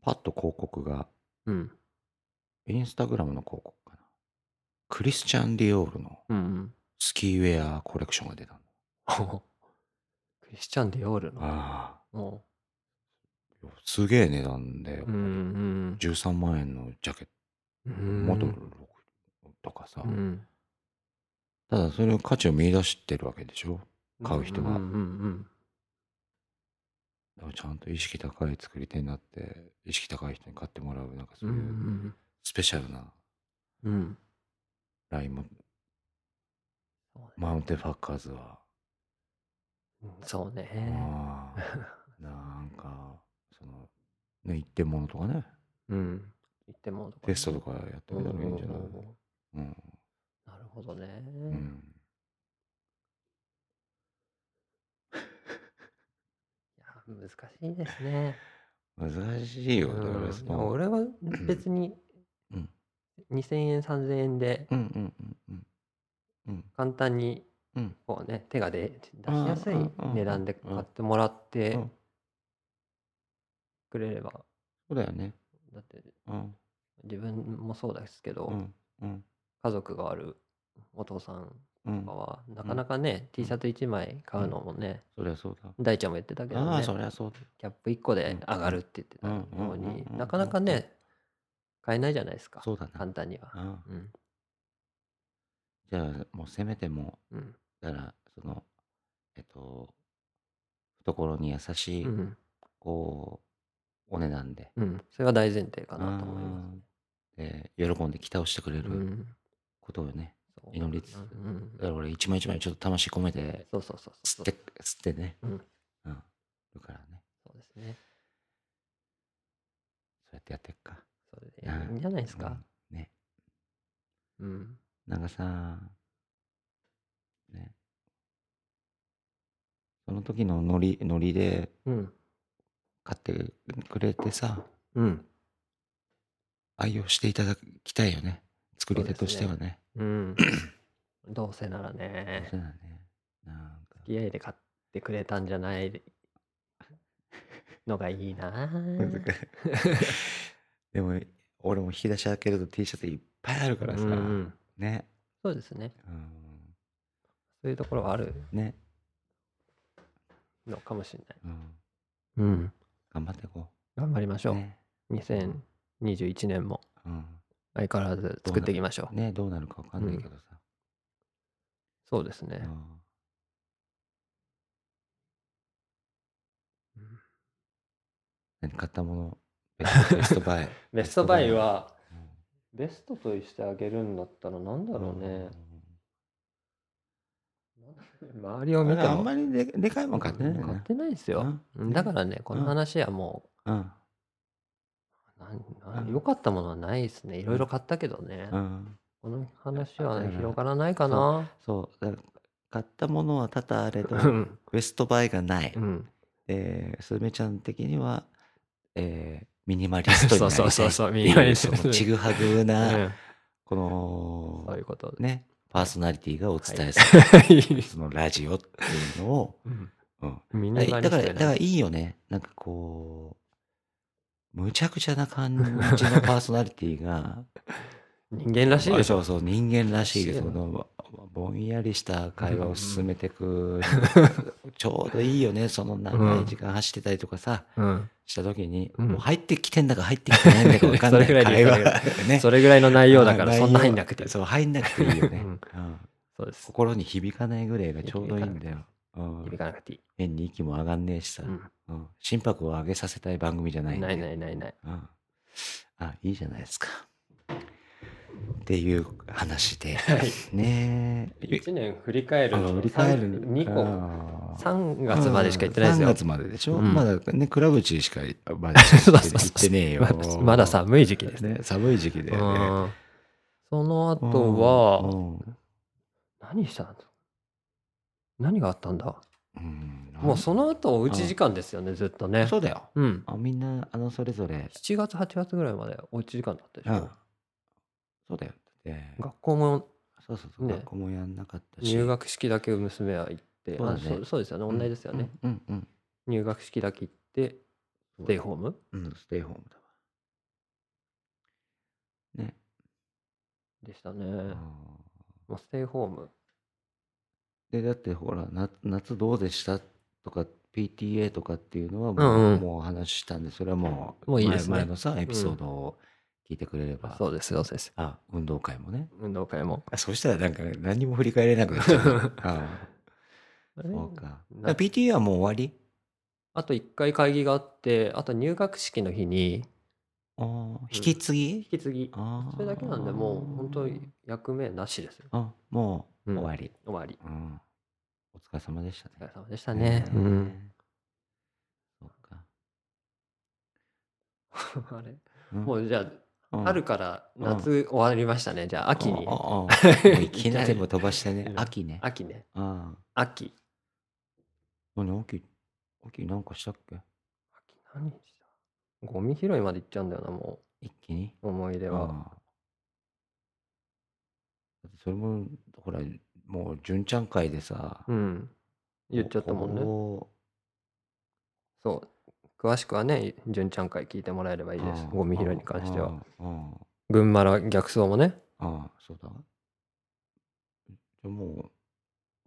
S2: パッと広告が、
S1: うん。
S2: インスタグラムの広告かな。クリスチャン・ディオールの
S1: うんうん。 (laughs)
S2: スキーウェアコレクションが出たんだ。
S1: クリスチャン・ディオールの。
S2: あ
S1: も
S2: あ。すげえ値段で、
S1: う。うん
S2: 13万円のジャケッ
S1: うんう
S2: ト、
S1: ん。
S2: モデルとかさ、
S1: うん。
S2: ただそれの価値を見出してるわけでしょ買う人が
S1: うんうんうん。
S2: だからちゃんと意識高い作り手になって意識高い人に買ってもらうなんかそううん
S1: う
S2: いううんスペシャルな
S1: うんうん。
S2: ラインも、
S1: そうね
S2: マウンテンファッカーズは、
S1: うんそうね。
S2: あ
S1: (laughs)
S2: あなんかそのね一点物とかね
S1: うん。言っても。
S2: テストとかやってみたらいいんじゃない
S1: うんうんうん
S2: うん、
S1: なるほどね。
S2: うん、
S1: いや難しいですね。
S2: 難しいよだから
S1: うん
S2: そ
S1: いや
S2: の
S1: 俺は別に
S2: うん
S1: 2000円3000円で
S2: うんうんうんうんうん
S1: 簡単に
S2: うん
S1: こうね手が出出しやすい
S2: うんうんうん
S1: 値段で買ってもらって
S2: うん
S1: くれれば
S2: そうだよね
S1: だって
S2: うん
S1: 自分もそうですけ
S2: う
S1: ど
S2: んうん
S1: 家族があるお父さん
S2: うん
S1: とかはなかなかね T シャツ1枚買うのもね
S2: そりゃそうだ
S1: 大ちゃんも言ってたけど
S2: ああ
S1: ね
S2: そりゃそうだ
S1: キャップ1個で上がるって言ってたのになかなかね買えないじゃないですか
S2: そうだな
S1: 簡単には。
S2: ああ
S1: うん
S2: じゃあもうせめても
S1: うん
S2: うだからそのえっと懐に優しい
S1: うん
S2: こうお値段で
S1: うん、それは大前提かなと思いま
S2: あーで喜んで期待をしてくれ
S1: す。う
S2: る
S1: ん、
S2: ことをね、
S1: そう
S2: 祈りつつ
S1: うんうん
S2: だから俺一枚一枚ちょっと魂込めて
S1: そうそうそうそう。
S2: 吸って吸ってね
S1: うん
S2: うんだからね
S1: そうですね。
S2: そうやってやっていくか
S1: それでいいんじゃないですか。
S2: うんね
S1: うん。
S2: なんかさねその時のノリノリで
S1: うん。
S2: 買ってくれてさ
S1: うん。
S2: 愛用していただきたいよね作り手としてはね (coughs)
S1: うん。どうせならね、
S2: そうだねなんか
S1: 付き合いで買ってくれたんじゃないのがいいな
S2: (laughs) 難しい
S1: ぁ。
S2: でも俺も引き出し開けると T シャツいっぱいあるからさ、
S1: うんうん
S2: ね、
S1: そうですね。
S2: うん、
S1: そういうところはある
S2: ね、
S1: のかもしれない。
S2: うん、
S1: うん。
S2: 頑張っていこ
S1: 頑張りましょ
S2: う、
S1: う。
S2: ね
S1: 2021年も
S2: うん
S1: 相変わらず作っていきましょう。
S2: ね、どうなるかわかんないけどさ、
S1: そうです
S2: う
S1: ね。
S2: ん
S1: うん
S2: 何買ったものベス
S1: (laughs)
S2: トベストバイ
S1: ベストバイは、
S2: うん
S1: ベストとしてあげるんだったらなんだろうね。周りを
S2: うん
S1: 見ても。
S2: あんまりででかいもん買ってないよね
S1: 買ってないですよ。
S2: うん
S1: だからね、この話はも
S2: うん
S1: う、な
S2: う
S1: なん良かったものはないですね。いろいろ買ったけどね。
S2: うん
S1: この話はね
S2: うん
S1: 広がらないかな。
S2: そうだから買ったものは多々あれ
S1: う
S2: ど
S1: ん。
S2: ベストバイがない、
S1: うん
S2: えー、すずめちゃん的には、えー、ミニマリストにな
S1: そう
S2: りたい
S1: そうそうそう
S2: ってい
S1: ミニマリスト
S2: そのちぐはぐ
S1: う
S2: な、
S1: ん
S2: こ
S1: そうい
S2: の
S1: うことで。
S2: ねパーソナリティがお伝えす
S1: (laughs)
S2: る、
S1: はい
S2: そのラジオっていうのを、
S1: うん
S2: うん、
S1: ミ
S2: だ
S1: ニマ
S2: から
S1: リ
S2: だ
S1: スト
S2: から
S1: や
S2: だ
S1: な
S2: からいいよねなんかこうむちゃくちゃな感じのパーソナリテ
S1: (laughs)
S2: ィが
S1: 人間らしいでしょ。
S2: そうそう人間らしいです
S1: らしい
S2: そ
S1: よ
S2: のぼんやりした会話を進めて
S1: (laughs)
S2: いくちょうどいいよねその長い時間走ってたりとかさ、
S1: うん
S2: した時に、
S1: うん
S2: もう入ってきてんだか入ってきてないんだか分かんない
S1: (laughs) それぐらいでいい
S2: 会話がね
S1: (laughs) それぐらいの内容だ
S2: (laughs)
S1: から
S2: 内
S1: そ
S2: 容
S1: んな入んなくていい。
S2: そう入んなくていいよね、
S1: (laughs) う
S2: うんん
S1: そうです。
S2: 心に響かないぐらいがちょうどいいんだよ、うん
S1: 響かなくていい。
S2: 変に息も上がんねえしさ、
S1: うん
S2: うん心拍を上げさせたい番組じゃないんだ
S1: な
S2: よ
S1: いないないない。
S2: うん、あいいじゃないですかっていう話
S1: (laughs)
S2: で、
S1: はい
S2: ねえ
S1: 1年振り返る
S2: あ
S1: の
S2: 振り返る
S1: 2個
S2: 個
S1: 3月までしか行ってないです
S2: 3
S1: よ
S2: 月まででしょ、
S1: うん
S2: まだね、クラブチしかまだ行
S1: そう
S2: っ
S1: そう
S2: て
S1: そう
S2: 行ってねえよ。
S1: (laughs) ままだ寒い時期ですね
S2: ね。寒い時期で、ね。
S1: うんその
S2: うん
S1: 後は
S2: うん
S1: 何したの何があったんだ
S2: うん
S1: もうその後おうち時間ですよねずっとね
S2: そうだよ。
S1: うん
S2: あみんな、あの、それぞれ。
S1: 7月8月ぐらいまでおうち時間だったでしょ
S2: そうだよ。で
S1: 学校も
S2: そうそうそう、
S1: ね
S2: 学校もやんなかったし。
S1: 入学式だけ娘は行って
S2: そうだ
S1: あ
S2: ね
S1: そうそうですよね同じですよね。
S2: うんうん
S1: 入学式だけ行って
S2: うん。
S1: ステイホーム
S2: うん、ステイホームだわ。ね。
S1: でしたね
S2: うん
S1: もうステイホーム
S2: で、だってほら、な夏どうでしたとか、PTA とかっていうのはもう,、
S1: うんうん
S2: もうお話ししたんで、それはもう、
S1: もういいですね
S2: 前前のさ、エピソードを聞いてくれれば、
S1: そうですそうです
S2: あ、運動会もね。
S1: 運動会も
S2: あそしたらなんか何も振り返れなくなっちゃう。あ
S1: あ
S2: あ
S1: れ
S2: そうか。
S1: な
S2: PTA はもう終わり
S1: あと1回会議があって、あと入学式の日に
S2: あー引き継ぎ、
S1: 引き継ぎ。
S2: ああ
S1: それだけなんで、もう本当に役目なしですよ。
S2: あ、もう
S1: うん
S2: 終わり、
S1: 終わり。
S2: うんお疲れ様でした
S1: お疲
S2: ね
S1: れ。様でしたね。うん。
S2: そうか。
S1: (laughs) あれ
S2: うん
S1: もうじゃ
S2: う
S1: あ、
S2: ん
S1: 春から夏終わりましたね。じゃあ、秋に
S2: あ。 (laughs) ああもういきなり
S1: いきなり
S2: 全部飛ばしてね
S1: う。ん
S2: 秋ね。
S1: (laughs) 秋ね。
S2: ああ。
S1: 秋。
S2: 何秋秋なんかしたっけ
S1: 秋何したゴミ拾いまで行っちゃうんだよな、も
S2: 一気に
S1: う。思い出は。
S2: ああだってそれも、ほら、もう純ちゃん会でさ、
S1: うん。言っちゃったもんね。
S2: お
S1: そう。詳しくはね、純ちゃん会聞いてもらえればいいです。ゴミ拾いに関しては。。
S2: うんうんうん
S1: 群馬ら逆走もね。
S2: ああ、そうだ。じゃあも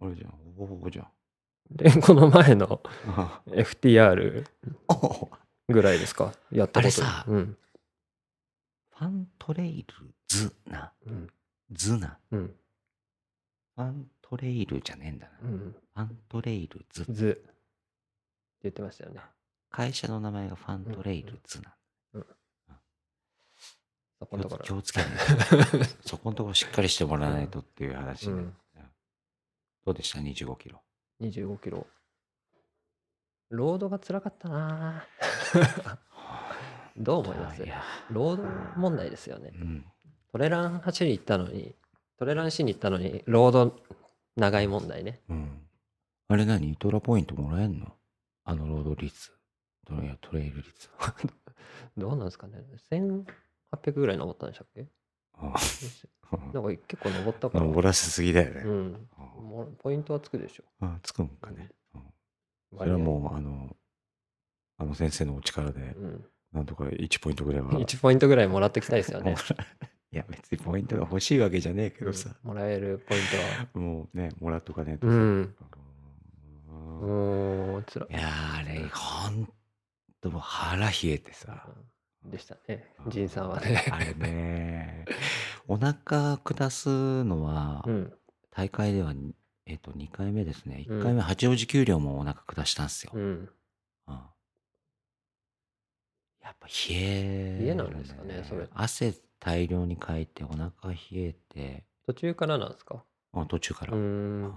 S2: う、あれじゃん、ほぼほぼじゃん。
S1: で、 (laughs) この前の
S2: (laughs) あ
S1: FTR
S2: あフ
S1: ぐらいですかやったこと
S2: あれさ
S1: うん
S2: ァントレイルズな、
S1: うん
S2: ズな。
S1: うん
S2: ファントレイルじゃねえんだ
S1: う
S2: な。
S1: ん
S2: ファントレイルズ。
S1: 図って言ってましたよね
S2: 会社の名前がファントレイルズな。
S1: そこのところ
S2: 気をつけないと
S1: (laughs)
S2: そこのところしっかりしてもらわないとっていう話で。
S1: うん
S2: どうでした ?25 キロ。
S1: 25キロロードが辛かったなぁどう思います
S2: いや、
S1: ロード問題ですよね
S2: うん。
S1: トレラン走りに行ったのにトレランしに行ったのにロード長い問題ね
S2: うん。あれ何トラポイントもらえんのあのロード率。トレイルトレイル率。
S1: どうなんですかね1800ぐらい登ったんでしたっけ
S2: (laughs)
S1: なんか結構登ったから
S2: 漏らしすぎだよね。
S1: うん
S2: うん
S1: もうポイントはつくでしょ
S2: あつくんかね。うんそ
S1: 割
S2: れ
S1: 合
S2: はもう、あの、あの先生のお力で、
S1: うん、
S2: なんとか1ポイントぐらいは。
S1: 1ポイントぐらいもらってきたいですよね。
S2: (laughs) いや、別にポイントが欲しいわけじゃねえけ
S1: う
S2: ど
S1: ん
S2: さ、
S1: もらえるポイン
S2: もうね、もらっとかねえ
S1: ト
S2: と
S1: は。う
S2: さ。
S1: ん。
S2: う
S1: うんーん、つら
S2: いやーあれ、ほんともう腹冷えてさ。
S1: でしたね。仁さんはね。
S2: あれね、お腹下すのは
S1: う、ん。
S2: 大会では、えっと、2回目ですね。
S1: うん
S2: 1回目、八王子給料もお腹下したんすよ。
S1: うん。
S2: うんやっぱ冷え、
S1: 冷えなんですかねそれ
S2: 汗大量にかいて、お腹冷えて、
S1: 途中からなんですか
S2: あ途中か
S1: う
S2: ら。
S1: ー
S2: うん
S1: ん。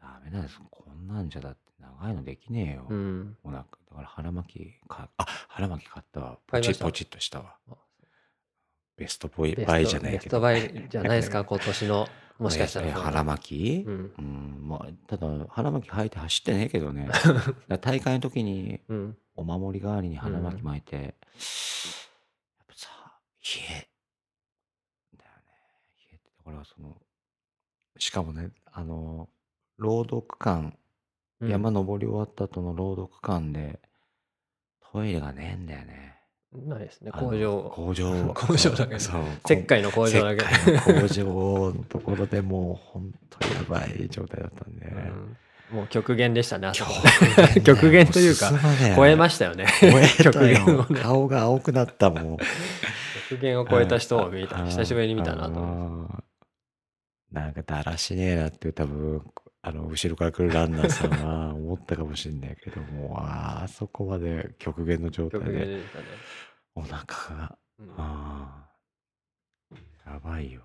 S2: ダメなんです。こんなんじゃだって長いのできねえよ。
S1: うん。
S2: お腹。だから腹巻きか、あ、腹巻き買ったわ。
S1: 買
S2: ポ
S1: いま
S2: チッ
S1: した
S2: ポチッとしたわ
S1: あ。
S2: ベストボイ
S1: ベス
S2: バイじゃ
S1: ト
S2: ない
S1: ベス
S2: け
S1: ト
S2: ど。
S1: バイじゃない
S2: (laughs)
S1: ですか、今年の。もしかした
S2: え
S1: ら
S2: ー
S1: そう。
S2: 腹巻き
S1: う、ん。
S2: うん、まあ、ただ腹巻き履いて走ってねえ
S1: (laughs)
S2: けどね。だから大会の時に
S1: うん。
S2: お守り代わりに腹巻き
S1: うん
S2: 巻いて、やっぱさ、冷え。だよね。冷えて、だからその、しかもね、あの、朗読
S1: う
S2: 館、
S1: ん
S2: 山登り終わった後の朗読館で、トイレがねえんだよね。
S1: ないですね、
S2: あの
S1: 工場。
S2: 工場。
S1: (laughs) 工場だけ
S2: そう。
S1: 石灰の工場だけ。
S2: 石灰の工場のところでもう、本当やばい状態だったん
S1: (laughs)
S2: で。
S1: うんもう極限でしたね、あそこ。(laughs)
S2: ね
S1: 極限というか
S2: も進まねえ
S1: 超えましたよね。
S2: 超えた
S1: 極限を
S2: よ。
S1: ね
S2: (laughs) 顔が青くなったもん。
S1: 極限を超えた人を見
S2: あ
S1: た、
S2: ー
S1: 久しぶりに見たなと思いま
S2: あーなんかだらしねえなって多分あの後ろから来るランナーさんは思ったかもしれないけどもうあーそこまで極限の状
S1: す。
S2: 態
S1: 極限
S2: で
S1: でしたね。
S2: お腹が
S1: うん
S2: あーやばいよ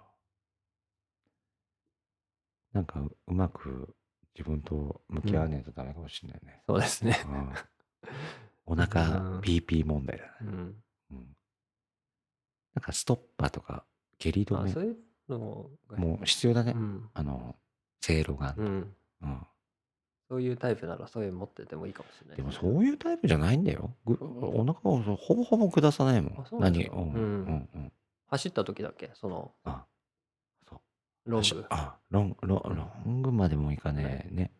S2: なんかうまく自分と向き合わねえとダメかもしれない
S1: (laughs)
S2: ね、
S1: そうですね。
S2: うんお腹
S1: うん
S2: PP 問題だね、
S1: うん
S2: うん、なんかストッパーとか下痢止
S1: あ
S2: め
S1: そういうのが
S2: もう必要だね。
S1: うん
S2: あの、正露丸、
S1: うん
S2: うん
S1: そういうタイプならそういうの持っててもいいかもしれない
S2: で
S1: ね。
S2: もそういうタイプじゃないんだよ。ぐお腹をそうほぼほぼ下さないもん
S1: あ。そうなんだ
S2: 何うん、
S1: う
S2: うんん、うん。
S1: 走った時だっけその
S2: あ、そう。
S1: ロン
S2: し
S1: グ。
S2: あ、ロン、ロン、ロングまでもいかねえね。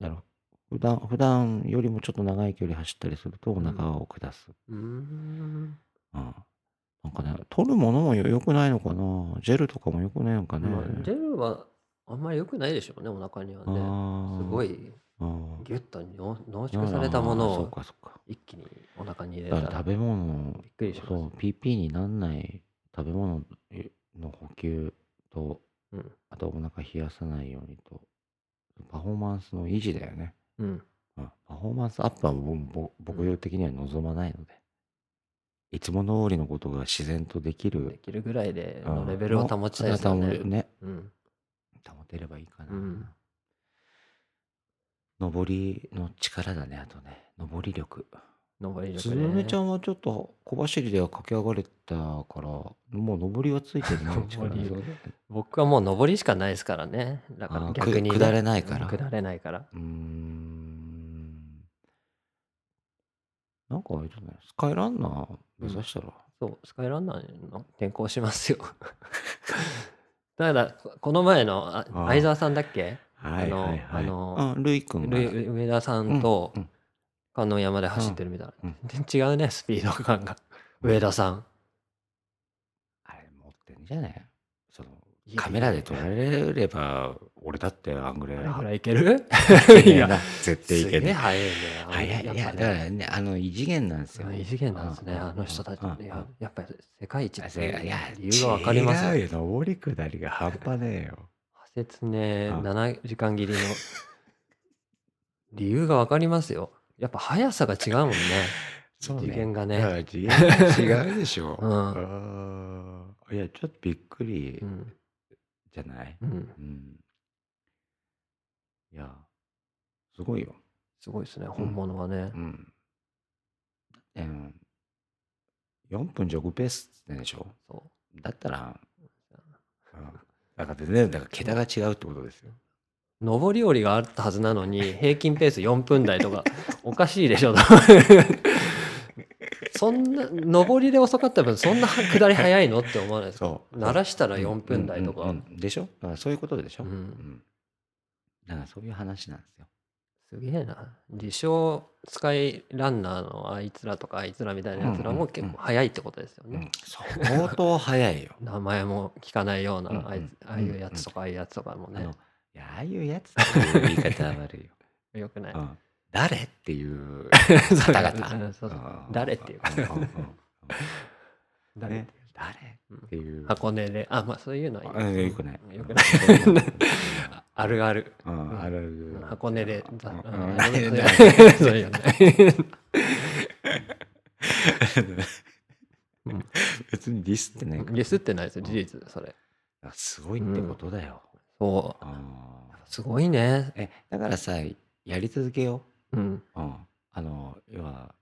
S2: だろ。普段、普段よりもちょっと長い距離走ったりするとお腹を下す。
S1: うーん。
S2: うん。なんかね、取るものもよ良くないのかなジェルとかも良くないのかね、
S1: まあジェルはあんまり良くないでしょうね、お腹にはね。
S2: あ
S1: すご
S2: い。
S1: い
S2: あー
S1: ギュッと濃濃縮されたもの
S2: あーそう
S1: を
S2: かそうか。
S1: 一気にお腹に入れ
S2: だ
S1: た
S2: から
S1: ら
S2: 食べ物の
S1: びっくりします。
S2: そう PP になんない食べ物の補給と
S1: うん
S2: あとお腹冷やさないようにとパフォーマンスの維持だよね、
S1: うん。
S2: うん、パフォーマンスアップはぼぼ僕用的には望まないので、いつも通りのことが自然とでき
S1: で
S2: る
S1: きるぐらいで
S2: う
S1: の
S2: ん
S1: レベルを保ちたいですよ
S2: の
S1: ね。
S2: 保ね
S1: うん。
S2: 保てればいいかな、
S1: うん
S2: 上りの力だねあとね上り力
S1: 登り
S2: つ
S1: 力
S2: ぶめちゃ
S1: ね。。
S2: んはちょっと小走りでは駆け上がれたから、もう上りはついてるね
S1: 上り (laughs) 僕はもう登りしかないですからね。だか
S2: あ
S1: ら
S2: ー
S1: 逆にね、
S2: く下れないから
S1: 下れないから。
S2: うーん。なんかあれだね、スカイランナー目指したら、
S1: そう、スカイランナーの転校しますよ。 (laughs) ただ、この前のあ
S2: あー
S1: 相沢さんだっけ
S2: は
S1: あのあの
S2: あ、ルイ君が。
S1: ルイ上田さんと
S2: うんうん
S1: 観音山で走ってるみたいな。
S2: うん
S1: 全然違うね、スピード感が。上田さん。
S2: あれ持ってんじゃねその
S1: いやいや
S2: カメラで撮られれば、俺だってあんぐらい
S1: あれ
S2: は
S1: ぐらいいけるい
S2: いや
S1: や、
S2: 絶
S1: す
S2: 対い
S1: げ
S2: け
S1: え
S2: ね
S1: 速いね。あの
S2: え。早い、い
S1: やっ
S2: や、だ
S1: ぱ
S2: か
S1: ね。
S2: らね、あの異次元なんですよ。
S1: 異次元なんですね、
S2: う
S1: あの人たち。
S2: うん
S1: いややっぱり世界一って
S2: いやいや
S1: 理由がわかります
S2: 違
S1: よ。
S2: うよ上り下りが半端ねえよ
S1: 派切ね、
S2: うん
S1: 7時間切りの (laughs) 理由がわかりますよ。やっぱ速さが違うもんね。
S2: (laughs) そうね
S1: 次元が
S2: だか
S1: ね。
S2: ら次元が違うでしょ
S1: (laughs) うん
S2: あーいやちょっとびっくり
S1: うん。
S2: じゃない、
S1: うん。
S2: うんいやすごいよ
S1: すごいですね、本物はね
S2: う。ん、うん、4分ジョグペースってんでしょ
S1: そ
S2: だったら、うん、だから全然だから桁が違うってことですよ
S1: う。上り下りがあったはずなの
S2: (laughs)
S1: に、平均ペース4分台とか、おかしいでしょ、 (laughs) とそんな、上りで遅かった分、そんな下り速いのって思わないですか
S2: そう
S1: 鳴らしたら4分台と
S2: うんう
S1: か
S2: んう。んでしょだからそういうことでしょ、
S1: うん
S2: うんだからそういう話なんですよ。
S1: すげえな。自称スカイランナーのあいつらとかあいつらみたいなやつらも結構早いってことですよ
S2: うん
S1: ね。、
S2: 相当早いよ。
S1: 名前も聞かないよう
S2: うん
S1: なあいつ
S2: うん
S1: ああいうやつとかああいうやつとかも (laughs)
S2: あの
S1: ね
S2: い。やああいうやつっていう言い方は悪い
S1: (laughs)
S2: よ。
S1: よくない。
S2: うん、誰っていう
S1: そう
S2: 方々
S1: うんそうそう
S2: うん
S1: 誰っていうか。
S2: んんん
S1: 誰っていう
S2: 誰
S1: うん
S2: っていう。
S1: 箱根で、あ、まあそういうの
S2: あ
S1: はいい
S2: よ
S1: よ
S2: くない。
S1: よくない。あるある。
S2: うんあるある
S1: 箱根で。
S2: (laughs) う
S1: ざ
S2: ん
S1: あ (laughs)
S2: うん
S1: あれも強いそういうのね。うん
S2: 別にディスってないから
S1: ディスってないですよ、事実、それ。
S2: あすごいってことだよ。
S1: そう。
S2: うん
S1: すごいね。
S2: えだからさやり続けよ
S1: うん。
S2: う。うん、あの要は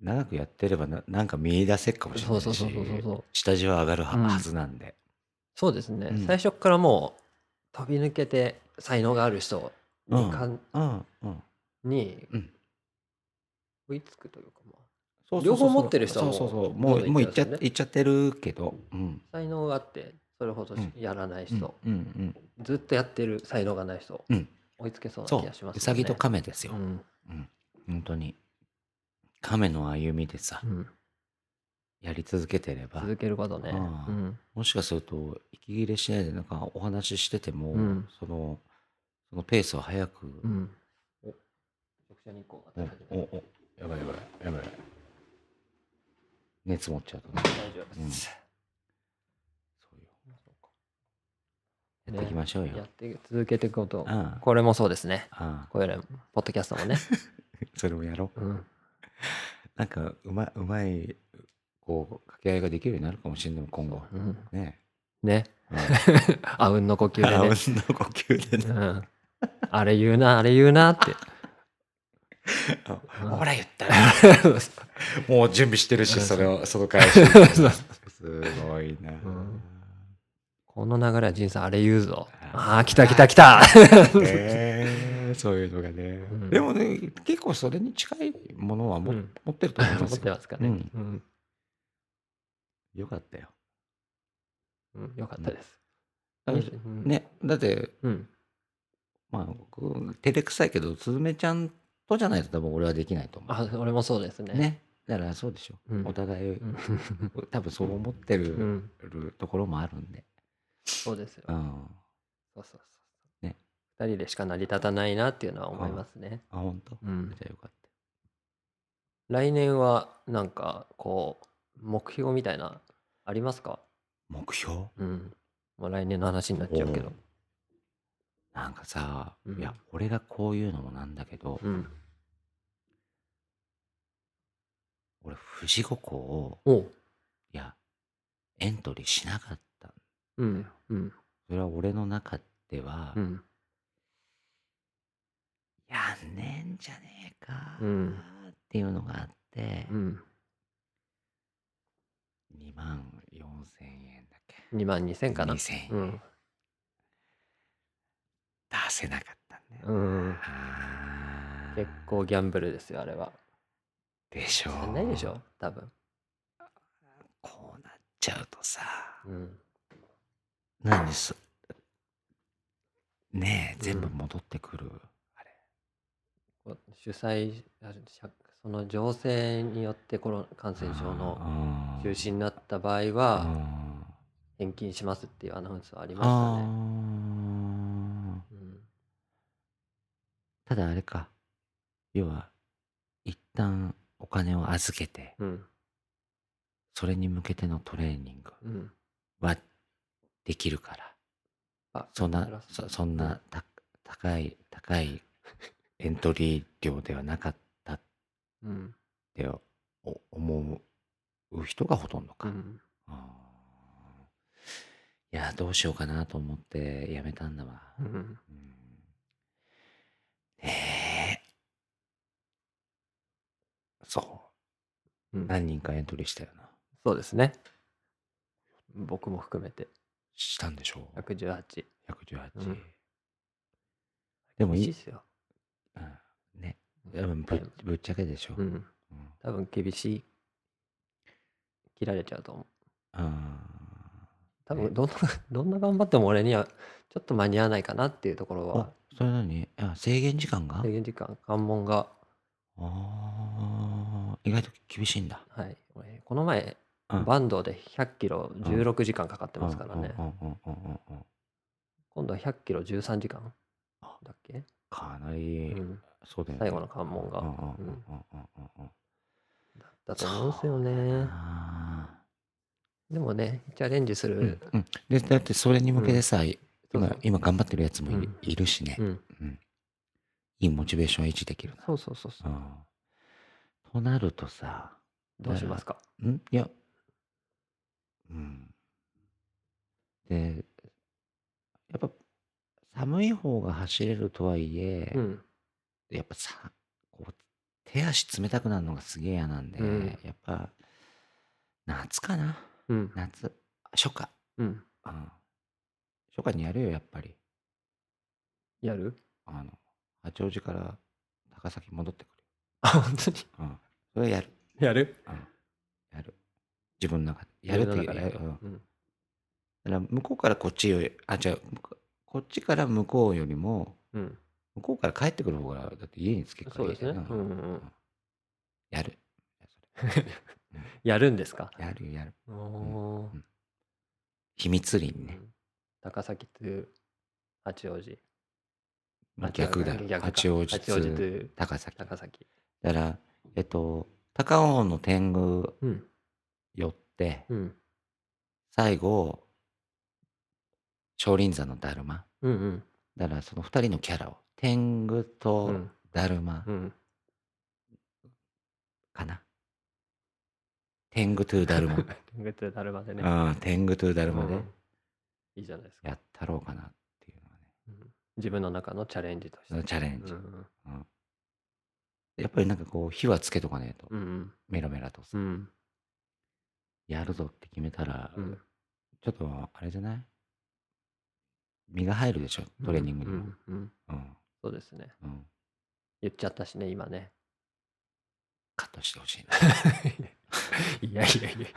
S2: 長くやってればななんか見出せっかもしれな
S1: そ
S2: いうし
S1: そうそうそうそうそう。
S2: 下地は上がるは,、
S1: うん
S2: はずなんで。
S1: そうですね、
S2: うん
S1: 最初からもう飛び抜けて才能がある人にかん、
S2: うんうん
S1: に
S2: うん
S1: 追いつくというか、まあ、
S2: そうそ
S1: 両
S2: うそう
S1: 方持ってる人はもう
S2: そうそうそうも
S1: ど
S2: うん
S1: ど
S2: もうんい
S1: 行
S2: っ
S1: っ
S2: ち
S1: ちゃ
S2: ゃっ
S1: うね
S2: いっちゃってるけど、うん
S1: 才能があってそれほどし
S2: うん
S1: やらない
S2: うん
S1: 人、
S2: うんうん
S1: ずっとやってる才能がない人、
S2: うん
S1: 追いつけそうな
S2: そ
S1: 気
S2: う
S1: がしますよね、
S2: うさぎと亀ですよ、
S1: うん
S2: 本当に亀の歩みでさ、
S1: うん、
S2: やり続けてれば
S1: 続けることね、
S2: ああ
S1: うん、
S2: もしかすると息切れしないでなんかお話ししてても、
S1: うん
S2: そのそのペースを早く、
S1: うんお直射日光が
S2: おおおやばいやばいやばい熱持っちゃうと
S1: 大
S2: ね
S1: 丈夫です、
S2: そうよやっていきましょうよ、
S1: やって続けていくこと
S2: ああ
S1: これもそうですね
S2: ああ
S1: これらポッドキャストもね、
S2: (laughs) それもやろう
S1: うん、
S2: なんかうまいうまいこう掛け合いができるようになるかもしれない今後
S1: うん、
S2: ね
S1: ね (laughs)
S2: え、
S1: あうんの呼吸
S2: うん、 (laughs) あ
S1: でね
S2: うんの呼吸で (laughs)
S1: う
S2: ね
S1: んあれ言うな、あれ言うなって。
S2: あほら言ったよ
S1: う
S2: (laughs) もう準備してるし
S1: うん
S2: それをその返し
S1: そう
S2: すごいな、
S1: んこの流れは仁さん、あれ言うぞ。
S2: あ
S1: ああ、来た来た来た。
S2: ねえそういうのがね、
S1: うん
S2: でもね結構それに近いものはも、
S1: うん
S2: 持ってると思い
S1: 思
S2: ま
S1: っ
S2: す
S1: て
S2: よ
S1: ますかね。
S2: うん
S1: うん
S2: よかったよ
S1: うんよかったです。
S2: だって
S1: うん、
S2: ねだって
S1: うん。
S2: まあ僕照れくさいけどスズメちゃんとじゃないと多分俺はできないと思う
S1: あ、俺もそうですね。
S2: ね。だからそうでしょ。
S1: うん
S2: お互い、
S1: うん。
S2: 多分そう思ってる,、
S1: うん
S2: ところもあるんで。
S1: そうですよ。
S2: う。
S1: そうんそうそう。
S2: ね。
S1: 二人でしか成り立たないなっていうのは思いますね。
S2: あ、本当。
S1: うん
S2: じゃあよかっ
S1: 来年は、なんか、こう、目標みたいな、ありますか
S2: た。目標
S1: うん。もう来年の話になっちゃうけど。
S2: なんかさ、
S1: うん
S2: いや、俺がこういうのもなんだけど、
S1: うん。
S2: 俺、富士五湖を、
S1: おう。
S2: いや、エントリーしなかった。
S1: うん。うん。
S2: それは俺の中では、
S1: うん。
S2: やんねえんじゃねえか
S1: う
S2: ー
S1: ん
S2: っていうのがあって、
S1: うん、
S2: 2万4千円だっけ。
S1: 2万2千かな。
S2: 2000円、
S1: うん。
S2: 出せなかったんだよ。
S1: うん。
S2: あー
S1: 結構ギャンブルですよ、あれは。
S2: でしょ
S1: やんないでしょ、多分。
S2: こうなっちゃうとさ
S1: うん。
S2: 何ですねえ
S1: うん
S2: 全部戻ってくる、あれ
S1: こう主催、あしゃその情勢によってコロ感染症の中止になった場合
S2: あ
S1: は、
S2: ー
S1: 返金しますっていうアナウンスはありましたね。
S2: あ
S1: う
S2: ー
S1: ん
S2: ただあれか要は一旦お金を預けて
S1: うん。
S2: それに向けてのトレーニング
S1: うん。
S2: はできるから
S1: あ
S2: そん
S1: プラ
S2: な
S1: ス
S2: そそんなた高い高い (laughs) エントリー料ではなかった
S1: うん。
S2: ってお思う人がほとんど
S1: う
S2: か。
S1: ん。
S2: あーいやどうしようかなと思ってやめたんだわ。
S1: うん。
S2: うんねえそう
S1: うん
S2: 何人かエントリーしたよな。
S1: そうですね。僕も含めて
S2: したんでしょう
S1: 118。
S2: 118、
S1: うん
S2: でもいい
S1: 厳しっすよ。
S2: うんねでもぶっぶっちゃけでしょ、
S1: う
S2: うん
S1: ん。多分厳しい。切られちゃうと思う。
S2: あ
S1: 多
S2: ね
S1: (laughs) 分どんなどんな頑張っても俺にはちょっと間に合わないかなっていうところ
S2: ーあ
S1: は
S2: それ何あ制限時間が
S1: 制限時間、関門が、
S2: あー意外と厳しいんだ。
S1: はい。俺この前、
S2: うん
S1: バンドで100キロ
S2: ん
S1: 16時間かかってますからね
S2: う。んうんうんうんうんうん
S1: 今度は100キロ13時間
S2: あ
S1: だっけ、
S2: かな
S1: う
S2: り、
S1: ん、
S2: そうだよね。
S1: 最後の関門が
S2: うんうんう
S1: うん
S2: んうんうんうん
S1: だと思うんですよね。
S2: あ
S1: でもね、チャレンジす
S2: ー
S1: る、
S2: うんうんでだってそれに向けてさ、
S1: そうそ
S2: 今
S1: う
S2: 今頑張ってるやつもい,、
S1: うん
S2: いるしね、
S1: うん、
S2: いいモチベーション維持できるな。
S1: そうそうそうそうう。
S2: んとなるとさ、
S1: どうしますか
S2: んいや、うん。で、やっぱ寒い方が走れるとはいえ、
S1: うん。
S2: やっぱさ、こう、手足冷たくなるのがすげえ嫌なんで、
S1: うん
S2: やっぱ、夏かな。
S1: うん。
S2: 夏。初夏。
S1: うん。
S2: うん。初夏にやるよ、やっぱり。
S1: やる
S2: あの、八王子から高崎戻ってく
S1: あ、 (laughs) 本当に
S2: る。うん。それやる。
S1: やる
S2: うん。やる。自分の中で。やるってい
S1: 世の
S2: う。
S1: 中
S2: や
S1: で
S2: るうん
S1: うん。
S2: だから向こうからこっちより、あ、じゃこっちから向こうよりも、
S1: うん。
S2: 向こうから帰ってくる方が、だって家に着けるから
S1: そうですね。うんうんうん。
S2: やる。
S1: やるんですか
S2: やるよやる。
S1: おお
S2: うん秘密裏
S1: ー。
S2: にね。
S1: 高崎と八王子。
S2: まあ、
S1: あ違う
S2: 逆だ。
S1: 逆か
S2: 八王子
S1: 八王子と
S2: と高崎。だ
S1: 高
S2: か
S1: 崎。
S2: ら、えっと、高尾の天狗
S1: うん。
S2: 寄って、
S1: うん。
S2: 最後、少林山のだるま。
S1: うんうん。
S2: だから、その二人のキャラを、天狗
S1: う
S2: と
S1: ん。
S2: だるま
S1: うん。
S2: かな。天狗トゥ
S1: (laughs)
S2: だるま。
S1: グッズだるまでね。
S2: ああ、天狗トゥだるま
S1: う
S2: で
S1: んいいじゃないですか。
S2: やったろうかなっていうのはね、
S1: うん自分の中のチャレンジとし
S2: その
S1: て。
S2: チャレンジ。
S1: うん
S2: うんやっぱりなんかこう、火はつけとかねえと、
S1: うん
S2: メラメラと
S1: う
S2: さ、
S1: ん。
S2: やるぞって決めたら、
S1: うん。
S2: ちょっとあれじゃない身が入るでしょ、トレーニングに
S1: う
S2: も。
S1: んうん。うん
S2: うん。
S1: そうですね。
S2: うん。
S1: 言っちゃったしね、今ね。
S2: (laughs)
S1: (laughs)
S2: カットしてほしいな。
S1: いやいやい (laughs) や。い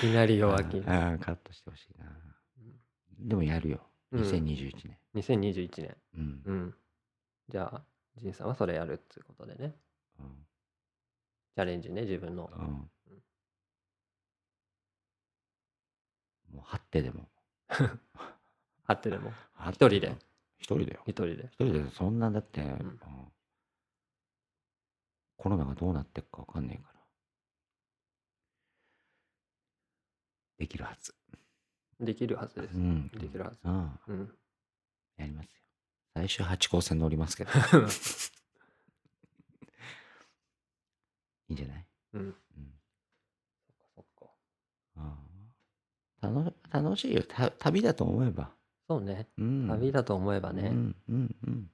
S1: きなり弱気。
S2: ああ、カットしてほしいな。でもやるよ、
S1: うん
S2: 2021年。
S1: 2021年。
S2: うん。
S1: うん。じゃあ、ジンさんはそれやるっていうことでね。
S2: うん
S1: チャレンジね、自分の。
S2: うんもう、張ってでも。
S1: あってでも。
S2: 一
S1: 人で。
S2: 一人だよ。
S1: 一人で。
S2: 一人でそんなだって、
S1: ん
S2: うんコロナがどうなっていくか分かんないからできるはず
S1: できるはずです
S2: う。ん
S1: できるはず
S2: うん
S1: うん。
S2: (laughs) やりますよ来週八高線乗り
S1: (laughs)
S2: ますけどいいんじゃない、
S1: うん。
S2: うん
S1: そっか。
S2: うん楽楽しいよた旅だと思えば、
S1: そうね。
S2: うん、
S1: 旅だと思えば
S2: う
S1: ね、
S2: んうんうん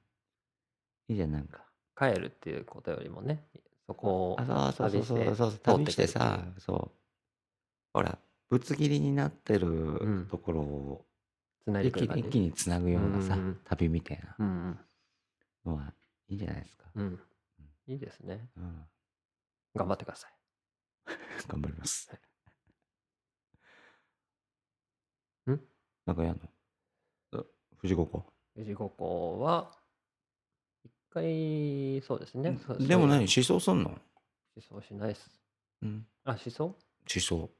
S2: いいじゃんなんか
S1: 帰るっていうことよりもね、そこを
S2: あそうそうそうそうそうそう
S1: 旅
S2: 旅
S1: して
S2: して
S1: 通ってくる
S2: さそうほらぶつ切りになって
S1: ん
S2: るところを
S1: 繋いで
S2: 一
S1: く
S2: 気
S1: る感
S2: に
S1: じ。
S2: 一気につなぐようなさ、
S1: うんうんうん
S2: 旅みたいな
S1: うん
S2: のはいいんじゃないですか、
S1: うん。うん。いいですね。
S2: うん、 (laughs)
S1: 頑張ってください。
S2: 頑張ります
S1: (laughs) ん
S2: なんかやんのあ富士五湖
S1: 富士五湖は、一回、そうですね。そう
S2: でも
S1: そういう
S2: 何思想すんの、
S1: 思想しないです。
S2: うん、
S1: あ、思想
S2: 思想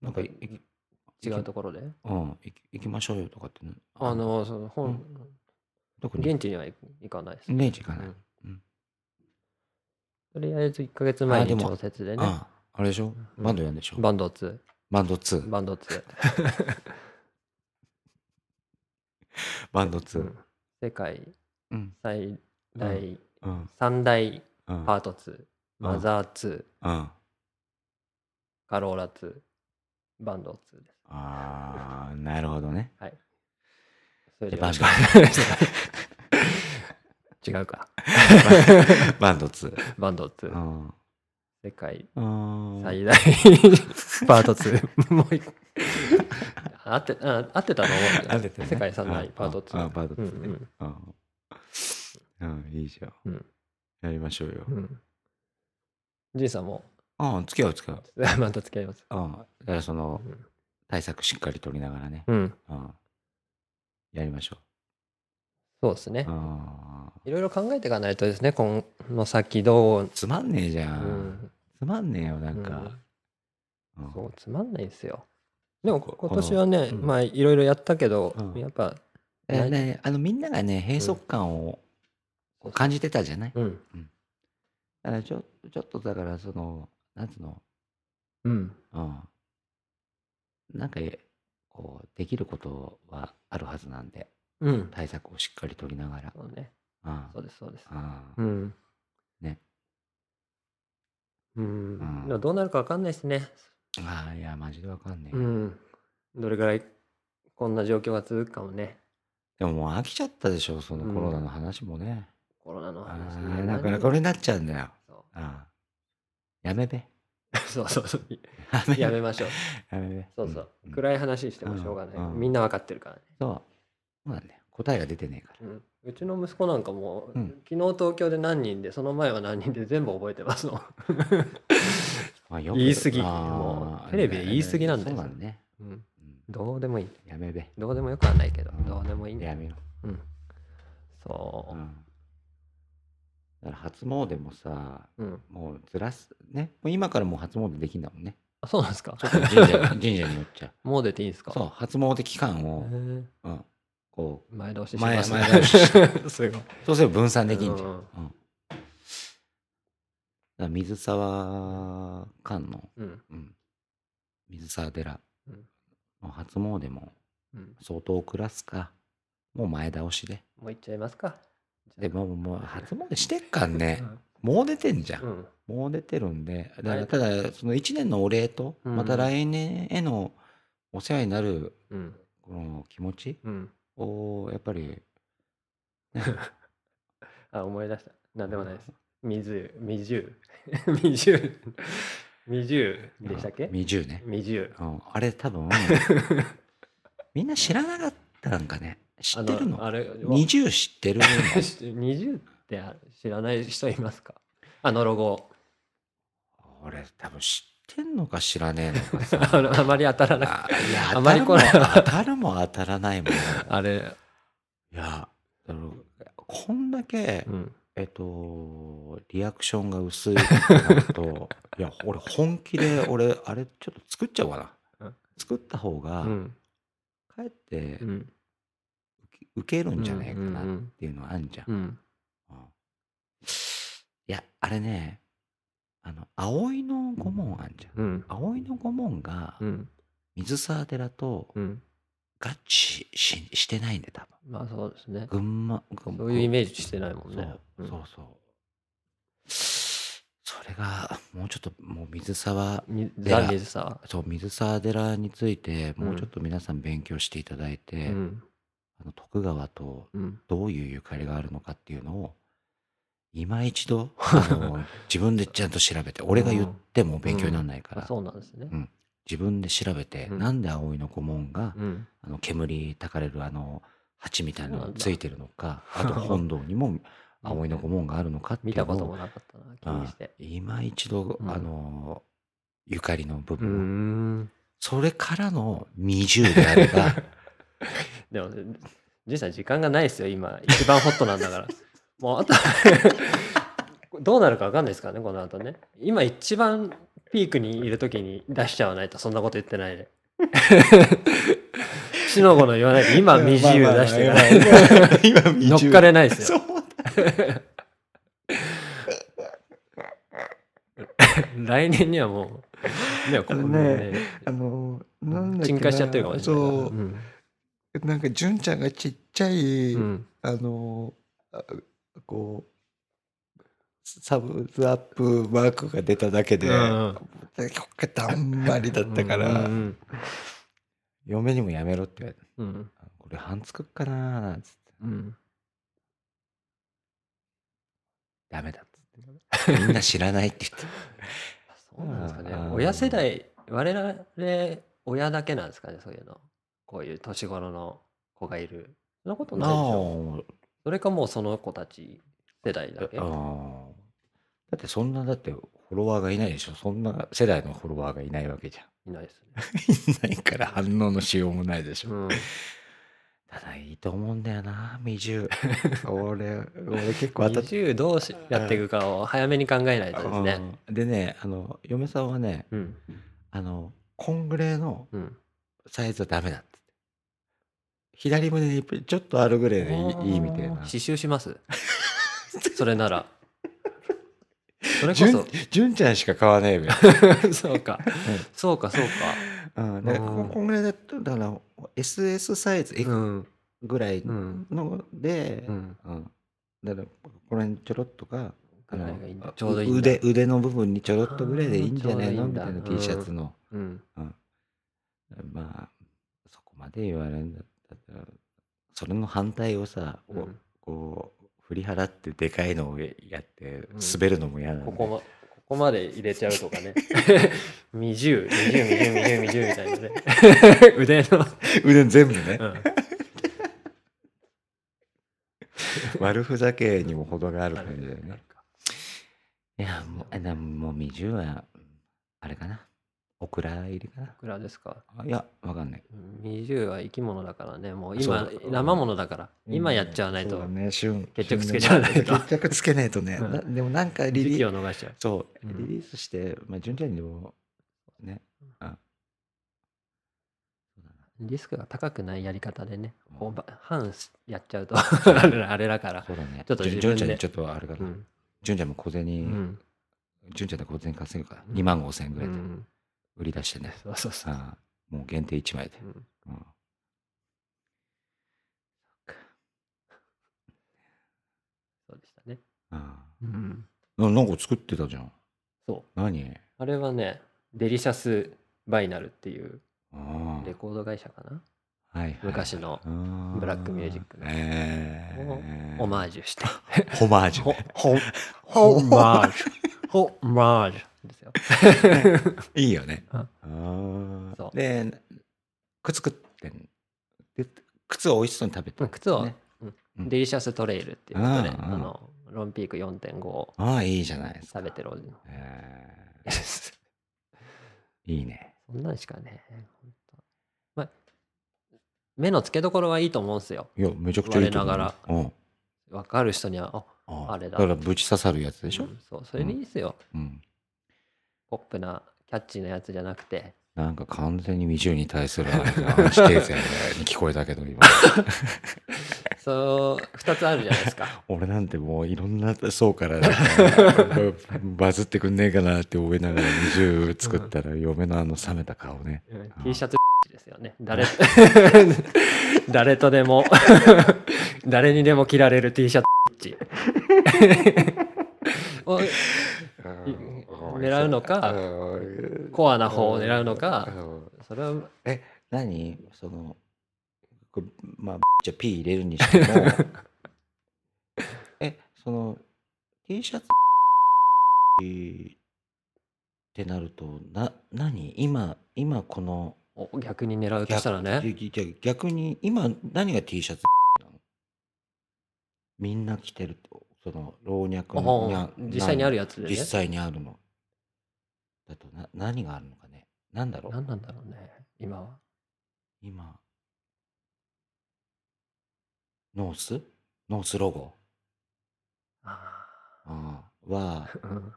S2: なんかいい
S1: 違う
S2: と
S1: ところで
S2: うん行き行きましょうよとかってな
S1: あの、その本、
S2: 特に
S1: 現地には行行かないです。
S2: 現地行かない、うん
S1: とりあえず1ヶ月前
S2: あで
S1: に
S2: も
S1: 調節でね、
S2: あああれでしょ
S1: うん
S2: バンドやんでしょ、
S1: バンド2、
S2: バンド2
S1: バンド2、
S2: バンド2、
S1: うん世界
S2: うん
S1: 最大、
S2: うん
S1: 三大
S2: うん
S1: パート2、マザー2、
S2: うん
S1: カローラ2、バンド2です。
S2: ああなるほどね
S1: はい。それ
S2: で
S1: で
S2: (laughs) バンド
S1: (laughs) 違うか。
S2: バンド2
S1: バンド2、
S2: うん
S1: 世界
S2: うん
S1: 最大パート2。もう
S2: (laughs)
S1: 一回合ってあ合ってたと思うんだ
S2: 合
S1: よ
S2: ってたよね
S1: 世界三大パート
S2: ああ
S1: 2。
S2: あパート2ね
S1: うん
S2: うんうんいいじゃん、
S1: うん
S2: やりましょうよ、
S1: うんうん。じいさんも、
S2: ああ付き合う付き合う
S1: また付き合います。
S2: ああだからその
S1: うん
S2: 対策しっかり取りながらね、
S1: うん。
S2: うん、やりましょ
S1: そうですね。
S2: あー
S1: いろいろ考えていかないとですね、この先どう、
S2: つまんねえじゃ、
S1: うんん、
S2: つまんねえよなん
S1: うん
S2: か、うん
S1: そう、つまんないんですよ。でも、
S2: こ
S1: 今年はね、
S2: うん
S1: まあ、いろいろやったけど、
S2: うん
S1: やっぱ、
S2: え
S1: ない
S2: ねあのみんながね閉塞感をこう感じてたじゃない、
S1: うん、
S2: だからちょちょっとだからそのなんつうの
S1: うん、
S2: うんなんかえこうできることはあるはずなんで
S1: うん。
S2: 対策をしっかり取りながら
S1: そうね。
S2: うん
S1: そうです、そうです。
S2: うん
S1: うん。
S2: ね。
S1: う
S2: うんん。
S1: でもどうなるかわかんないですね。
S2: あーいやマジでわかんねえ、
S1: うん。どれぐらいこんな状況が続くかもね。
S2: でももう飽きちゃったでしょそ
S1: うん
S2: のコロナの話もね、
S1: コロナの
S2: あ
S1: 話
S2: ー
S1: ね。
S2: だから
S1: 何
S2: これになっちゃうんだよ、
S1: そ
S2: うん、やめべ
S1: う (laughs) そうそうそう。
S2: やべ
S1: やめまし
S2: (laughs)
S1: ょう。
S2: やめべ
S1: そうそう。
S2: んん
S1: 暗い話してもしょうがない。
S2: うんうん
S1: みんなわかってるからね。
S2: そうそうなんだよ答えが出てねえから
S1: うんうちの息子なんかもう、
S2: うん
S1: 昨日東京で何人でその前は何人で全部覚えてます
S2: (laughs)
S1: もん、
S2: まあよく
S1: 言い過ぎ
S2: あー
S1: もうテレビで言い過ぎなんだよ
S2: そうなんね、
S1: うん
S2: うん
S1: どうでもいい
S2: やめべ
S1: どうでもよくはないけど、
S2: うん
S1: どうでもいいね
S2: やめよ
S1: うん
S2: う、
S1: そうう、
S2: ん、だから初詣もさ
S1: うん、
S2: もうずらすねもう今からもう初詣できんだも
S1: (laughs)
S2: んね
S1: あそうなんですか
S2: ちょっと神社神社によっちゃ
S1: (laughs) もう出ていいんですか
S2: そう初詣期間
S1: へ
S2: を、
S1: ー
S2: うん、こ
S1: 前倒しし
S2: 前
S1: ますね
S2: 前倒し
S1: すごいう
S2: そうすれば分散できんじゃん、
S1: う
S2: うんんだから水沢館の、
S1: (laughs) うん
S2: うん、水沢寺
S1: うん
S2: の初詣も
S1: うん
S2: 相当遅らすかもう前倒しで
S1: もう行っちゃいますか
S2: でもうもう初詣してっかんね
S1: うん
S2: もう出てんじゃん、
S1: うん
S2: もう出てるんでだか
S1: は
S2: ら
S1: い
S2: ただその1年のお礼と
S1: うん
S2: また来年へのお世話になる
S1: うん
S2: この気持ち
S1: うん
S2: をやっぱり
S1: あ思い出したなんでもないです水水 (laughs) 水水でしたっけ
S2: 20ね、
S1: 水
S2: うん、あれ
S1: (laughs)
S2: 多分みんな知らなかったなんかね知ってるの
S1: あれ
S2: 20知って (laughs) る
S1: (laughs) 20ってある知らない人いますかあのロゴ
S2: 俺多分知ってんのか知らねえのかさ
S1: あのあまり当たらなく (laughs)
S2: あいや
S1: あ
S2: 当
S1: ま
S2: た
S1: り
S2: る
S1: こ
S2: も
S1: れ
S2: 当たるも当たらないもん
S1: あれ
S2: いや、あのこんだけ、
S1: うん
S2: えっと、リアクションが薄いってなる
S1: (laughs)
S2: と、いや、俺、本気で、俺、あれ、ちょっと作っちゃおうか
S1: う。
S2: なん作った方
S1: う
S2: が、
S1: ん
S2: かえって
S1: う、ん
S2: 受けるんじゃないかな
S1: うんうんうん
S2: っていうのはあんじゃん。
S1: うん
S2: うんいや、あれね、あの、葵の御門あんじゃん。
S1: うん
S2: 葵の御門が
S1: う、ん
S2: 水沢寺と
S1: うん
S2: 合致しししてないんで、多
S1: まあそうですね
S2: 分。群馬、群馬
S1: そういうイメージしてないもんね
S2: そうそ
S1: ん
S2: うそう。それが、もうちょっと、もう水沢、
S1: み
S2: で
S1: ザ・水沢
S2: そう、水沢寺について、
S1: うん
S2: もうちょっと皆さん勉強していただいうて、
S1: ん
S2: あの徳川と
S1: うん
S2: どういうゆかりがあるのかっていうのを、今
S1: (laughs)
S2: 一度、あの自分でちゃんと調べて、俺が言っても勉強にならないか
S1: あ
S2: ら、
S1: そうなんですね
S2: うん自分で調べて、
S1: うん
S2: なんで葵の御門が、
S1: うん
S2: あの煙たかれるあの鉢みたいなの
S1: そうな
S2: が
S1: んだ
S2: ついてるの
S1: (laughs)
S2: か、あと本堂にも葵の御門があるのかって
S1: 見
S2: いうの
S1: た
S2: を
S1: こともなかったな気にして
S2: うん今一度、
S1: うん
S2: あのゆかりの部
S1: うー
S2: 分、
S1: ん
S2: それからの20であれば
S1: (laughs) でもね、じいさん時間がないですよ、今。一番ホットなんだから。もうあと (laughs) どうなるか分かんないですからね、この後ね。今一番ピークにいるときに出しちゃわないと、そんなこと言ってないで。しのごの言わないで、今、未自由出してから
S2: 今
S1: (laughs) 乗っかれないです
S2: そ
S1: よ。
S2: う
S1: 来年にはもう、ね、ここね、
S3: あのなんだっけ
S1: 沈下しちゃってるかもしれないな。
S3: そう
S1: う、ん。
S3: なんか純ちゃんがちっちゃい、
S1: うん。
S3: あのあこうサムズアップマークが出ただけで、
S1: うん
S3: だんまりだったから、
S1: うん
S2: 嫁にもやめろって言われた
S1: うんうん。
S2: これ半作っかなーなんつって
S1: うん。
S2: ダメだっつってみんな知らないって (laughs) 言って
S1: そうなんですかね
S2: あ。ー
S1: 親世代、我々親だけなんですかね、そういうの。こういう年頃の子がいる。そんなことないでしょ。それかもうその子たち世代だけ。
S2: あーだってそんなだってフォロワーがいないでしょそんな世代のフォロワーがい (laughs) ないわけじゃん
S1: いないですね。
S2: いないから反応のしようもないでしょ、
S1: うん。
S2: やだいいと思うんだよな20 (laughs)
S3: 俺、俺結構当たっ
S1: 20どうしやっていくかを早めに考えないとですね。
S2: うんでねあの嫁さんはね
S1: うん。
S2: あのこんぐらいの
S1: うん。
S2: サイズはダメだっつって左胸にちょっとあるぐらい
S1: あ
S2: で
S1: ー
S2: いいいいみたいな
S1: 刺繍します。それなら。それ
S2: じゅん
S1: こ
S2: じゅんちゃんしか買わねえべ、
S1: そ、そうか。そうか、そうか。
S2: うん、だからこ
S1: うん
S2: こんぐらいだっただから SS サイズ
S1: う
S2: X
S1: ん。
S2: ぐらい
S1: うん
S2: ので、
S1: うん。
S2: うんだからこの辺ちょろっとかあ
S1: ぐら
S2: の
S1: いがいいんだちょうどいいんだ
S2: 腕腕の部分にちょろっとぐらいでいいんじゃない
S1: あー
S2: のみ
S1: ちょ
S2: た
S1: うどいい
S2: い
S1: ん
S2: な
S1: だ
S2: T シャツの、
S1: うん。
S2: うん、まあそこまで言われるんだったらそれの反対をさ、お
S1: うん
S2: こう振り払ってでかいのをやって
S1: ん
S2: 滑るのも嫌なんで、
S1: ここま、ここまで入れちゃうとかね。20、20、20、20、20みたいなね。腕の。
S2: (laughs) 腕全部ね
S1: (laughs) うん。
S2: 悪ふざけにも程がある感じだよ
S1: な
S2: ね
S1: るか
S2: いやもうあでももう20はあれかなオクラ入りかない
S1: くらですか
S2: あいやわかんない
S1: うん20は生き物だからねもう
S2: そ
S1: 今
S2: うだ
S1: 生物だから今やっちゃわない
S2: そ
S1: と
S2: うだね旬
S1: 決着つけちゃわないと
S2: 決着つけないとね、
S1: うん
S2: なでもなんかリ
S1: 時
S2: リ
S1: 期を
S2: ー
S1: 逃しちゃう
S2: そう
S1: うん
S2: リリースして、まあ順調にでもねあ
S1: リスクが高くないやり方でね
S2: うん
S1: こうば半やっちゃうとあれあれだから
S2: そうだね
S1: ちょっと自分で
S2: 順調にちょっとあれか
S1: う
S2: な、
S1: ん
S2: 順ちゃんも小
S1: う
S2: 銭
S1: ん
S2: 順ちゃんで小銭稼ぐから
S1: うん
S2: 2万5千円ぐ
S1: う
S2: らいで
S1: ん
S2: 売り出してね、
S1: そうそうそう
S2: さあもう限定1枚で
S1: うん
S2: うん
S1: そうでしたね
S2: あ
S1: うん
S2: あななんか作ってたじゃん
S1: そう
S2: 何
S1: あれはねデリシャスバイナルっていう
S2: あ
S1: レコード会社かな
S2: あはいはい
S1: 昔の
S2: ブ
S1: ブラックミュージックの
S2: えー、
S1: オマージュして
S2: ホマージュ
S1: ほ
S2: ね、
S1: ほほマージュほマージュですよ
S2: いいよね。
S1: うん
S2: あー
S1: そう
S2: で、靴食ってんで、靴を美味しそうに食べて、
S1: うん靴を
S2: ね
S1: うんデリシャストレイルっていうことで、
S2: うんうん
S1: あのロンピーク4.5を
S2: ああ、いいじゃないですか。
S1: 食べてるおじ
S2: え
S1: そ
S2: ーいいね。
S1: んなんしかね、ほんとまあ、目の付けどころはいいと思うんすよ。
S2: いや、めちゃくちゃいいと思う。
S1: 我ながら
S2: うん。
S1: わかる人には、あ、
S2: あ
S1: あれだ
S2: だから、ぶち刺さるやつでしょ
S1: う。んそう、それでいいですよ。
S2: うん。
S1: ポップな、キャッチーなやつじゃなくて、
S2: なんか完全に20に対するあれがアンチテーゼに聞こえたけど、今。
S1: そう、2つあるじゃないですか。
S2: (laughs) 俺なんてもういろんな層から、バズってくんねえかなって思いながら20作ったら、嫁のあの冷めた顔ね。
S1: うん T シャツですよね。誰、
S2: (laughs)
S1: 誰とでも、 (laughs) 誰にでも着られる T シャ
S2: (laughs)
S1: ツを狙うのか
S2: うん
S1: コアな方を狙うのか、
S2: うん
S1: それは
S2: 何そのこれまあじゃあ P 入れるにしても
S1: (laughs)
S2: えその T シャツってなるとな何今今この
S1: お逆に狙うとしたらね。
S2: 逆じゃ逆に今何が T シャツなのみんな着てるとその老若
S1: おう
S2: にゃ
S1: 実際にある
S2: や
S1: やつでね
S2: 実。際にあるのだとな何があるのかね何だろう
S1: 何なんだろうね、今は。
S2: 今ノースノースロゴ
S1: あ
S2: あーは
S1: あ、うん、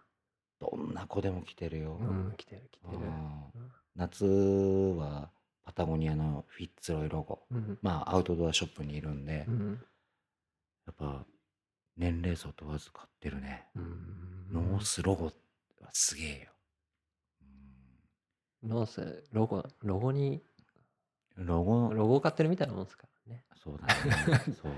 S2: どんな子でも着てるよ、
S1: うん、来てる、来てる。
S2: あー
S1: うん
S2: 夏はパタゴニアのフィッツロイロゴ
S1: うん、
S2: まあアウトドアショップにいるんで、
S1: う
S2: や
S1: ん、
S2: っぱ年齢層問わず買ってるね、
S1: うん
S2: ノー。スロゴはすげえよ、
S1: ノース、ロゴ、ロゴに、
S2: うんロゴ
S1: ロゴを買ってるみたいなもんですからね。
S2: そうだ
S1: (laughs)
S2: ねそう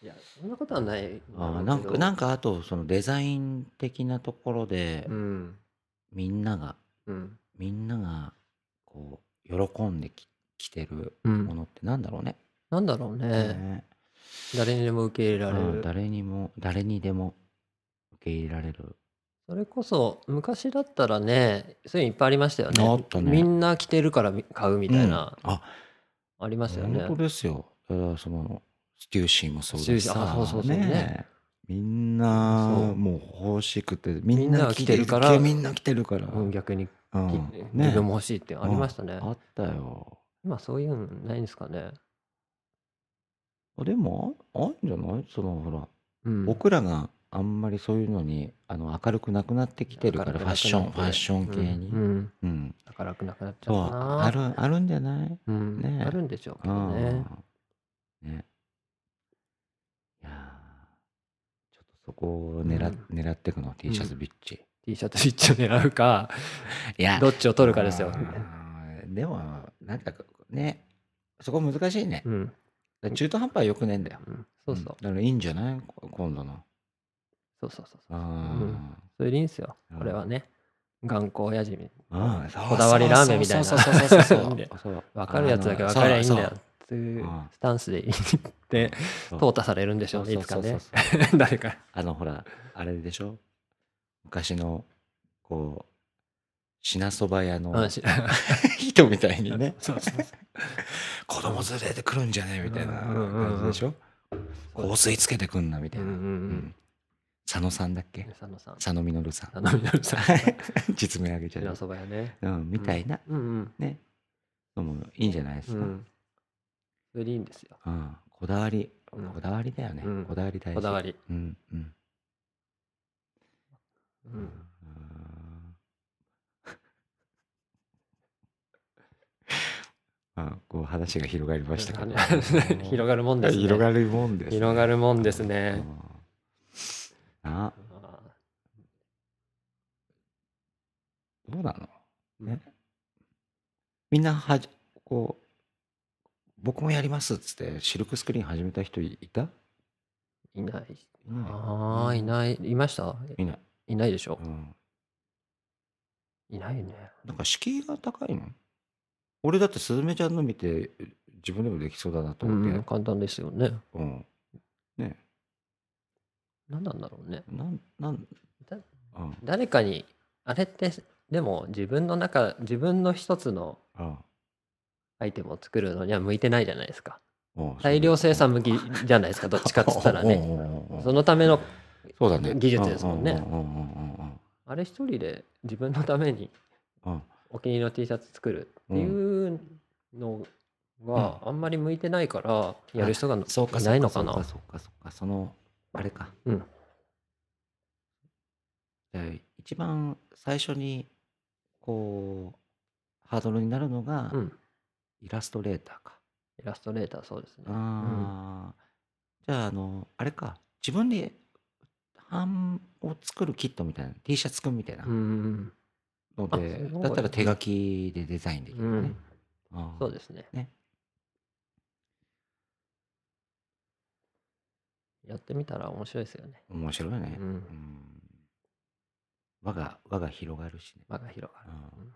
S1: いや、そんなことはない。
S2: あーなんかなん
S1: か、
S2: かあとそのデザイン的なところで、
S1: うん、
S2: みんなが
S1: うん、
S2: みんながこう喜んでき着てる
S1: う
S2: も
S1: ん。
S2: のってなんだろうね。
S1: なんだろうね。
S2: ね
S1: 誰にでも受け入れら
S2: う
S1: れ
S2: ん
S1: る。
S2: 誰にも誰にでも受け入れられる。
S1: それこそ、昔だったらね、そういうのいっぱいありましたよね。
S2: あったね
S1: みんな着てるからみ買うみたいな、
S2: うんあ
S1: ありましたよね。
S2: 本当ですよ。だからそのステューシーもそうだし
S1: ステューシー
S2: さ
S1: あそうそうそうね
S2: みんな
S1: そう
S2: もう欲しくてみん
S1: みんな
S2: な
S1: が
S2: 着
S1: 着
S2: て
S1: て
S2: る
S1: る
S2: か
S1: からら
S2: みんな着てるから。
S1: うん、逆に
S2: うん
S1: き
S2: ね
S1: 自分も欲しいっていうのありましたね。
S2: あったよ。
S1: 今そういうのないんですかね。
S2: あでも、ああんじゃないそのほら、
S1: うん、
S2: 僕らがあんまりそういうのにあの明るくなくなってきてるから、
S1: 明
S2: フ
S1: るくなくな
S2: ァッ
S1: って
S2: ション、ファッション系に。
S1: うん、うん
S2: うん
S1: 明るくなくなっちゃ
S2: そう
S1: ったな
S2: あるあるんじゃない
S1: うん
S2: ね
S1: あるんでしょうけ
S2: う
S1: どね
S2: ん。ね。いやーちょっとそこを狙,、
S1: う
S2: 狙っていくの、T シャツ
S1: うん
S2: ビッチ。
S1: T シャツ一丁狙うか
S2: いや
S1: どっちを取るかですよ
S2: あ。ーでも、なんかね、そこ難しいね
S1: う。ん、
S2: だから中途半端はよくねえんだよ。
S1: うんそうそう、
S2: んだからいいんじゃないこ今度の。
S1: そうそうそうそう。
S2: あ
S1: うんそれでいいんですよ。これはね、頑固親父み
S2: ーあー、
S1: こだわりラーメンみたいな
S2: そうそうそうそうそ
S1: (laughs)
S2: う
S1: で
S2: そう
S1: 分かるやつだけ分かりゃいいんだよ
S2: あの
S1: っていう
S2: うん
S1: スタンスでいいって
S2: そうそう
S1: 淘汰されるんでしょうねいつか
S2: そう
S1: ね
S2: そうそうそう
S1: 誰か
S2: あの、ほら、あれでしょ昔の、こう、品そば屋の
S1: うんし
S2: (laughs) 人みたいにね、
S1: (laughs) そうそうそ
S2: 子供連れてくるんじゃねえみたいな感じでしょ
S1: うんうん
S2: 香水つけてくんなみた
S1: う
S2: い
S1: うんう
S2: な。うん
S1: ん
S2: 佐野さんだっ
S1: う
S2: け
S1: ん佐野さん
S2: 佐野実さ
S1: 佐
S2: ん。
S1: 野みの (laughs) るさん
S2: (laughs) 実名あげちゃ
S1: 白
S2: う。
S1: そばやね
S2: うん、みたいな、
S1: うんうん
S2: ね。のもいいんじゃないで
S1: う
S2: すか。
S1: んそれでいいんですよ
S2: うんこだわり、
S1: うん
S2: こだわりだよね。
S1: うん
S2: こだわり大事。
S1: こだわり
S2: うん、うん。 (laughs)
S1: うん
S2: あーあ、こう話が広がりましたけど
S1: (laughs) 広がるもんですね
S2: 広がるもんです、
S1: 広がるもんです
S2: う
S1: ね
S2: んあ、どうなのねみんなはじ、こう、僕もやりますっつって、シルクスクリーン始めた人いいた
S1: いない
S2: いない
S1: ああい
S2: い。
S1: ないいました
S2: いない。
S1: いないでしょ
S2: うん。
S1: いないね
S2: なんか敷居が高いの俺だってスズメちゃんの見て、自分でもできそうだなと
S1: う
S2: 思って
S1: ん、簡単ですよね
S2: うん。ね
S1: 何なんだろうね
S2: なん、なん、
S1: だ
S2: うん、
S1: 誰かにあれってでも自分の中自分の一つの
S2: うん。
S1: アイテムを作るのには向いてないじゃないですか
S2: うん
S1: 大量生産向きじゃないですかどっちかっつったら
S2: (laughs)
S1: ね
S2: ね
S1: そのための
S2: そうだね。
S1: 技術ですもんね
S2: ううんうんうん
S1: あれ一人で自分のために
S2: うんうん。
S1: お気に入りの T シャツ作るっていうのがあんまり向いてないからやる人が
S2: そうか、
S1: いないのか
S2: そうか、
S1: な
S2: そうか、そうか、その、あれか。
S1: うん
S2: で一番最初に、こう、ハードルになるのが、
S1: うん
S2: イラストレーターか。
S1: イラストレーターそうですね
S2: ああ、じゃあ、あの、あれか、自分で版を作るキットみたいな、T シャツくんみたいな
S1: うん
S2: の
S1: あす
S2: で、
S1: ごい
S2: だったら手書きでデザインでき
S1: う
S2: るね。
S1: ん
S2: あー
S1: そうですね
S2: ね
S1: やってみたら面白いですよね
S2: 面白いね。
S1: うん
S2: うん輪が、輪が広がるしね。
S1: 輪が広がる
S2: うん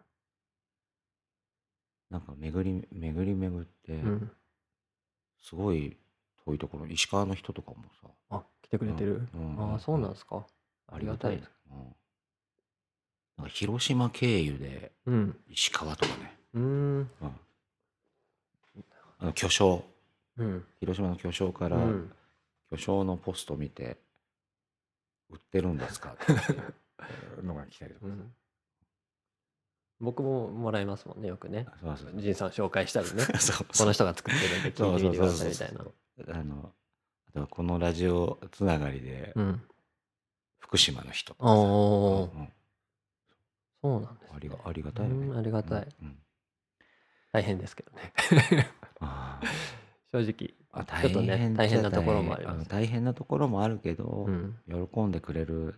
S2: なんか巡り、巡り巡って
S1: う、ん
S2: すごい遠いところ、石川の人とかもさ、
S1: あ来てくれてる
S2: うんうん
S1: ああそうなんですか
S2: あ
S1: あ
S2: り
S1: り
S2: が
S1: が
S2: た
S1: た
S2: い
S1: い
S2: ね。うんなんか広島経由で
S1: うん
S2: 石川とかね、
S1: うーん
S2: うんあの巨匠、
S1: うん
S2: 広島の巨匠から、
S1: うん
S2: 巨匠のポスト見て、売ってるんですかっていうのが来たりとか
S1: うん僕ももらいますもんねよく (laughs) ね
S2: さ。そうそう
S1: 仁さん紹介したり (laughs) ね
S2: そう
S1: こ
S2: そう
S1: の人が作ってるんで聞いてみてくださいみたいな
S2: あの、あとはこのラジオつながりで、
S1: うん
S2: 福島の人とかさうん
S1: おー
S2: うん
S1: そうなんですね
S2: ありがありがたいよ
S1: う
S2: ね。
S1: んありがたい
S2: うん。うん
S1: 大変ですけどね
S2: あ
S1: 正直
S2: ーあ
S1: (laughs) ちょっとね大変なところもあります
S2: うん大変なところもあるけど
S1: う、ん
S2: 喜んでくれる、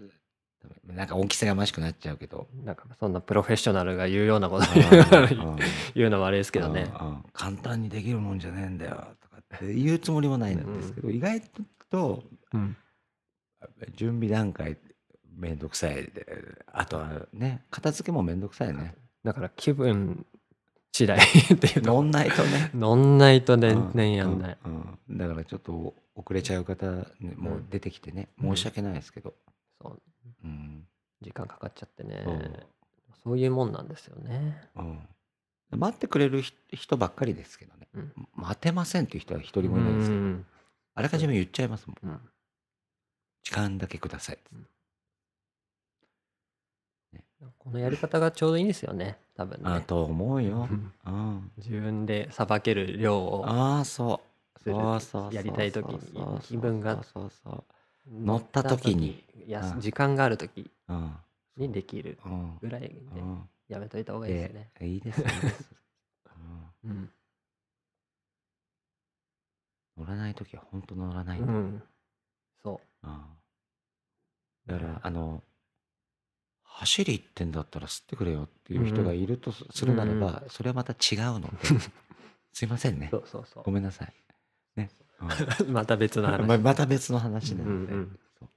S2: なんか恩着せがましくなっちゃうけど。
S1: (laughs) なんかそんなプロフェッショナルが言うようなこと
S2: うん
S1: (laughs) 言うのもあれですけどね
S2: うんうん簡単にできるもんじゃねえんだよとかって言うつもりもないんですけど、意外と
S1: うん
S2: 準備段階めんどくさいであとはね片付けもめんどくさいね
S1: だから気分次第っていう
S2: 乗
S1: と
S2: んないとね
S1: 乗んないと (laughs) 全
S2: う
S1: 然やんない、
S2: うんうんだからちょっと遅れちゃう方、ね、もう出てきてね、
S1: うん
S2: 申し訳ないですけど、
S1: そう
S2: うん
S1: 時間かかっちゃってね
S2: そう
S1: そういうもんなんですよね
S2: うん待ってくれるひ人ばっかりですけどね、
S1: うん
S2: 待てませんっていう人は一
S1: う
S2: 人もいないですけど、
S1: ん
S2: あらかじめ言っちゃいますもん
S1: うん
S2: 時間だけくださいっつって
S1: このやり方がちょうどいいんですよね多分
S2: あ
S1: ね
S2: と思うよ
S1: う。ん
S2: うん、
S1: 自分でさばける量を
S2: ああ、そう。
S1: する
S2: そうそうそう
S1: やりたい時
S2: そうそうそ
S1: に
S2: う
S1: 気分が
S2: そうそうそう
S1: 乗
S2: った時に
S1: いや
S2: うん
S1: 時間がある時
S2: うん
S1: にできる
S2: うん
S1: ぐらいで
S2: うん
S1: やめといた方がいいです
S2: で
S1: ね、
S2: いいですいいです、うん
S1: うん
S2: 乗らない時は本当乗らない、
S1: うんそ
S2: うん
S1: う
S2: だからあの走り行ってんだったら吸ってくれよっていう人がいるとすするならば、
S1: うん
S2: それはまた違
S1: (laughs)
S2: うのですいませんね
S1: そうそうそう
S2: ごめんなさいね、うん
S1: (laughs) また別の話。
S2: ままた別の話なので、
S1: うんうん
S2: そう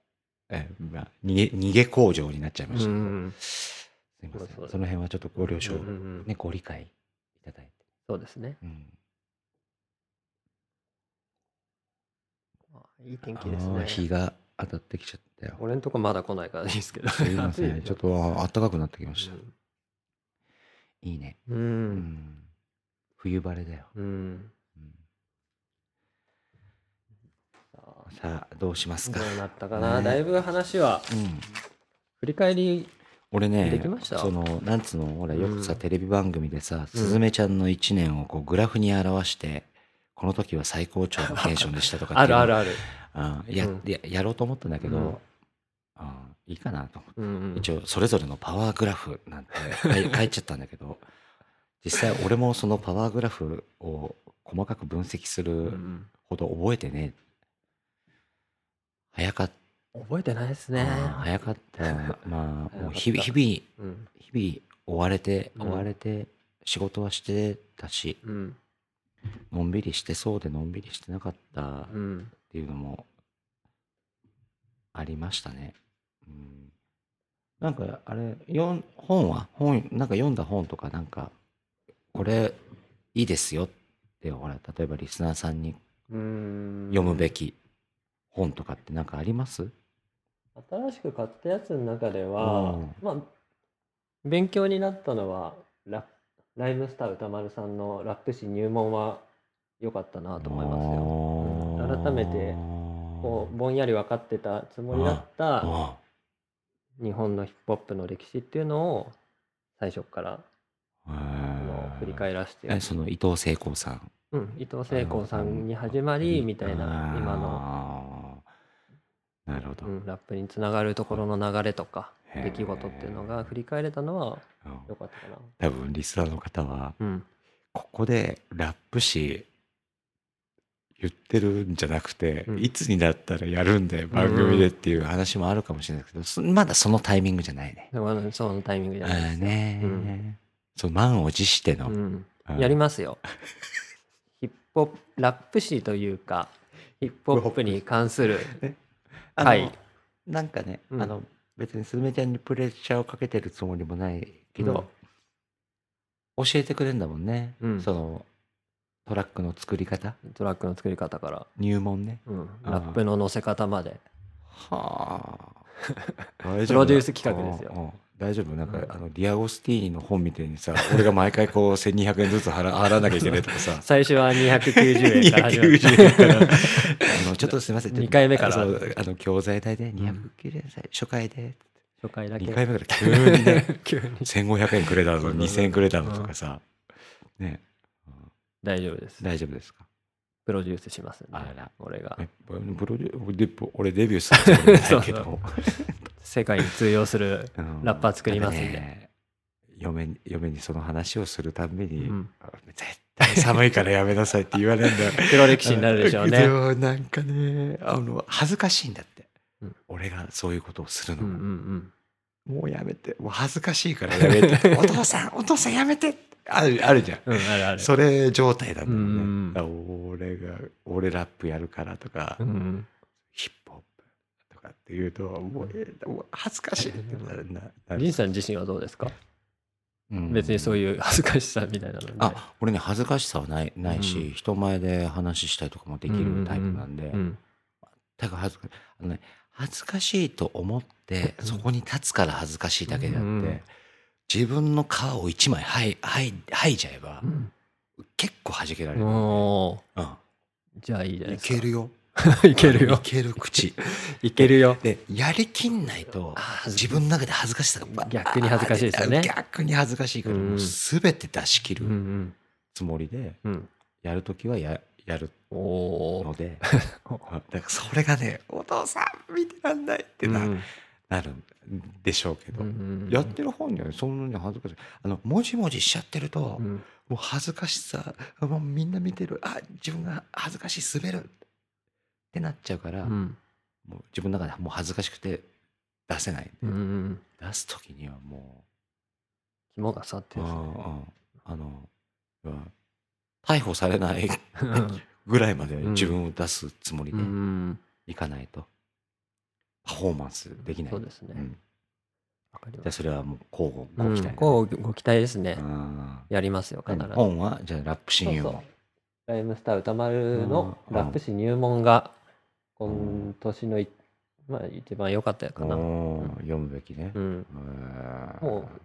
S2: えまあ、逃げ逃げ工場になっちゃいましたけど、
S1: うん
S2: すいません
S1: そうそう
S2: その辺はちょっとご了承、
S1: うんうんうん
S2: ね、ご理解いただいて、
S1: そうですね。
S2: うん
S1: まあいい天気です
S2: あー
S1: ね。
S2: 日が当たってきちゃったよ
S1: 俺のとこまだ来ないからい (laughs) いですけど。
S2: すいませ
S1: 暑
S2: ん
S1: で
S2: ち
S1: す
S2: ょ
S1: よ
S2: っとあ暖かくなってきました、いいね、
S1: う。
S2: うんん、冬晴れだよ、
S1: うん。
S2: うん
S1: さあ
S2: さあどうします
S1: ど
S2: か、
S1: うなったかな。
S2: ね
S1: だいぶ話は、
S2: うん、
S1: 振り返り、
S2: 俺ね
S1: できました
S2: そのなんつうのほらよくさ、
S1: うん
S2: テレビ番組でさすずめちゃんの1年をこうグラフに表してこの時は最高潮のテンションでしたとか
S1: あ (laughs) るある
S2: る
S1: ある。
S2: や
S1: うん
S2: ややろうと思ったんだけど、
S1: う
S2: うんんいいかなと思って
S1: うんうん。
S2: 一応それぞれのパワーグラフな
S1: (laughs)
S2: んて書い書いちゃったんだけど実際俺もそのパワーグラフを細かく分析す
S1: う
S2: る
S1: ん
S2: ほど覚えてね早かっ
S1: うん覚えてないです
S2: た、
S1: ね。
S2: 早か (laughs) ったまあも
S1: 早か
S2: う日々
S1: った
S2: 日々
S1: うん。
S2: 日々追われて
S1: うん
S2: 追われて仕事はしてたし、
S1: うん。
S2: のんびりしてそうでのんびりしてなかったっ
S1: うん。
S2: ていうのもありましたね。うん、なんかあれよん本は本なんか読んだ本とかなんかこれいいですよってほら例えばリスナーさんに
S1: うん
S2: 読むべき本とかってなんかあります、
S1: 新しく買ったやつの中では、
S2: うん
S1: まあ勉強になったのはラライムスター歌丸さんのラップ誌入門は良かったなと思いますよ、うん改めてこうぼんやり分かってたつもりだった
S2: あ
S1: 日本のヒップホップの歴史っていうのを最初から
S2: あ
S1: あの振り返らせて
S2: えその伊藤聖光さん
S1: うん、伊藤聖光さんに始まりみたいな今の、
S2: のなるほど、
S1: うんラップにつながるところの流れとか
S2: へー
S1: 出来事っていうのが振り返れたのは
S2: うん
S1: 良かったかな。
S2: 多分リスナーの方は
S1: うん
S2: ここでラップし言ってるんじゃなくて、
S1: うん
S2: いつになったらやるんで番組でっていう話もあるかもしれないですけど、そまだそのタイミングじゃないね。
S1: でもあのそのタイミングじゃ
S2: あ
S1: ないで
S2: ー
S1: すよ。
S2: ねー、
S1: うん
S2: そう満を持しての、
S1: うん、
S2: うん
S1: やります
S2: (laughs)
S1: よ。ヒップホップラップ誌というかヒップホップに関する
S2: あの
S1: はい
S2: なんかね、
S1: うん
S2: あの別にすずめちゃんにプレッシャーをかけてるつもりもないけど、教えてくれるんだもんね、
S1: うん
S2: そのトラックの作り方
S1: トラックの作り方から、
S2: 入門ね
S1: うん、
S2: あー
S1: ラップの乗せ方まで。
S2: はあ
S1: プロデュース企画ですよ
S2: 大丈夫なんか、
S1: うん
S2: あのディアゴスティーニの本みたいにさ俺が毎回こう1200円ずつ払払わなきゃいけないと
S1: (laughs)
S2: かさ
S1: 最初は290円から始まる
S2: 290円
S1: (laughs)
S2: からあのちょっとすいませんちょっと
S1: 二回目から
S2: そうあの教材代で290円さ、初回で
S1: 初回だけ
S2: 2回目から急にね
S1: (laughs) 急に
S2: 1500円くれた
S1: そう
S2: の
S1: そう
S2: 2000円くれたのとかさ、ね
S1: 大丈夫です。
S2: 大丈夫ですか
S1: プロデュースしますんで
S2: あら
S1: 俺が
S2: えプロデュで俺デビューするつもりないけ
S1: そ
S2: ど
S1: 世界に通用する
S2: うん
S1: ラッパー作りますんで
S2: なんかね嫁に嫁にその話をするたんびに、
S1: うん
S2: あ絶対寒いからやめなさいって言われるんだよ
S1: 黒歴史になるで
S2: (laughs)
S1: しょうね。
S2: そうなんかねあの恥ずかしいんだって、
S1: うん
S2: 俺がそういうことをする
S1: う
S2: の
S1: んう
S2: が、
S1: ん
S2: もうやめてもう恥ずかしいからや
S1: (laughs)
S2: めてお父さんお父さんやめてあるあるじゃん
S1: うん。うん、あるある。
S2: それ状態なんだよね、
S1: うん
S2: あ俺が俺ラップやるからとか、
S1: うんうん
S2: ヒップホップとかっていうともう,、えーもう恥ずかしいってなるななる
S1: リンさん自身はどうですか
S2: うん
S1: 別にそういう恥ずかしさみたいなのない
S2: あ俺ね恥ずかしさはないないし、
S1: うん
S2: 人前で話したりとかもできるタイプなんで、
S1: ううん
S2: だから恥ずかあの、ね、恥ずかしいと思って
S1: うん
S2: そこに立つから恥ずかしいだけであっ
S1: う
S2: て、
S1: ん
S2: 自分の皮を一枚はいはいはいじゃえば、
S1: うん
S2: 結構弾けられる、
S1: おー
S2: う
S1: じゃあいいじゃ
S2: ん
S1: ない
S2: い
S1: ですか
S2: けるよ
S1: いける
S2: い
S1: よ
S2: ける口
S1: いけるよ
S2: でやりきんないと
S1: あー
S2: 自分の中で恥ずかしさがバーッ
S1: 逆に恥ずかしいですよね
S2: 逆に恥ずかしいから、もう全て出し切
S1: う
S2: る
S1: ん
S2: つもりで、
S1: うんうん
S2: やるときはややる
S3: お
S2: の
S3: ー
S2: で、 (laughs) だからそれがね、お父さん見てらんないって
S1: う
S2: な,、
S1: ん
S2: なるんでしょうけど、
S1: うんうん
S2: やってる本にはねそんなに恥ずかしい。あの、もじもじしちゃってると、
S1: う
S2: も
S1: ん
S2: う恥ずかしさ、もうみんな見てる、あ、自分が恥ずかしい、滑るってなっちゃうから、
S1: うん
S2: もう自分の中でもう恥ずかしくて出せない。
S1: うんうん
S2: 出す時にはも
S1: 肝が去って
S2: う、
S1: る
S2: あ
S1: ん
S2: ああの、要は逮捕されない
S1: ですね
S2: ぐらいまで
S1: うん
S2: 自分を出すつもり
S1: う
S2: で
S1: ん
S2: いかないと、パフォーマンスできない。
S1: そうですね
S2: ん
S1: わかり
S2: じゃ
S1: ま
S2: あ
S1: す
S2: それはもう交互、
S1: う
S2: ご期
S1: ん
S2: 待。
S1: ごご期待ですね
S2: あ
S1: やりますよ
S2: あ
S1: 必ず
S2: 本は、じゃあラップ親友
S1: そうそ
S2: を
S1: う。ライムスター歌丸の
S2: うん
S1: ラップ誌入門が
S2: うん
S1: 今年のい、まあ、一番良かったやかな、う
S2: おー読むべきね。
S1: ん、
S2: うん
S1: もう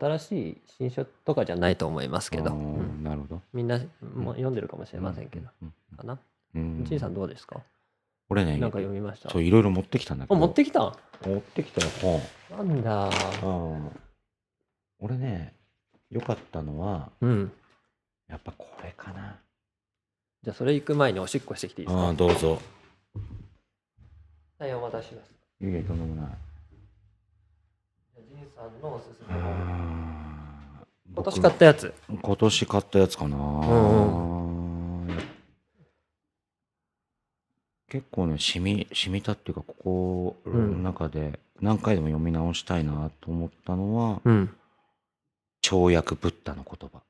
S1: 新しい新書とかじゃないと思いますけど、
S2: あー
S1: うん
S2: なるほど。
S1: みんなもう読んでるかもしれませんけど、
S2: うん。
S1: かな
S2: うん。
S1: じいさんどうですか、
S2: 俺ね
S1: なんか、読みました
S2: そういろいろ持ってきたんだ
S1: あ
S2: けど。
S1: 持ってきた
S2: 持ってきたよ、本。
S1: なんだ
S2: うん俺ね、良かったのは、
S1: うん
S2: やっぱこれかな。
S1: じゃあそれ行く前におしっこしてきていいです
S2: あ
S1: か
S2: あ、どうぞ。
S1: はいお待たせしました
S2: いや、とんでもない。
S1: じゃあじいさんのおすす
S2: う
S1: めの
S2: ん
S1: 今年買ったやつ
S2: 今年買ったやつかな、
S1: ん
S2: 結構ねしみしみたっていうかここ
S1: う
S2: の
S1: ん
S2: 中で何回でも読み直したいなと思ったのは
S1: うん
S2: 「跳躍ブッダの言葉」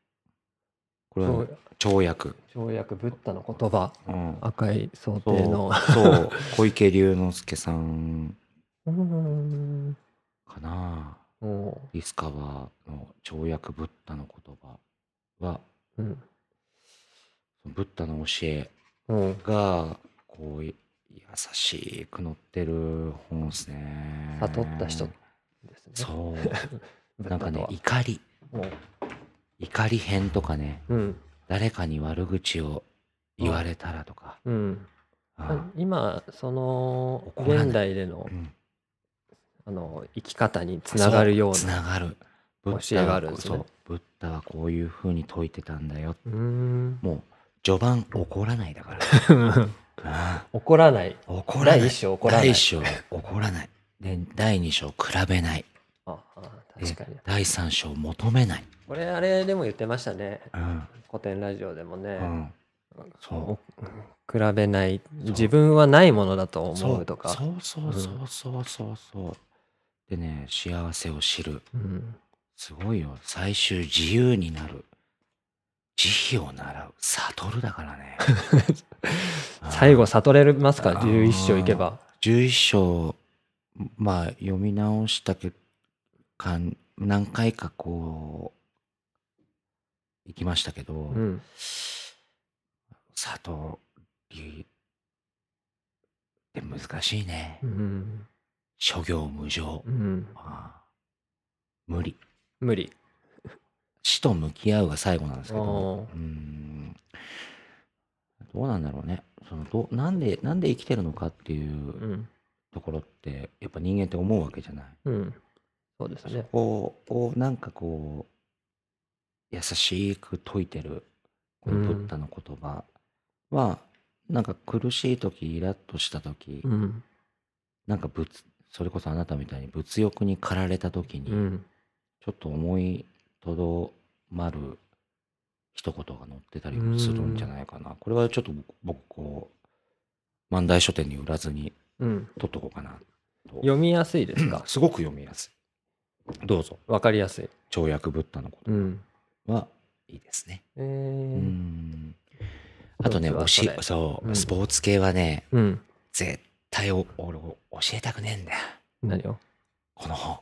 S2: これはね跳躍、
S1: 跳躍ブッダの言葉
S2: うん、
S1: 赤い想
S2: そう
S1: 定の
S2: そう小池龍之介さん
S1: うーん
S2: かな
S1: も
S2: ディスカバーの「跳躍ブッダの言葉は」
S1: う、うん、
S2: ブッダの教え
S1: うん、
S2: がこうい優しく載ってる本ですね
S1: 悟った人ですね。
S2: そう
S1: ブッ
S2: なんか
S1: ダと
S2: ね
S1: は
S2: 怒り怒り編とかね
S1: うん、
S2: 誰かに悪口を言われたらとか、
S1: うん、
S2: あ
S1: 今その
S2: 怒らない
S1: 現代での
S2: うん
S1: あの生き方につながるよう
S2: つ
S1: な。
S2: ながるブッ
S1: 教
S2: ダ
S1: え
S2: が
S1: が
S2: あ
S1: あ
S2: る
S1: る
S2: ん
S1: んで
S2: で
S1: すす
S2: ね
S1: ね
S2: そうブッダはこういうふうに説いてたんだよ
S1: うーん
S2: もう序盤怒らないだから
S1: (laughs)
S2: あ
S1: 怒らない。
S2: あ怒らない
S1: 第一章怒らない。
S2: 第一章怒らないで第二章比べない
S1: ああ確かに
S2: で。第三章求めない、
S1: これあれでも言ってましたね。
S2: うん
S1: 古典ラジオでもね。
S2: うん、そう
S1: お比べない自分はないものだと
S2: そ
S1: 思う
S2: う
S1: とか。
S2: そうそう
S1: うん
S2: そうそうそうそうでね幸せを知る
S1: うん
S2: すごいよ最終自由になる慈悲を習う悟るだからねあー
S1: (laughs) 最後悟れますか
S2: あー
S1: ?11 章いけば。
S2: 11章まあ読み直したけかん何回かこう行きましたけど、
S1: うん。
S2: 悟りって難しいね、
S1: うん。
S2: 諸行無常、
S1: うん。
S2: ああ無理
S1: 無理。
S2: 死と向き合うが最後なんですけど
S1: お。
S2: うーんどうなんだろうねそのどうなんでなんで生きてるのかっていううんところってやっぱ人間って思うわけじゃない、
S1: うん。そうです
S2: そ
S1: ね。
S2: こをなんかこう優しく説いてるこのブッダの言葉は、なんか苦しい時イラッとした時、
S1: うん。
S2: なんか物それこそあなたみたいに物欲に駆られた時に、
S1: うん。
S2: ちょっと思いとどまる一言が載ってたりもするんじゃないかな。これはちょっと僕僕こう、万代書店に売らずに
S1: うん。
S2: 取っとこうかなと。
S1: 読みやすいですか
S2: すごく読みやすい。どうぞ。
S1: わかりやすい。
S2: 跳躍ブッダのこ
S1: うん。
S2: とはいいですね。
S1: え
S2: う
S1: ー、
S2: ん。あとね、
S1: そう
S2: お
S1: です
S2: し
S1: ね、
S2: そうう、
S1: ん
S2: スポーツ系はね、
S1: うん。
S2: 絶対お俺教えたくねえんだよ。
S1: 何を
S2: この本。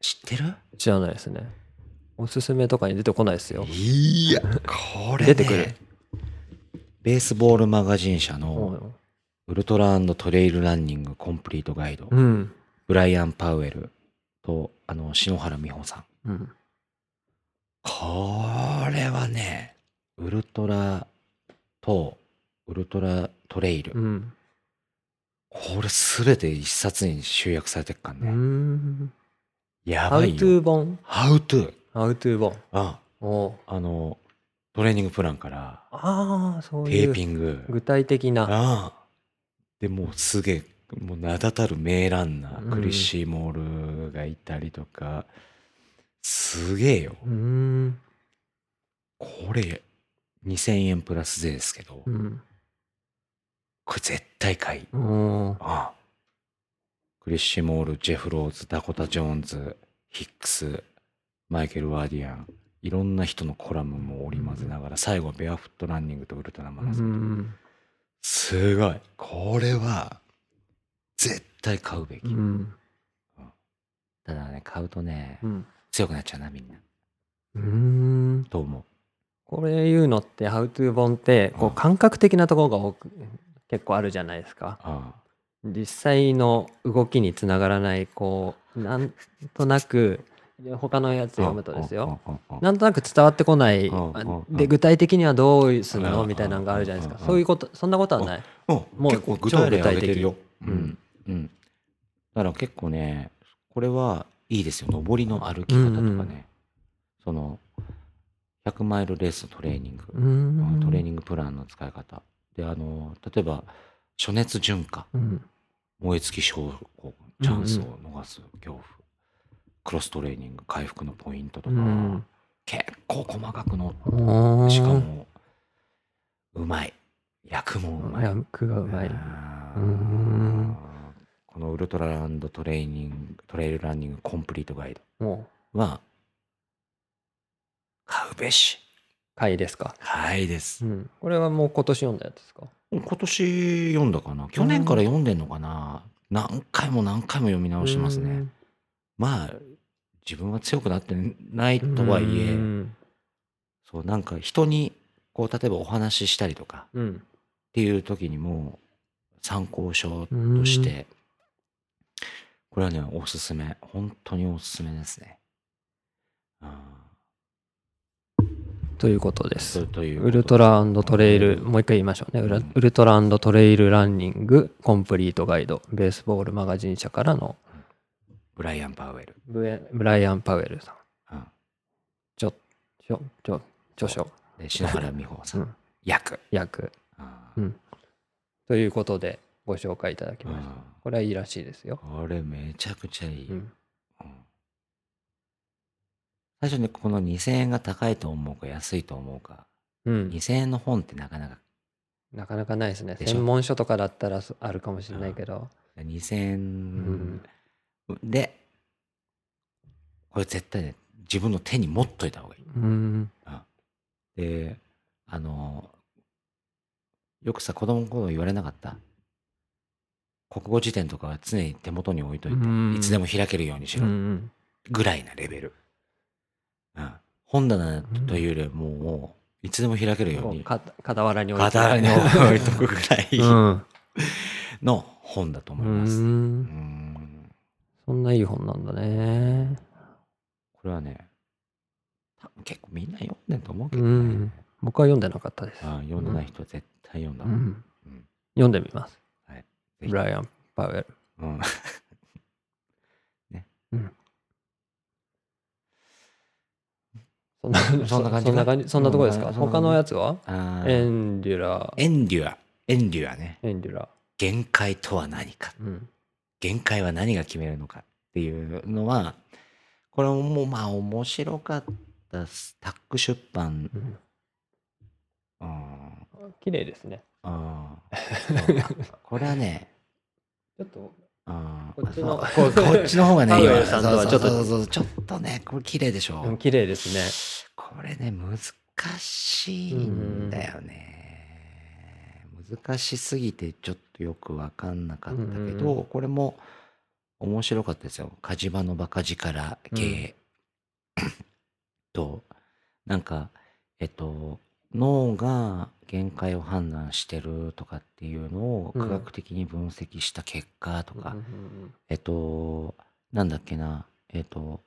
S2: 知ってる
S1: 知らないですね。おすすめとかに出てこないですよ。
S2: いや、これ、
S1: 出
S2: ね、
S1: てくる。
S2: ベースボールマガジン社
S1: う
S2: の
S1: ん
S2: ウルトラトレイルランニングコンプリートガイド、
S1: うん。
S2: ブライアン・パウエルと、あの、篠原美穂さん。
S1: うん。
S2: これはね、ウルトラと、ウルトラトレイル。
S1: うん。
S2: これすべて一冊に集約されてっか
S1: う
S2: らね。
S1: ん。
S2: や
S1: ハ
S2: ば
S1: ウ
S2: い
S1: ト
S2: よ
S1: ゥ。ー本
S2: ハウトゥー。
S1: ハウトゥー本。
S2: あ、
S1: おう
S2: あの、トレーニングプランから、
S1: ああ、そう
S2: テ
S1: い
S2: ー
S1: う
S2: ピング。
S1: 具体的な。
S2: ああ。でもうすげえ、もう名だたる名ランナー、クリッシー・モールがいたりとか、すげえよ。
S1: うーん。
S2: これ、2000円プラス税ですけど、
S1: うん。
S2: これ絶対買い。
S1: おー
S2: ああクリッシー・モール、ジェフ・ローズ、ダコタ・ジョーンズ、ヒックス、マイケル・ワーディアン、いろんな人のコラムも織り交ぜながら、最後はベアフットランニングとウルトラマ
S1: う
S2: ラソン。
S1: ん。
S2: すごい。これは、絶対買うべき。
S1: うん。
S2: ただね、買うとね、
S1: うん。
S2: 強くなっちゃうな、みんな。
S1: うーん。
S2: と思う。
S1: これいうのって、ハウトゥー本って、こ
S2: う
S1: うん感覚的なところが多く、結構あるじゃないですか。
S2: ああ
S1: 実際の動きにつながらない、こう、なんとなく、他のやつ読むとですよ。。
S2: うんうんうんうん
S1: なんとなく伝わってこない
S2: うんうんうん
S1: で具体的にはどうする
S2: うんうんう
S1: の
S2: ん
S1: みたいなのがあるじゃないです
S2: うんう
S1: か
S2: ん
S1: そういうことそんなことはない
S2: うん、
S1: もう
S2: 結構具体例
S1: 超具体
S2: 上げてるよ。
S1: 的
S2: うん。うん。だから結構ね、これはいいですよ。上りの歩き方とかね。
S1: うんうん
S2: その、100マイルレースのトレーニング、
S1: うーん
S2: トレーニングプランの使い方。で、あの、例えば、暑熱順化、
S1: うん
S2: 燃え尽き症候群、チャンスを逃す恐怖、クロストレーニング、回復のポイントと
S1: う
S2: か、
S1: ん
S2: 結構細かくの、
S1: おー
S2: しかも、うまい。役もうまい。
S1: 役がうまい
S2: あ
S1: う
S2: ー
S1: ーん
S2: このウルトラランドトレーニング、トレイルランニングコンプリートガイ
S1: もう
S2: ドは、買うべし。
S1: 回ですか
S2: はいです
S1: う。んこれはもう今年読んだやつですか
S2: 今年読んだかな去年から読んでんのかな何回も何回も読み直してます
S1: うー
S2: ね
S1: ん。
S2: まあ、自分は強くなってないとはいうえ、
S1: ん
S2: そう、なんか人に、こう、例えばお話ししたりとかっ
S1: うん
S2: ていう時にも、参考書として、これはね、おすすめ。本当におすすめですね。あ
S1: ということで
S2: ーそ
S1: す
S2: れということ
S1: ウルトラトレイルもう一回言いましょうねウラ
S2: うん
S1: ウルトラトレイルランニングコンプリートガイドベースボールマガジン社からの
S2: ブライアン・パウエル。
S1: ブエブライアン・パウエルさん
S2: うん、
S1: ちょちょちょ著書
S2: で篠原美穂さ
S1: うんん。
S2: 役。
S1: 役
S2: あ
S1: う
S2: ー
S1: んということでご紹介いただきました。
S2: あ
S1: これはいいらしいですよ。
S2: ーこれめちゃくちゃいい。
S1: うん、
S2: うん最初にこの2000円が高いと思うか安いと思うか。
S1: うん、
S2: 2000円の本ってなかなか。
S1: なかなかないですね。
S2: でしょ
S1: 専門書とかだったらそあるかもしれないけど。
S2: 2000円で、これ絶対ね、自分の手に持っといた方がいい。
S1: うん、
S2: で、あの、よくさ、子供の頃言われなかった。国語辞典とかは常に手元に置いといて
S1: う、ん
S2: いつでも開けるようにし
S1: う
S2: ろ、
S1: ん、
S2: ぐらいなレベル。うん、本棚というよりはもう、もういつでも開けるよう
S1: こう
S2: に、
S1: か傍らに置いて
S2: 肩に置いとくぐらい
S1: うん
S2: の本だ (laughs) と思
S1: う、
S2: います。うんん
S1: そんないい本なんだね。
S2: これはね、多分結構みんな読んでると思うけ
S1: う
S2: どね、
S1: ん、僕は読んでなかったです。
S2: あ読んでない人は絶対読んだ
S1: う
S2: 方がいい、
S1: ん、
S2: うん
S1: 読んでみます。
S2: はいぜひ
S1: ブライアン・パウエル。
S2: うん。
S1: そんな (laughs)
S2: そんな感じ
S1: そんな感じ。そんなとこですか。
S2: そんな
S1: 他のやつは
S2: あー
S1: エンデュラー。
S2: エンデュア。エンデュアね。
S1: エンデュラ
S2: 限界とは何か。
S1: ー。うん。
S2: 限界は何が決めるのかっていうのは、これもまあ面白かったっすタック出版。
S1: うん
S2: うん。
S1: 綺麗ですね。
S2: うん
S1: (laughs)
S2: そうこれはね、
S1: ちょっと
S2: うん
S1: こっちの
S2: あそうここっちの方がね、
S1: パウエル
S2: 今
S1: さんとはちょっと
S2: そうそうそうちょっとね、これ綺麗でしょ。
S1: うん綺麗ですね。
S2: これね、難しいんだよね。難しすぎてちょっとよくわかんなかったけど、
S1: うん
S2: これも面白かったですよ。火事場のバカ力系、と、なんか、えっと、脳が限界を判断してるとかっていうのを科学的に分析した結果とか、
S1: うん
S2: えっと、なんだっけな、えっと、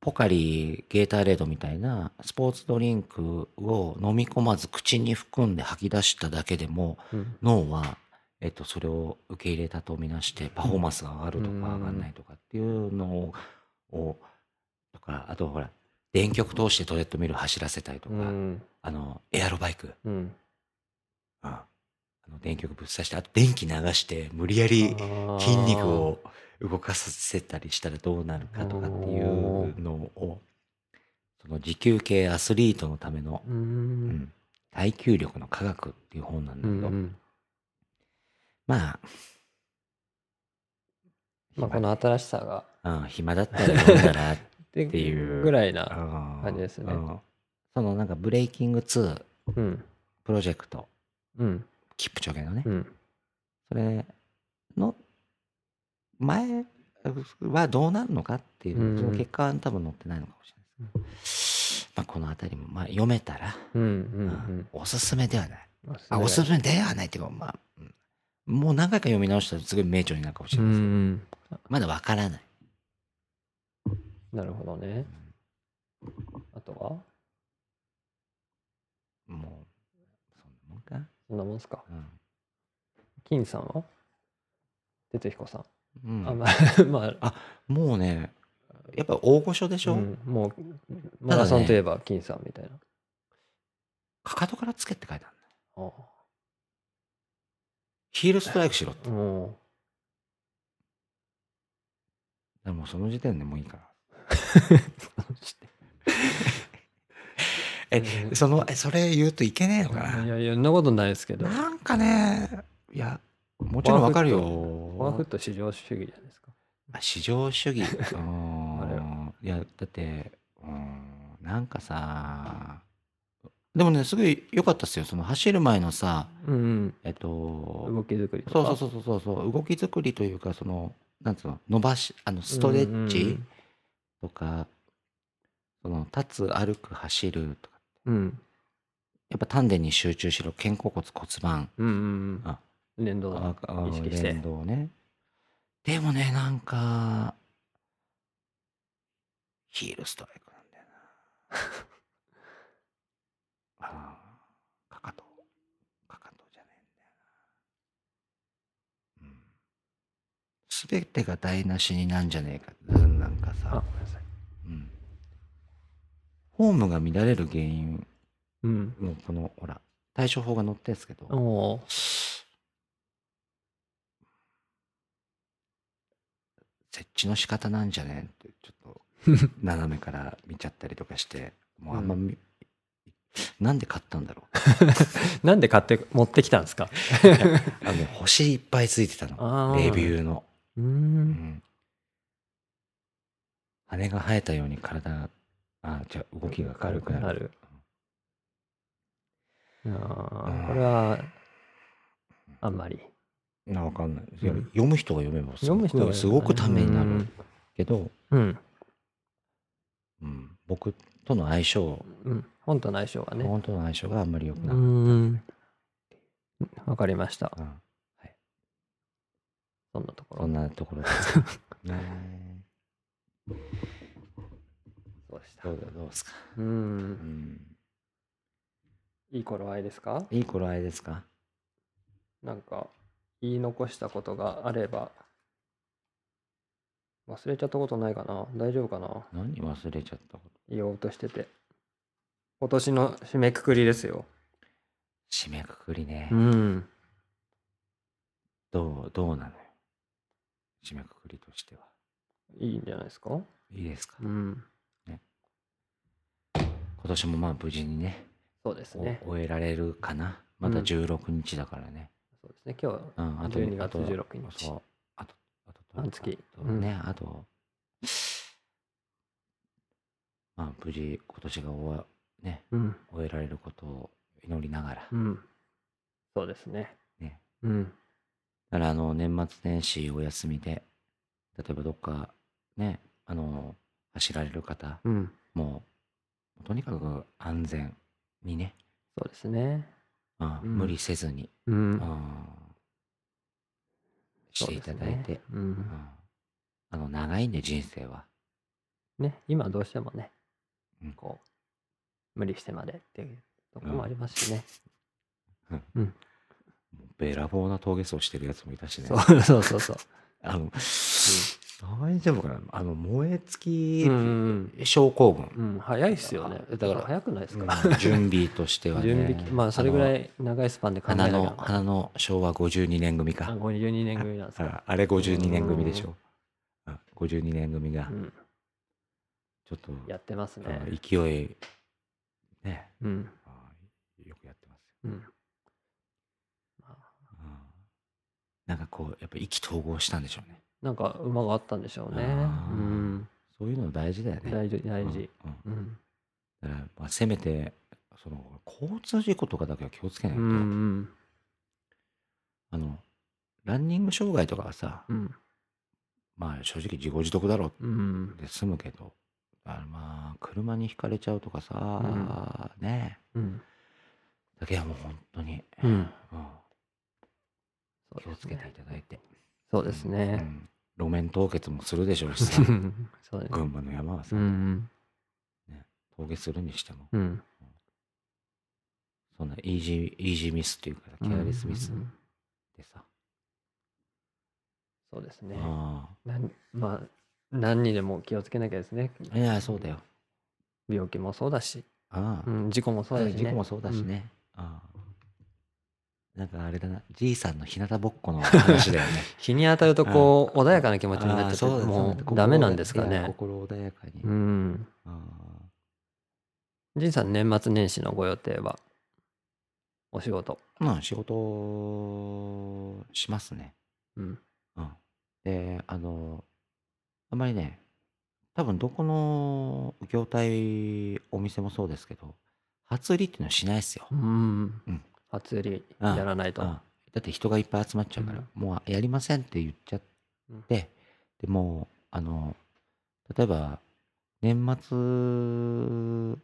S2: ポカリ、ゲーターレードみたいなスポーツドリンクを飲み込まず口に含んで吐き出しただけでも
S1: うん
S2: 脳は、えっと、それを受け入れたとみなしてパフォーマンスが上がると
S1: うん
S2: か上がらないとかっていうのを、とか、あとほら、電極通してトレッドミル走らせたりと
S1: う
S2: か、
S1: ん。
S2: あの、エアロバイク、
S1: うん。
S2: うんあの電極ぶっ刺して、あと電気流して、無理やり筋
S1: 筋
S2: 肉を動かさせたりしたらどうなるかとかっていうのを、その持久系アスリートのための、
S1: う。
S2: うんん耐久力の科学っていう本なん
S1: う
S2: だけ
S1: ん
S2: ど、
S1: うん
S2: まあ、
S1: まあこの新しさが
S2: うん、暇だったら読んだらっ
S1: って
S2: ていう
S1: ぐらいな。
S2: (laughs) 感
S1: 感じですね
S2: そのなんかブレイキング2
S1: うん。
S2: プロジェクト、
S1: うん。
S2: キップチョゲのね、
S1: うん。
S2: それの前はどうなるのかっていう、
S1: うん
S2: その結果は多分載ってないのかもしれないですけど、まあこの辺りもまあ読めたら、
S1: うん。う
S2: うん
S1: ん。
S2: おすすめではない。
S1: うん。
S2: あ、おすすめではないっていうか、まあ、うんもう何回か読み直したらすごい名著になるかもし
S1: う
S2: れないですけど、
S1: ん。
S2: まだわからない。
S1: なるほどね。あとは
S2: もう、そんなもんか。
S1: そんなもんですか。
S2: うん
S1: 金さんは哲彦さん。
S2: うん
S1: あ、まあ、 (laughs) まあ、
S2: もうね、やっぱ大御所でしょ、
S1: うんもう、マラソンといえば金さんみたいな。
S2: かかとからつけって書いてあるんだよ。
S1: あ
S2: ヒールストライクしろって。
S1: あも
S2: でもその時点でもういいから。
S1: う
S2: え、
S1: ん
S2: その、えそれ言うといけねえのか
S1: い
S2: な
S1: やいや、そんなことないですけど。
S2: なんかね、いや、もちろんわかるよ。
S1: パワーフット至上主義じゃないですか。
S2: あ市場主 (laughs) 義。うー
S1: あれ
S2: ん。いや、だって、うーん、なんかさ、でもね、すごい良かったですよ。その走る前のさ、
S1: うん、
S2: えっと
S1: うん。、動き作りと
S2: そう
S1: か。
S2: そうそうそうそう動き作りというかそのなんつうの伸ばしあのストレッチとか、その立つ歩く走るとか
S1: うん。
S2: やっぱ丹田に集中しろ肩甲骨骨盤
S1: うん。うんうん
S2: あ
S1: うん。連動
S2: あ
S1: だ。
S2: あ
S1: 意識して
S2: 連動ねでもねなんかヒールストライクなんだよ (laughs) なあーかかとかかとじゃねえんだよなうん全てが台無しになんじゃねえかうんなんか
S1: あ、
S2: さ、
S1: ごめんなさい。
S2: うん、フォームが乱れる原因
S1: うん。
S2: もうこのほら対処法が載ってんですけど、
S1: おお。
S2: 設置の仕方なんじゃねってちょっ (laughs) と斜めから見ちゃったりとかしてもうあんまみ、なんで買ったんだろ
S1: なんで買って、持ってきたんですか
S2: うあ (laughs) の星いっぱいついてた
S1: あ
S2: の
S1: ー
S2: レビューの、
S1: う。
S2: うんん、羽が生えたように体があじゃあ動きが軽くなる
S1: なるあーこれは、あんまり。
S2: なわかんない、
S1: うん
S2: いや読む人が読めばす
S1: 読む人
S2: ご
S1: が
S2: くすごくためになるけど、
S1: うん。
S2: うん、僕との相性
S1: うん。本との相性がね。
S2: 本当の相性があんまり良く
S1: う
S2: なかっ
S1: ん。わかりました
S2: た。うん
S1: そんなとこ
S2: そ
S1: ろ
S2: ん。なところです (laughs) ね
S1: そうでした
S2: どうだどうですか、
S1: う。
S2: うんん、
S1: いい頃合いですか
S2: いい頃合いですか
S1: なんか言い残したことがあれば忘れちゃったことないかな大丈夫かな
S2: 何忘れちゃったこと
S1: 言おうとしてて今年の締めくくりですよ
S2: 締めくくりね、
S1: ん
S2: どうどうなのよ締めくくりとしてはい
S1: いんじゃないですか
S2: いいですか、
S1: うん
S2: 今年もまあ無事にね
S1: そうです
S2: お
S1: ね
S2: 終えられるかなまた
S1: うん
S2: 16日だからね、
S1: そうですね今日
S2: うんあと
S1: 12
S2: あと
S1: 月16日
S2: そうあとあと
S1: 半月
S2: あとね、あとまあ無事今年が終わね
S1: うん
S2: 終えられることを祈りながら、
S1: うんそうですね
S2: ね
S1: うん
S2: だからあの年末年始お休みで例えばどっかねあの走られる方
S1: うん
S2: もうとにかく安全にね、
S1: そうですね
S2: うん
S1: うん
S2: 無理せずに、
S1: う
S2: うんんしていただい
S1: そう
S2: て、
S1: ですねう
S2: うんんあの長いんで人生は
S1: ね今どうしてもね
S2: うん
S1: こう無理してまでっていうところもありますしね
S2: もうべらぼうな峠走してるやつもいたしね (laughs)
S1: そうそうそうそう。
S2: あの、大丈夫かなあの、燃え
S1: (laughs) うんう
S2: 尽
S1: ん
S2: き症候群。
S1: うん、うん、早いっすよね。
S2: だから
S1: 早くないですか。
S2: うん準備としてはね。
S1: (laughs) 準備期、まあそれぐら
S2: い。
S1: い長いスパンで考えな
S2: 花
S1: きゃ
S2: の、花の昭和52年組
S1: あ
S2: か。
S1: 52年組なんですか。
S2: ああれ52年組でしょ。あ52年組が
S1: う、ん、
S2: ちょっと、
S1: やってますね
S2: あ。勢い、ね、
S1: うん、
S2: あよくやってますよ。
S1: うん、
S2: うんなんかこう、やっぱ意気投合したんでしょうね。
S1: なんか馬があったんでしょうね。う
S2: あー
S1: ん、
S2: そういうの大事だよね。
S1: 大事大事。
S2: うんうん
S1: うん、
S2: だから、まあ、せめて、その、交通事故とかだけは気をつけな
S1: う
S2: い
S1: ん、
S2: と、
S1: うん、
S2: あの、ランニング障害とかはさ、
S1: うん、
S2: まあ正直自業自得だろ
S1: うん
S2: う、で済むけど、あのまあ、車にひかれちゃうとかさ、ね
S1: うん、
S2: えだけはもう本当に、
S1: うん、
S2: うん気
S1: そう
S2: を
S1: です
S2: つけてい
S1: ね。
S2: ただいて。
S1: そうです
S2: う
S1: ね。、
S2: ん路面凍結もするでしょうしさ
S1: そうです。
S2: 群馬の山は
S1: う
S2: さ、
S1: ん、
S2: 凍結するにしても、
S1: うん、
S2: そんなイージー、イージーミスっていうか、ケアレスミス
S1: うん
S2: でさ、
S1: そうですね。
S2: あ
S1: なんまあ何にでも気をつけなきゃですね。
S2: あ、いや、そうだよ。
S1: 病気もそうだし、
S2: ああ
S1: う、ん、事故もそうだし、ね。
S2: 事故もそうだしね。ああなんかあれだな、じいさんの日向ぼっこの
S1: (laughs)
S2: 話だよね。
S1: 日に当たるとこう穏やかな気持ちになっちゃって
S2: ああそう
S1: も
S2: だそう
S1: う
S2: だ
S1: ダメなんですか
S2: いや
S1: ね。
S2: 心穏やかに。
S1: うん。
S2: あ
S1: 仁さん年末年始のご予定はお仕事。
S2: あまあ仕事しますね。
S1: うん。
S2: うん、で、あの、あんまりね、多分どこの業態、お店もそうですけど、初売りっていうのはしないですよ。
S1: うん
S2: うん。
S1: 初売り
S2: ああ
S1: やらないと。
S2: うんだって人がいっぱい集まっちゃうから、もうやりませんって言っちゃって、
S1: うん
S2: でもうあの例えば年末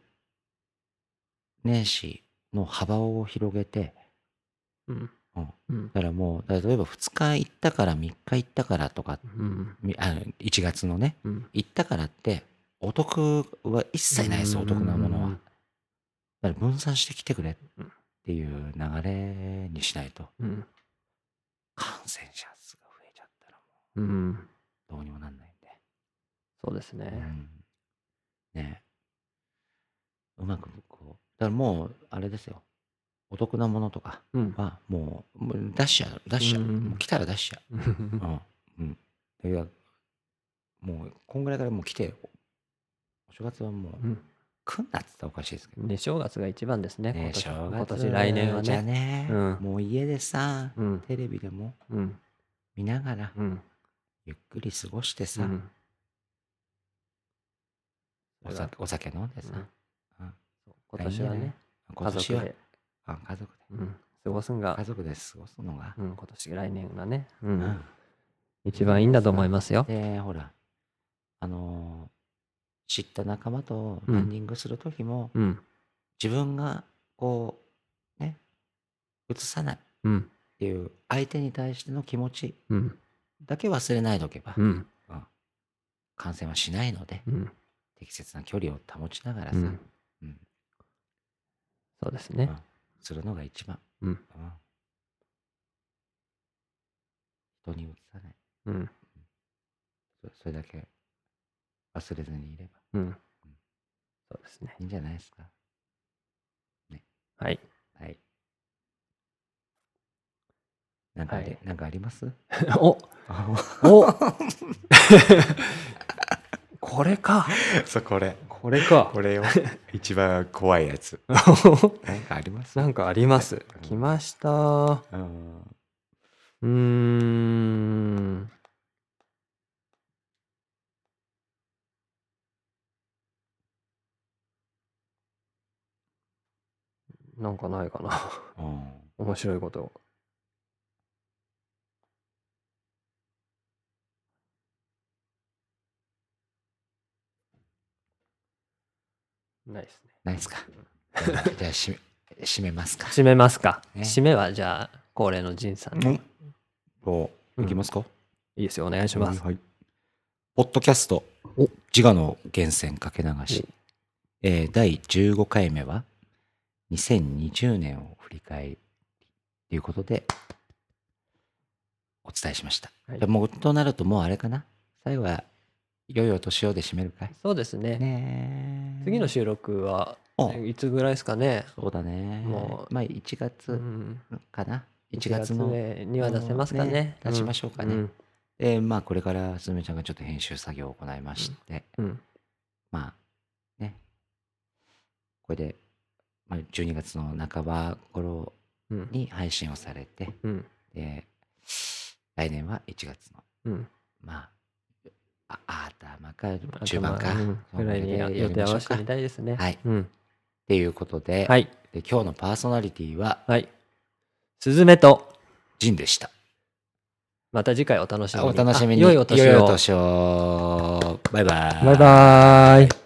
S2: 年始の幅を広げて
S1: うん。
S2: うん
S1: うん。
S2: だからもう例えば2日行ったから3日行ったからとか
S1: うん。
S2: みあ1月のね
S1: うん。
S2: 行ったからってお得は一切ないですお得なもの
S1: う
S2: は
S1: ん
S2: だから分散してきてくれっ
S1: うん
S2: ていう流れにしないと
S1: うん。
S2: 感染者数が増えちゃったらも
S1: うん。
S2: うどうにもなんないんで。
S1: そうですね
S2: う。んねえうまくこう。だからもう、あれですよ。お得なものとか
S1: うん。
S2: はもう、もう出しちゃう、出しちゃう。
S1: うんうんうん
S2: もう来たら出しちゃう。うん。うん。いや、もう、こんぐらいからもう来てよ。お正月はもう、
S1: うん
S2: 来んなって言ったらおかしいですけど。
S1: ね正月が一番ですね。今
S2: ねえ
S1: 年
S2: 正月
S1: 今年来年は
S2: じゃ
S1: ね。
S2: ね、
S1: うん
S2: もう家でさ、
S1: うん。
S2: テレビでも
S1: うん。
S2: 見ながら、
S1: うん。
S2: ゆっくり過ごして
S1: う
S2: さ、
S1: ん。
S2: お酒お酒飲んでさ、うん
S1: 今年はね、
S2: 今
S1: 家
S2: 年
S1: 族
S2: は
S1: で、
S2: あ家族で
S1: うん、過ごすんが
S2: 家、族で過ごすのが、
S1: うん、今年来年がね、う
S2: うんん
S1: 一番いいんだと思いますよ。
S2: でほらあのー知った仲間と
S1: うん
S2: ランニングする時も、
S1: うん、
S2: 自分がこうね映さないっ
S1: うん、
S2: ていう相手に対しての気持ち
S1: うん、
S2: だけ忘れないでおけば、
S1: うん、
S2: うん感染はしないので、
S1: うん、
S2: 適切な距離を保ちながら
S1: う
S2: さ、
S1: ん
S2: うん
S1: そうですね
S2: うん。するのが一番、
S1: うん
S2: 人にうつさない
S1: うん、
S2: そそれだけ忘れずにいれば
S1: うん。そうですね。
S2: いいんじゃないですか
S1: はい。 (laughs)
S2: はいなんかあり、
S1: はい
S2: なんかあり
S1: (laughs)
S2: ます
S1: お、お (laughs) これか。
S2: そうこれ
S1: これか。
S2: れ (laughs) を一番怖いやつなんかありま
S1: (laughs)
S2: す
S1: なんかあります。来ました。う
S2: うん
S1: ーん。なんかないかな。
S2: うん
S1: 面白いこと。ないですね。
S2: ないですかじゃあじゃあしめ締めますか
S1: 締めますか。
S2: ね
S1: 締めはじゃあ恒例の仁さん。い
S2: お
S1: うん
S2: いきますか、
S1: いですよ。お願いします。
S2: はい。ポッドキャスト、
S1: お
S2: 自我の源泉かけ流し、えー第15回目は、2020年を振り返りということで、お伝えしました。
S1: はい
S2: でもうとなると、もうあれかな最後は、良いお年をで締めるかい
S1: そうですね。
S2: ねえ
S1: 次の収録は
S2: お
S1: いつぐらいですかね。
S2: そうだね。
S1: もう
S2: まあ、1
S1: う
S2: 月
S1: ん、
S2: かな。
S1: 1月
S2: 1月の。
S1: 目には出せますかね。
S2: 出しましょうかね。
S1: うん
S2: で、まあ、これから、すずめちゃんがちょっと編集作業を行いまして、
S1: うん
S2: まあ、ね。これで、まあ、12月の半ば頃
S1: うん
S2: に配信をされて、
S1: うん
S2: で、来年は1月の、
S1: うん
S2: まあ、あ頭か中盤か、
S1: 頭うんぐらいに
S2: や
S1: 予
S2: り
S1: 定
S2: ま
S1: 合
S2: しょ
S1: わ
S2: う
S1: せて
S2: か。
S1: みたいですね。
S2: はい
S1: うん
S2: っていうことで、
S1: はい。
S2: で今日のパーソナリティは、
S1: はい。すずめと、
S2: ジンでした。
S1: また次回お楽しみに。
S2: お楽しみに。
S1: あ良いお年を。
S2: 良いお年を。バイバイ。
S1: バイバーイ。